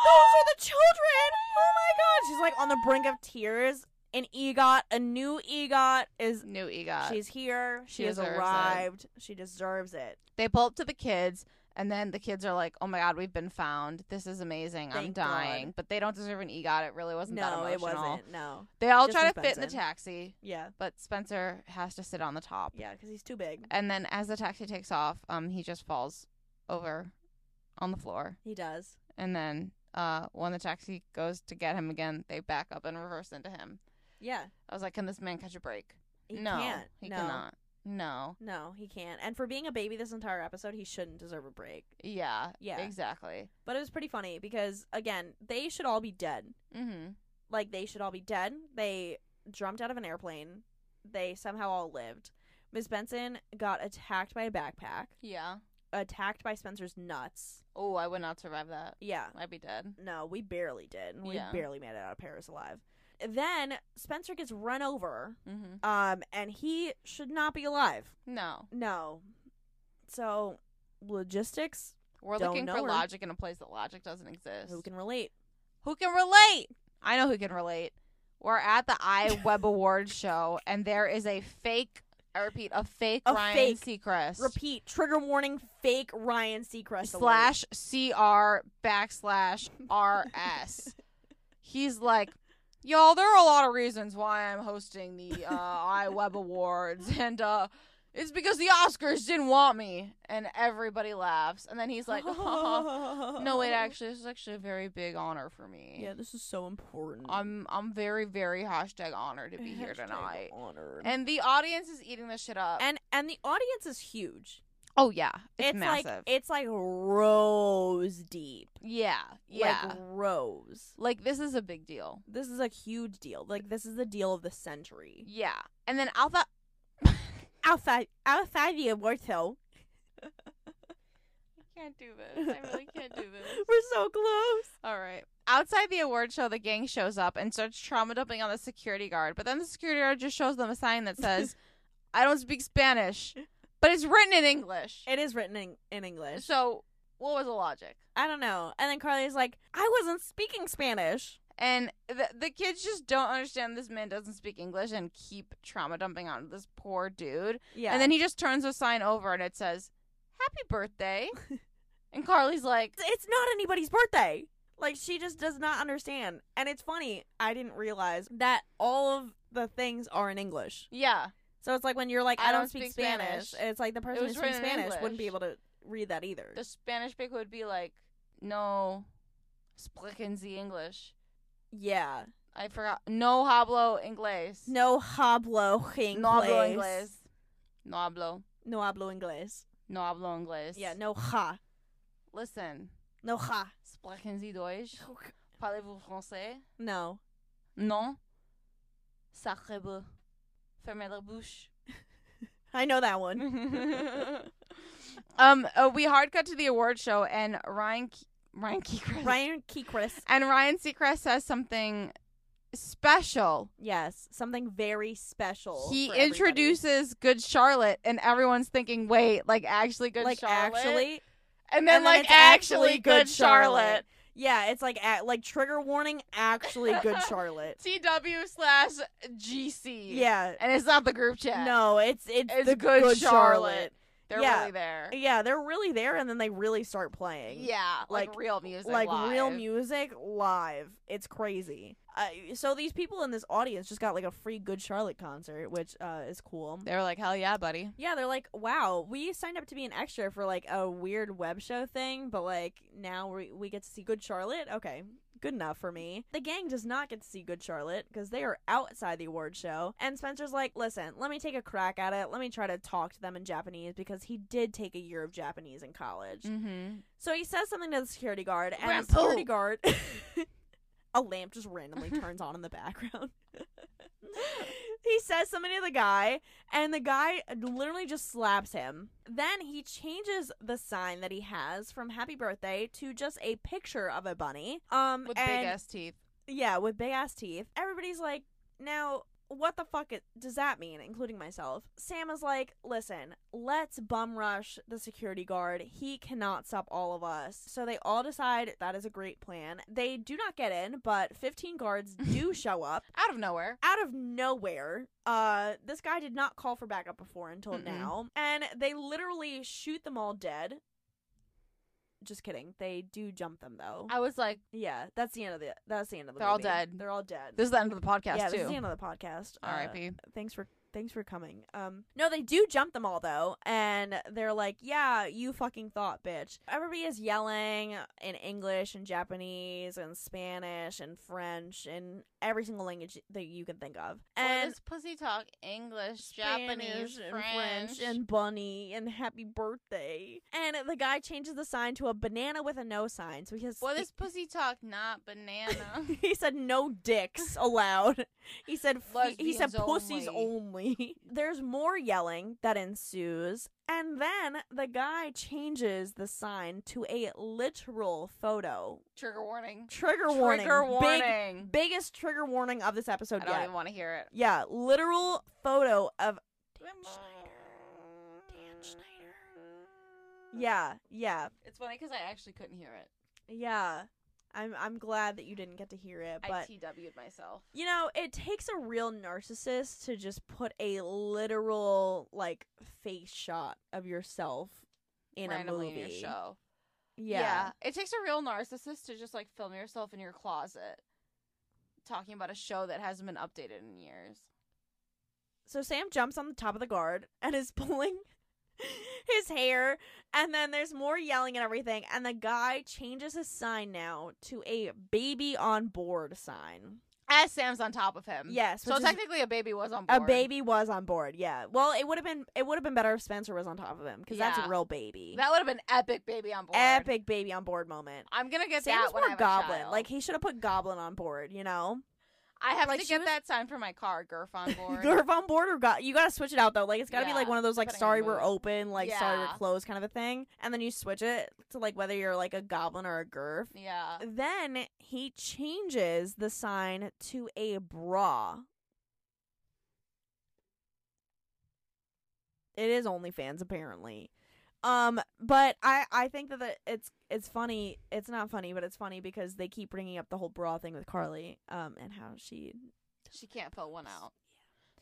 S3: those are the children. Oh my god. She's like on the brink of tears. An EGOT, a new EGOT is
S4: New E EGOT.
S3: She's here. She,
S4: she
S3: has
S4: deserves it.
S3: arrived. She deserves it.
S4: they pull up to the kids, and then the kids are like, "Oh my god, we've been found. This is amazing. I'm
S3: Thank
S4: dying." But they don't deserve an EGOT. It really wasn't that
S3: no,
S4: emotional.
S3: it wasn't. No.
S4: They all
S3: Just
S4: try
S3: with
S4: to fit in the
S3: Benson.
S4: taxi,
S3: Yeah.
S4: but Spencer has to sit on the top.
S3: Yeah, because he's too big.
S4: And then as the taxi takes off, um, he just falls over on the floor.
S3: He does.
S4: And then uh, when the taxi goes to get him again, they back up and reverse into him.
S3: Yeah.
S4: I was like, can this man catch a break?
S3: He
S4: no,
S3: can't.
S4: he
S3: no.
S4: cannot. No.
S3: No, he can't. And for being a baby this entire episode, he shouldn't deserve a break.
S4: Yeah.
S3: Yeah.
S4: Exactly.
S3: But it was pretty funny because again, they should all be dead.
S4: Mm-hmm.
S3: Like they should all be dead. They jumped out of an airplane. They somehow all lived. Miss Benson got attacked by a backpack,
S4: Yeah.
S3: attacked by Spencer's nuts.
S4: Oh, I would not survive that.
S3: Yeah.
S4: I'd be dead.
S3: No, we barely did. We
S4: Yeah.
S3: barely made it out of Paris alive. Then Spencer gets run over,
S4: Mm-hmm.
S3: um, and he should not be alive.
S4: No,
S3: No. So logistics,
S4: we're
S3: Don't
S4: looking
S3: know
S4: for
S3: her.
S4: logic in a place that logic doesn't exist.
S3: who can relate?
S4: who can relate? I know who can relate. We're at
S3: [LAUGHS]
S4: the iWeb Awards show, and there is a fake, I repeat, a fake
S3: A
S4: Ryan
S3: fake.
S4: Seacrest
S3: Repeat trigger warning. Fake Ryan Seacrest alert.
S4: slash CR backslash
S3: [LAUGHS]
S4: RS. He's like, y'all, there are a lot of reasons why I'm hosting the
S3: [LAUGHS]
S4: uh, iWeb Awards, and uh, it's because the Oscars didn't want me. And everybody laughs. And then he's like, [LAUGHS] no,
S3: [LAUGHS]
S4: wait, actually, this is actually a very big honor for me.
S3: Yeah, this is so important.
S4: I'm I'm very very Mm-hmm. hashtag honored to be here
S3: Hashtag
S4: tonight.
S3: Honored. And,
S4: And the audience is eating this shit up.
S3: and and the audience is huge.
S4: oh yeah, it's,
S3: like
S4: massive.
S3: it's like rose deep.
S4: yeah, yeah.
S3: Like
S4: Like,
S3: rose.
S4: this is a big deal.
S3: This is a huge deal. Like this is the deal of the century.
S4: Yeah. And then Alpha [LAUGHS]
S3: Outside outside the award show.
S4: I can't do this. I really can't do [LAUGHS] this.
S3: [LAUGHS] We're so close.
S4: All right. Outside the award show, the gang shows up and starts trauma dumping on the security guard. But then the security guard just shows them a sign that [LAUGHS] says, "I don't speak Spanish," but it's written in English.
S3: It is written in, in English.
S4: So what was the logic?
S3: I don't know. And then Carly's like, I wasn't speaking Spanish.
S4: And the, the kids just don't understand this man doesn't speak English and keep trauma dumping on this poor dude.
S3: Yeah.
S4: And then he just turns the sign over and it says, Happy
S3: [LAUGHS]
S4: birthday. and Carly's like,
S3: it's it's not anybody's birthday. Like she just does not understand. And it's funny, I didn't realize that all of the things are in English.
S4: Yeah.
S3: So it's like when you're like, I, don't, speak, Spanish,
S4: Spanish.
S3: it's like the person who
S4: was
S3: speaks
S4: written in
S3: Spanish wouldn't be
S4: English.
S3: able to read that either.
S4: The Spanish pig would be like, No, Sprechen Sie English.
S3: Yeah.
S4: I forgot. No hablo inglés.
S3: No hablo inglés.
S4: No hablo inglés. No hablo.
S3: No hablo inglés.
S4: No hablo inglés.
S3: Yeah, no ha.
S4: Listen.
S3: No ha.
S4: Sprechen Sie Deutsch? Parlez-vous français?
S3: No.
S4: Non. Sacre bleu. Fermez la bouche.
S3: I know that one.
S4: [LAUGHS] um, uh, we hard cut to the award show, and Ryan Ke- Ryan Seacrest
S3: Ryan Kikris.
S4: and Ryan Seacrest says something special.
S3: Yes, something very special.
S4: He
S3: for everybody.
S4: introduces Good Charlotte, and everyone's thinking, "Wait, like actually Good
S3: like
S4: Charlotte?"
S3: actually.
S4: and then
S3: and then
S4: like
S3: it's
S4: actually,
S3: actually
S4: Good
S3: Good
S4: Charlotte.
S3: Yeah, it's like a like trigger warning. Actually,
S4: [LAUGHS]
S3: good Charlotte.
S4: TW slash GC.
S3: Yeah.
S4: and it's not the group chat.
S3: No, it's it's,
S4: It's
S3: the
S4: Good
S3: good,
S4: Charlotte.
S3: Charlotte.
S4: they're
S3: yeah.
S4: really there.
S3: Yeah, they're really there, and then they really start playing.
S4: Yeah, like,
S3: Like-
S4: real music,
S3: like real
S4: live.
S3: music live. It's crazy. Uh, so these people in this audience just got like a free Good Charlotte concert, which uh, is cool.
S4: They were like, "Hell yeah, buddy!"
S3: Yeah, they're like, wow, we signed up to be an extra for like a weird web show thing, but like now we, we get to see Good Charlotte. Okay, good enough for me. The gang does not get to see Good Charlotte because they are outside the award show. And Spencer's like, listen, let me take a crack at it. Let me try to talk to them in Japanese because he did take a year of Japanese in college.
S4: Mm-hmm.
S3: So he says something to the security guard, and
S4: Rampo.
S3: the security guard, [LAUGHS] a lamp just
S4: [LAUGHS]
S3: randomly turns on in the background. [LAUGHS] he says something to the guy, and the guy literally just slaps him. Then he changes the sign that he has from "Happy Birthday" to just a picture of a bunny. Um,
S4: With big
S3: and-
S4: ass teeth.
S3: yeah, with big ass teeth. Everybody's like, now, what the fuck it, does that mean, including myself? Sam is like, listen, let's bum rush the security guard. He cannot stop all of us. So they all decide that is a great plan. They do not get in, but 15 guards do show up
S4: Out of nowhere.
S3: out of nowhere, uh, this guy did not call for backup before until
S4: Mm-mm.
S3: now, and they literally shoot them all dead. Just kidding. They do jump them though.
S4: I was like,
S3: yeah, that's the end of the. That's the end of the.
S4: They're all
S3: movie.
S4: dead.
S3: They're all dead.
S4: this is the end of the podcast
S3: yeah,
S4: too.
S3: this is the end of the podcast. Uh,
S4: R.I.P.
S3: thanks for thanks for coming. Um no, they do jump them all though, and they're like, "Yeah, you fucking thought, bitch." Everybody is yelling in English and Japanese and Spanish and French and every single language that you can think of.
S4: Well,
S3: And
S4: this pussy talk English, Japanese,
S3: Spanish and
S4: French,
S3: and bunny and happy birthday. And the guy changes the sign to a banana with a no sign. So he has
S4: Well, this pussy talk not [LAUGHS] banana.
S3: [LAUGHS] he said no dicks allowed. He said he, he said
S4: Lesbians
S3: pussies only.
S4: only.
S3: [LAUGHS] There's more yelling that ensues, and then the guy changes the sign to a literal photo.
S4: Trigger warning.
S3: Trigger warning.
S4: Trigger
S3: Big-
S4: warning.
S3: biggest trigger warning of this episode
S4: I don't
S3: yet.
S4: even want to hear it.
S3: yeah, literal photo of Dan Schneider. Dan Schneider. Yeah, yeah,
S4: It's funny because I actually couldn't hear it.
S3: yeah. I'm I'm glad that you didn't get to hear it, but
S4: I TW'd myself.
S3: You know, it takes a real narcissist to just put a literal like face shot of yourself in
S4: randomly
S3: a movie.
S4: in your show.
S3: Yeah.
S4: It takes a real narcissist to just like film yourself in your closet talking about a show that hasn't been updated in years.
S3: So Sam jumps on the top of the guard and is [LAUGHS] pulling his hair and then there's more yelling and everything and the guy changes his sign now to a baby on board sign.
S4: As Sam's on top of him.
S3: Yes,
S4: So
S3: which is-
S4: technically a baby was on board.
S3: A baby was on board. Yeah. Well, it would have been it would have been better if Spencer was on top of him cuz that's
S4: Yeah.
S3: a real baby.
S4: That would have been epic baby on board.
S3: Epic baby on board moment.
S4: I'm gonna get
S3: Sam
S4: that
S3: was
S4: when I
S3: more
S4: have A
S3: goblin.
S4: child.
S3: Like he should have put goblin on board, you know.
S4: I have
S3: like,
S4: to
S3: she
S4: get
S3: was-
S4: that sign for my car, Gerf
S3: [LAUGHS]
S4: on board.
S3: Gerv on board or go- you got to switch it out though. Like it's got to
S4: Yeah,
S3: be like one of those like
S4: depending on
S3: sorry
S4: the
S3: we're
S4: mood.
S3: open, like sorry
S4: Yeah.
S3: we're closed kind of a thing, and then you switch it to like whether you're like a goblin or a Gerv.
S4: Yeah.
S3: Then he changes the sign to a bra. It is OnlyFans apparently. Um, but I I think that the, it's it's funny. It's not funny, but it's funny because they keep bringing up the whole bra thing with Carly, um, and how she
S4: She can't fill one out.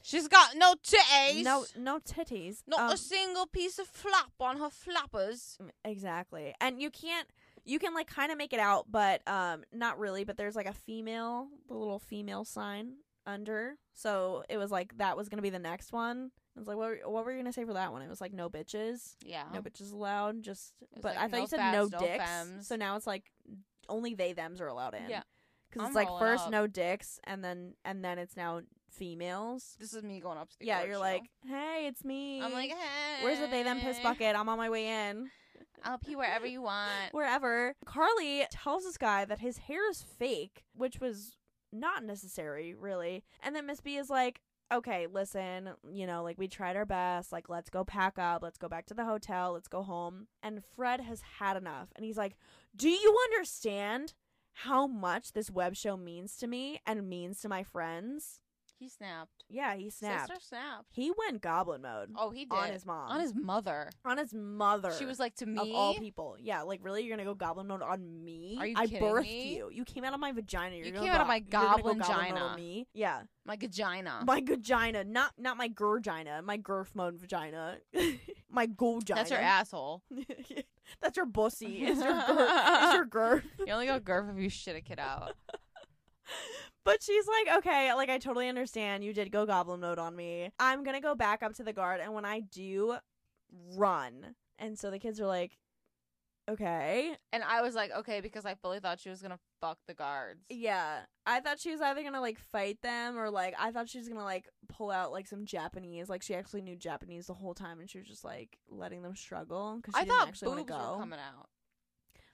S4: She's got no titties.
S3: no no titties,
S4: Not
S3: um,
S4: a single piece of flap on her flappers.
S3: Mm, Exactly. And you can't you can like kind of make it out, but um not really, but there's like a female, the little female sign under. So it was like that was going to be the next one. I was like what were, what were you going to say for that one? It was like no bitches.
S4: Yeah.
S3: No bitches allowed. Just
S4: Oh. It was
S3: but
S4: like,
S3: I thought
S4: no
S3: you said
S4: fabs,
S3: no
S4: no
S3: dicks.
S4: femmes.
S3: So now it's like only they them's are allowed in.
S4: Yeah.
S3: Because
S4: I'm
S3: it's like
S4: rolling
S3: first
S4: up.
S3: no dicks, and then and then it's now females.
S4: This is me going up to the
S3: yeah,
S4: award
S3: you're
S4: show.
S3: like, hey, it's me.
S4: I'm like, hey.
S3: where's the they them piss bucket? I'm on my way in.
S4: I'll pee wherever you want.
S3: Wherever Carly tells this guy that his hair is fake, which was not necessary, really. And then Miss B is like, okay, listen, you know, like we tried our best. Like, let's go pack up. Let's go back to the hotel. Let's go home. And Fred has had enough. And he's like, do you understand how much this web show means to me and means to my friends?
S4: He snapped.
S3: Yeah, he snapped.
S4: Sister snapped.
S3: He went goblin mode
S4: Oh, he did.
S3: on his mom.
S4: On his mother.
S3: on his mother.
S4: She was like to me.
S3: of all people. Yeah, like really, you're gonna go goblin mode on me?
S4: Are you
S3: I
S4: kidding
S3: birthed
S4: me?
S3: you. You came out of my vagina. You're
S4: You
S3: gonna
S4: came out
S3: go-
S4: of my
S3: you're gonna go
S4: goblin
S3: goblin mode on
S4: gina.
S3: me? Yeah,
S4: my vagina.
S3: [LAUGHS] my vagina, not not my gurgina, my girth mode vagina, [LAUGHS] my gulgina.
S4: That's your
S3: [LAUGHS]
S4: asshole.
S3: That's your bussy. Is your girth?
S4: [LAUGHS]
S3: is your girth?
S4: You only
S3: [LAUGHS]
S4: go girth if you shit a kid out.
S3: But she's like, okay, like I totally understand. You did go goblin mode on me. I'm gonna go back up to the guard, and when I do, run. And so the kids are like, okay,
S4: And I was like, okay, because I fully thought she was gonna fuck the guards.
S3: Yeah. I thought she was either gonna like fight them or like I thought she was gonna like pull out like some Japanese. Like she actually knew Japanese the whole time and she was just like letting them struggle because she
S4: I
S3: didn't
S4: thought boobs
S3: actually
S4: were
S3: want to go.
S4: coming out.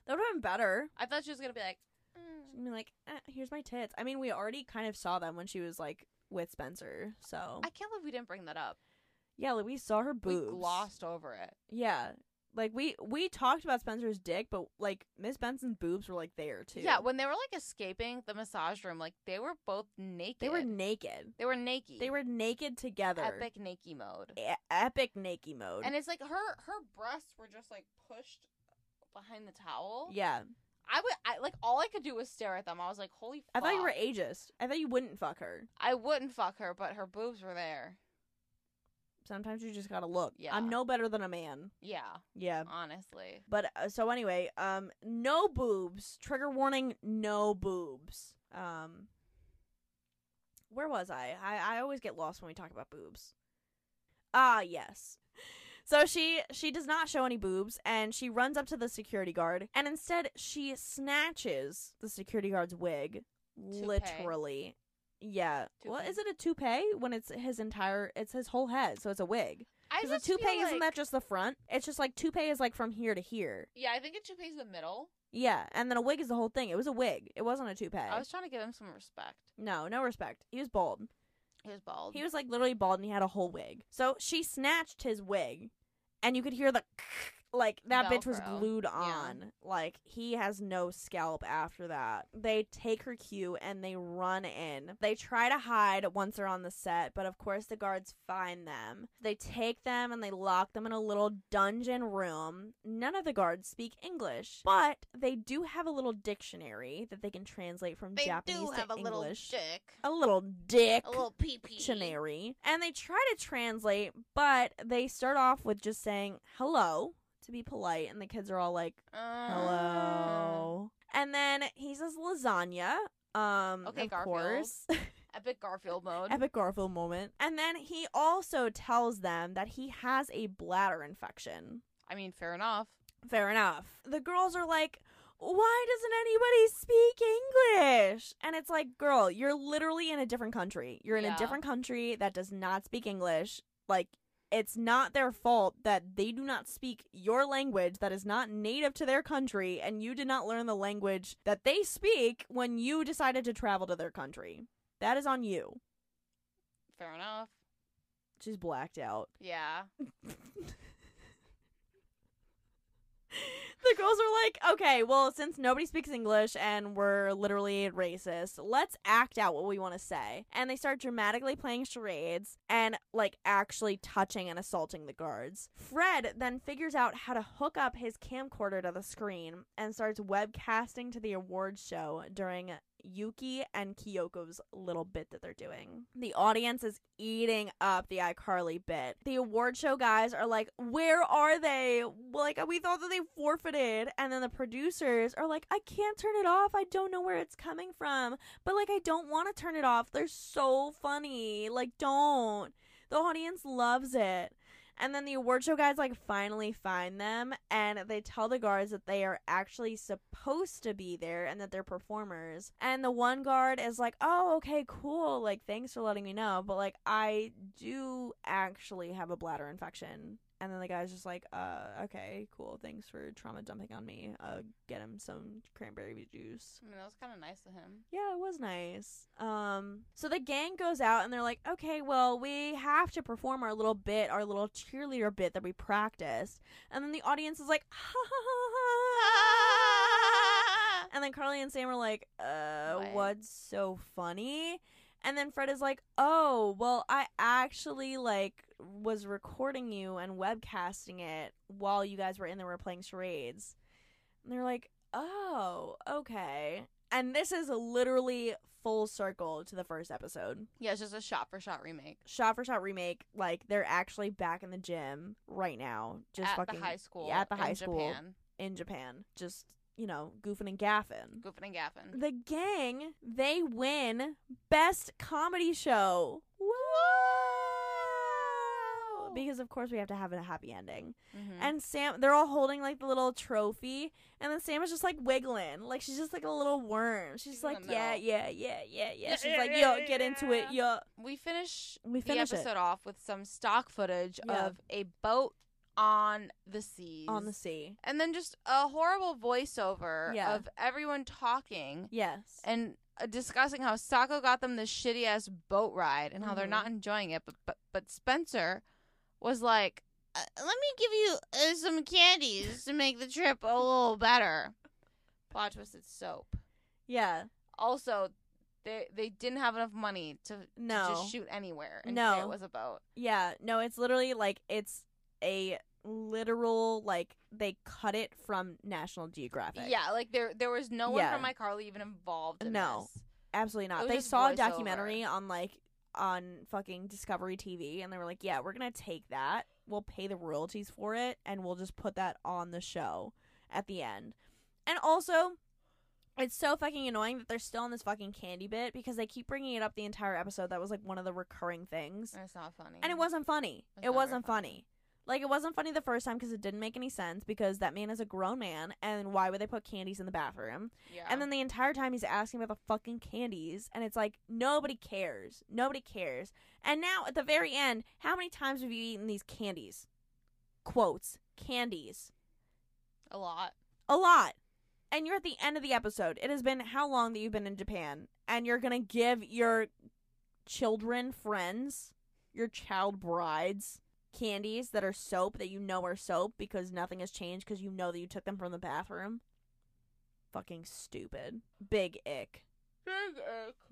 S3: That would have been better.
S4: I thought she was gonna be like, "Mm,
S3: She'd be like, eh, "Here's my tits." I mean, we already kind of saw them when she was like with Spencer. So
S4: I can't believe we didn't bring that up.
S3: yeah, like, we saw her boobs.
S4: We glossed over it.
S3: Yeah. Like we we talked about Spencer's dick, but like Miss Benson's boobs were like there too.
S4: Yeah, when they were like escaping the massage room, like they were both naked.
S3: they were naked.
S4: they were naked.
S3: They were naked together.
S4: epic naked mode.
S3: E- epic naked mode.
S4: And it's like her her breasts were just like pushed behind the towel.
S3: yeah.
S4: I would I like all I could do was stare at them. I was like, holy fuck.
S3: I thought you were ageist. I thought you wouldn't fuck her.
S4: I wouldn't fuck her, but her boobs were there.
S3: Sometimes you just gotta look.
S4: Yeah.
S3: I'm no better than a man.
S4: Yeah,
S3: Yeah.
S4: honestly.
S3: But uh, so anyway, um, no boobs. Trigger warning: no boobs. Um, where was I? I I always get lost when we talk about boobs. Ah, yes. So she she does not show any boobs, and she runs up to the security guard, and instead she snatches the security guard's wig, literally. Yeah. Well,
S4: Toupee.
S3: is it a toupee when it's his entire? It's his whole head, so it's a wig.
S4: I
S3: Because a
S4: just feel
S3: toupee isn't
S4: like-
S3: that just the front? It's just like toupee is like from here to here.
S4: Yeah, I think a toupee's the middle.
S3: Yeah, and then a wig is the whole thing. It was a wig. It wasn't a toupee.
S4: I was trying to give him some respect.
S3: no, no respect. He was bald.
S4: He was bald.
S3: He was like literally bald and he had a whole wig. So she snatched his wig and you could hear the [LAUGHS] like that bitch was
S4: Velcro.
S3: glued
S4: Yeah.
S3: on. Like he has no scalp after that. They take her cue and they run in. They try to hide once they're on the set, but of course the guards find them. They take them and they lock them in a little dungeon room. None of the guards speak English, but they do have a little dictionary that they can translate from
S4: they
S3: Japanese
S4: do
S3: to
S4: have a little
S3: English.
S4: dick.
S3: a little dick
S4: A little pee pee.
S3: dictionary and they try to translate but they start off with just saying hello to be polite and the kids are all like
S4: Oh.
S3: hello and then he says lasagna um
S4: Ah. Okay,
S3: of
S4: Garfield.
S3: course
S4: Epic Garfield mode.
S3: [LAUGHS] epic garfield moment and then he also tells them that he has a bladder infection
S4: I mean, fair enough.
S3: fair enough the girls are like why doesn't anybody speak English? And it's like, girl, you're literally in a different country. You're in
S4: Yeah.
S3: a different country that does not speak English. Like, it's not their fault that they do not speak your language that is not native to their country, and you did not learn the language that they speak when you decided to travel to their country. That is on you.
S4: Fair enough.
S3: She's blacked out.
S4: Yeah.
S3: the girls are like, okay, well, since nobody speaks English and we're literally racist, let's act out what we want to say. And they start dramatically playing charades and like actually touching and assaulting the guards. Fred then figures out how to hook up his camcorder to the screen and starts webcasting to the awards show during Yuki and Kyoko's little bit that they're doing. The audience is eating up the iCarly bit. The award show guys are like, Where are they? Like, we thought that they forfeited. And then the producers are like, I can't turn it off. I don't know where it's coming from. But, like, I don't want to turn it off. They're so funny. Like, don't. The audience loves it. And then the award show guys like finally find them and they tell the guards that they are actually supposed to be there and that they're performers. And the one guard is like, "Oh, okay, cool. Like thanks for letting me know, but like I do actually have a bladder infection." And then the guy's just like, "Uh, okay, cool. Thanks for trauma dumping on me. Uh get him some cranberry juice."
S4: I mean, that was kind of nice of him.
S3: Yeah, it was nice. Um, so the gang goes out and they're like, okay, well, we have to perform our little bit, our little cheerleader bit that we practiced. And then the audience is like, [LAUGHS] ha ha ha ha. And then Carly and Sam are like, uh,
S4: What?
S3: what's so funny? And then Fred is like, oh, well, I actually like was recording you and webcasting it while you guys were in there, were playing charades. And they're like, oh, okay. And this is literally full circle to the first episode.
S4: Yeah, it's just a shot for shot remake
S3: Shot for shot remake, like they're actually back in the gym right now, just
S4: at
S3: fucking
S4: the high school.
S3: yeah, at the high
S4: in
S3: school
S4: Japan.
S3: in Japan, just you know, goofing and gaffing.
S4: Goofing and gaffing.
S3: The gang they win best comedy show. Wow! Because of course we have to have a happy ending.
S4: Mhm.
S3: And Sam, they're all holding like the little trophy, and then Sam is just like wiggling, like she's just like a little worm. She's,
S4: She's in
S3: like,
S4: the
S3: yeah,
S4: middle.
S3: yeah, yeah, yeah, yeah.
S4: Yeah,
S3: She's
S4: yeah, [LAUGHS]
S3: like,
S4: yeah,
S3: yo, get into it, yo.
S4: we finish
S3: We
S4: the
S3: finish it.
S4: episode off with some stock footage
S3: Yeah.
S4: of a boat on the seas.
S3: On the sea,
S4: and then just a horrible voiceover
S3: Yeah.
S4: of everyone talking
S3: yes,
S4: and uh, discussing how Sako got them this shitty ass boat ride and how they're
S3: Mhm.
S4: not enjoying it. But but, but Spencer was like, uh, "Let me give you uh, some candies to make the trip a little better." Plot twist: it's soap.
S3: yeah,
S4: Also, they they didn't have enough money to, to
S3: No.
S4: just shoot anywhere. And say
S3: No.
S4: it was a boat.
S3: yeah. No, it's literally like it's a literal like they cut it from National Geographic.
S4: Yeah, like there there was no one
S3: Yeah.
S4: from iCarly even involved. In
S3: No.
S4: this.
S3: absolutely
S4: It
S3: not.
S4: was
S3: They
S4: just
S3: saw a
S4: voiceover.
S3: documentary on like on fucking Discovery TV, and they were like, "Yeah, we're gonna take that. We'll pay the royalties for it, and we'll just put that on the show at the end." And also, it's so fucking annoying that they're still on this fucking candy bit because they keep bringing it up the entire episode. That was like one of the recurring things,
S4: That's not funny.
S3: and it wasn't funny. It
S4: It's not very
S3: wasn't
S4: funny.
S3: funny. Like it wasn't funny the first time because it didn't make any sense because that man is a grown man, and why would they put candies in the bathroom?
S4: Yeah.
S3: And then the entire time he's asking about the fucking candies, and it's like nobody cares. Nobody cares. And now at the very end, how many times have you eaten these candies? Quotes, candies.
S4: a lot.
S3: A lot. And you're at the end of the episode. It has been how long that you've been in Japan, and you're going to give your children friends, your child brides, candies that are soap that you know are soap because nothing has changed because you know that you took them from the bathroom. Fucking stupid. Big ick.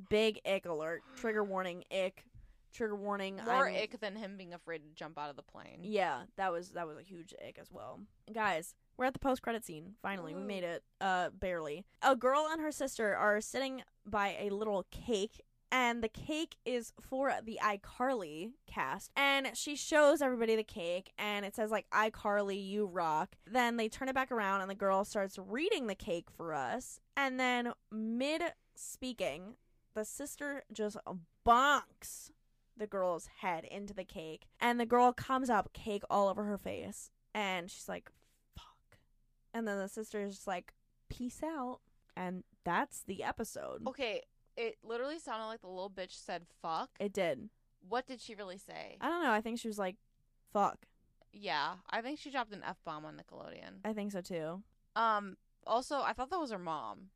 S3: Big ick alert. Trigger warning, ick. Trigger warning.
S4: More
S3: I'm-
S4: ick than him being afraid to jump out of the plane.
S3: Yeah, that was that was a huge ick as well. Guys, we're at the post credit scene. Finally, we
S4: Woohoo.
S3: made it. Uh barely. A girl and her sister are sitting by a little cake and the cake is for the iCarly cast. And she shows everybody the cake and it says like iCarly, you rock. Then they turn it back around and the girl starts reading the cake for us. And then mid speaking, the sister just bonks the girl's head into the cake and the girl comes up cake all over her face and she's like fuck and then the sister is just like peace out and that's the episode
S4: Okay, it literally sounded like the little bitch said fuck.
S3: it did
S4: what did she really say?
S3: i don't know i think she was like fuck
S4: yeah, I think she dropped an F bomb on Nickelodeon.
S3: i think so too
S4: Um, also, I thought that was her mom.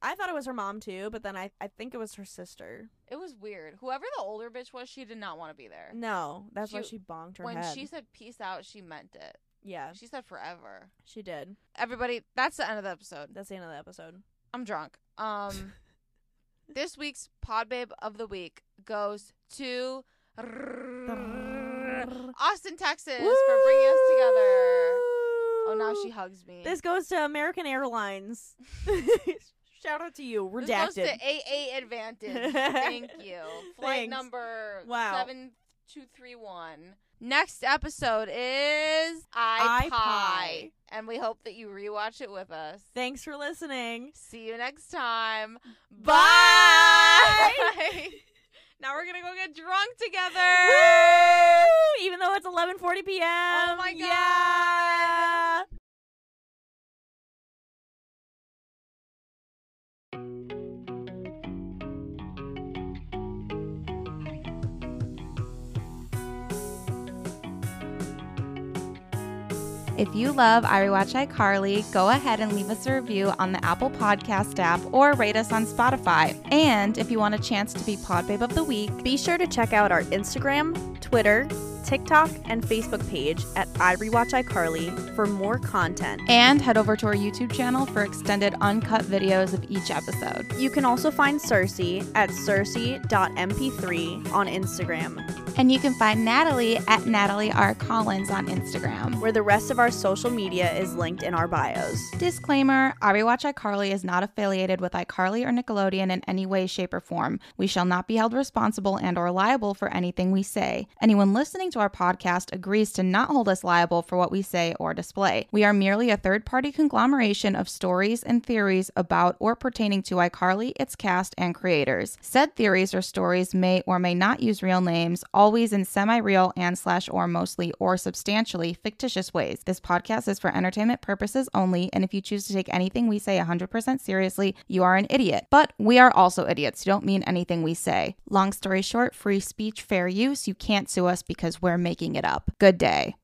S3: i thought it was her mom too but then i, I think it was her sister
S4: It was weird. Whoever the older bitch was, she did not want to be there.
S3: no that's why
S4: She-
S3: she bonked her
S4: When
S3: head
S4: she said peace out, she meant it.
S3: yeah
S4: She said forever.
S3: she did
S4: Everybody, that's the end of the episode.
S3: that's the end of the episode
S4: I'm drunk.
S3: [LAUGHS]
S4: Um, this week's pod babe of the week goes to Austin, Texas, for bringing us together. Oh, now she hugs me.
S3: This goes to American Airlines. Shout out to you.
S4: This
S3: Redacted.
S4: goes to
S3: [LAUGHS]
S4: AA Advantage. Thank you.
S3: Thanks.
S4: Flight number
S3: Wow.
S4: 7231. Next episode is iPie.
S3: iPie.
S4: And we hope that you rewatch it with us.
S3: Thanks for listening.
S4: See you next time.
S3: [LAUGHS] Bye.
S4: Bye.
S5: Now we're gonna go get drunk together.
S6: Woo! Even though it's 11:40 p.m.
S5: Oh my god.
S6: Yeah.
S4: If you love I Rewatch iCarly, go ahead and leave us a review on the Apple Podcast app or rate us on Spotify. And if you want a chance to be Pod Babe of the Week,
S3: Be sure to check out our Instagram, Twitter, TikTok, and Facebook page at I Rewatch iCarly for more content.
S4: and head over to our YouTube channel for extended uncut videos of each episode.
S3: You can also find Cersei at cersei.mp3 on Instagram,
S4: And you can find Natalie at Natalie R. Collins on Instagram.
S3: where the rest of our social media is linked in our bios.
S4: Disclaimer I Rewatch iCarly is not affiliated with iCarly or Nickelodeon in any way, shape, or form. We shall not be held responsible and or liable for anything we say. Anyone listening to our podcast agrees to not hold us liable for what we say or display. We are merely a third-party conglomeration of stories and theories about or pertaining to iCarly, its cast, and creators. Said theories or stories may or may not use real names, always in semi-real and slash or mostly or substantially fictitious ways. This podcast is for entertainment purposes only, and if you choose to take anything we say 100% seriously, you are an idiot. But we are also idiots who don't mean anything we say. Long story short, free speech, fair use. You can't sue us because we're making it up. Good day.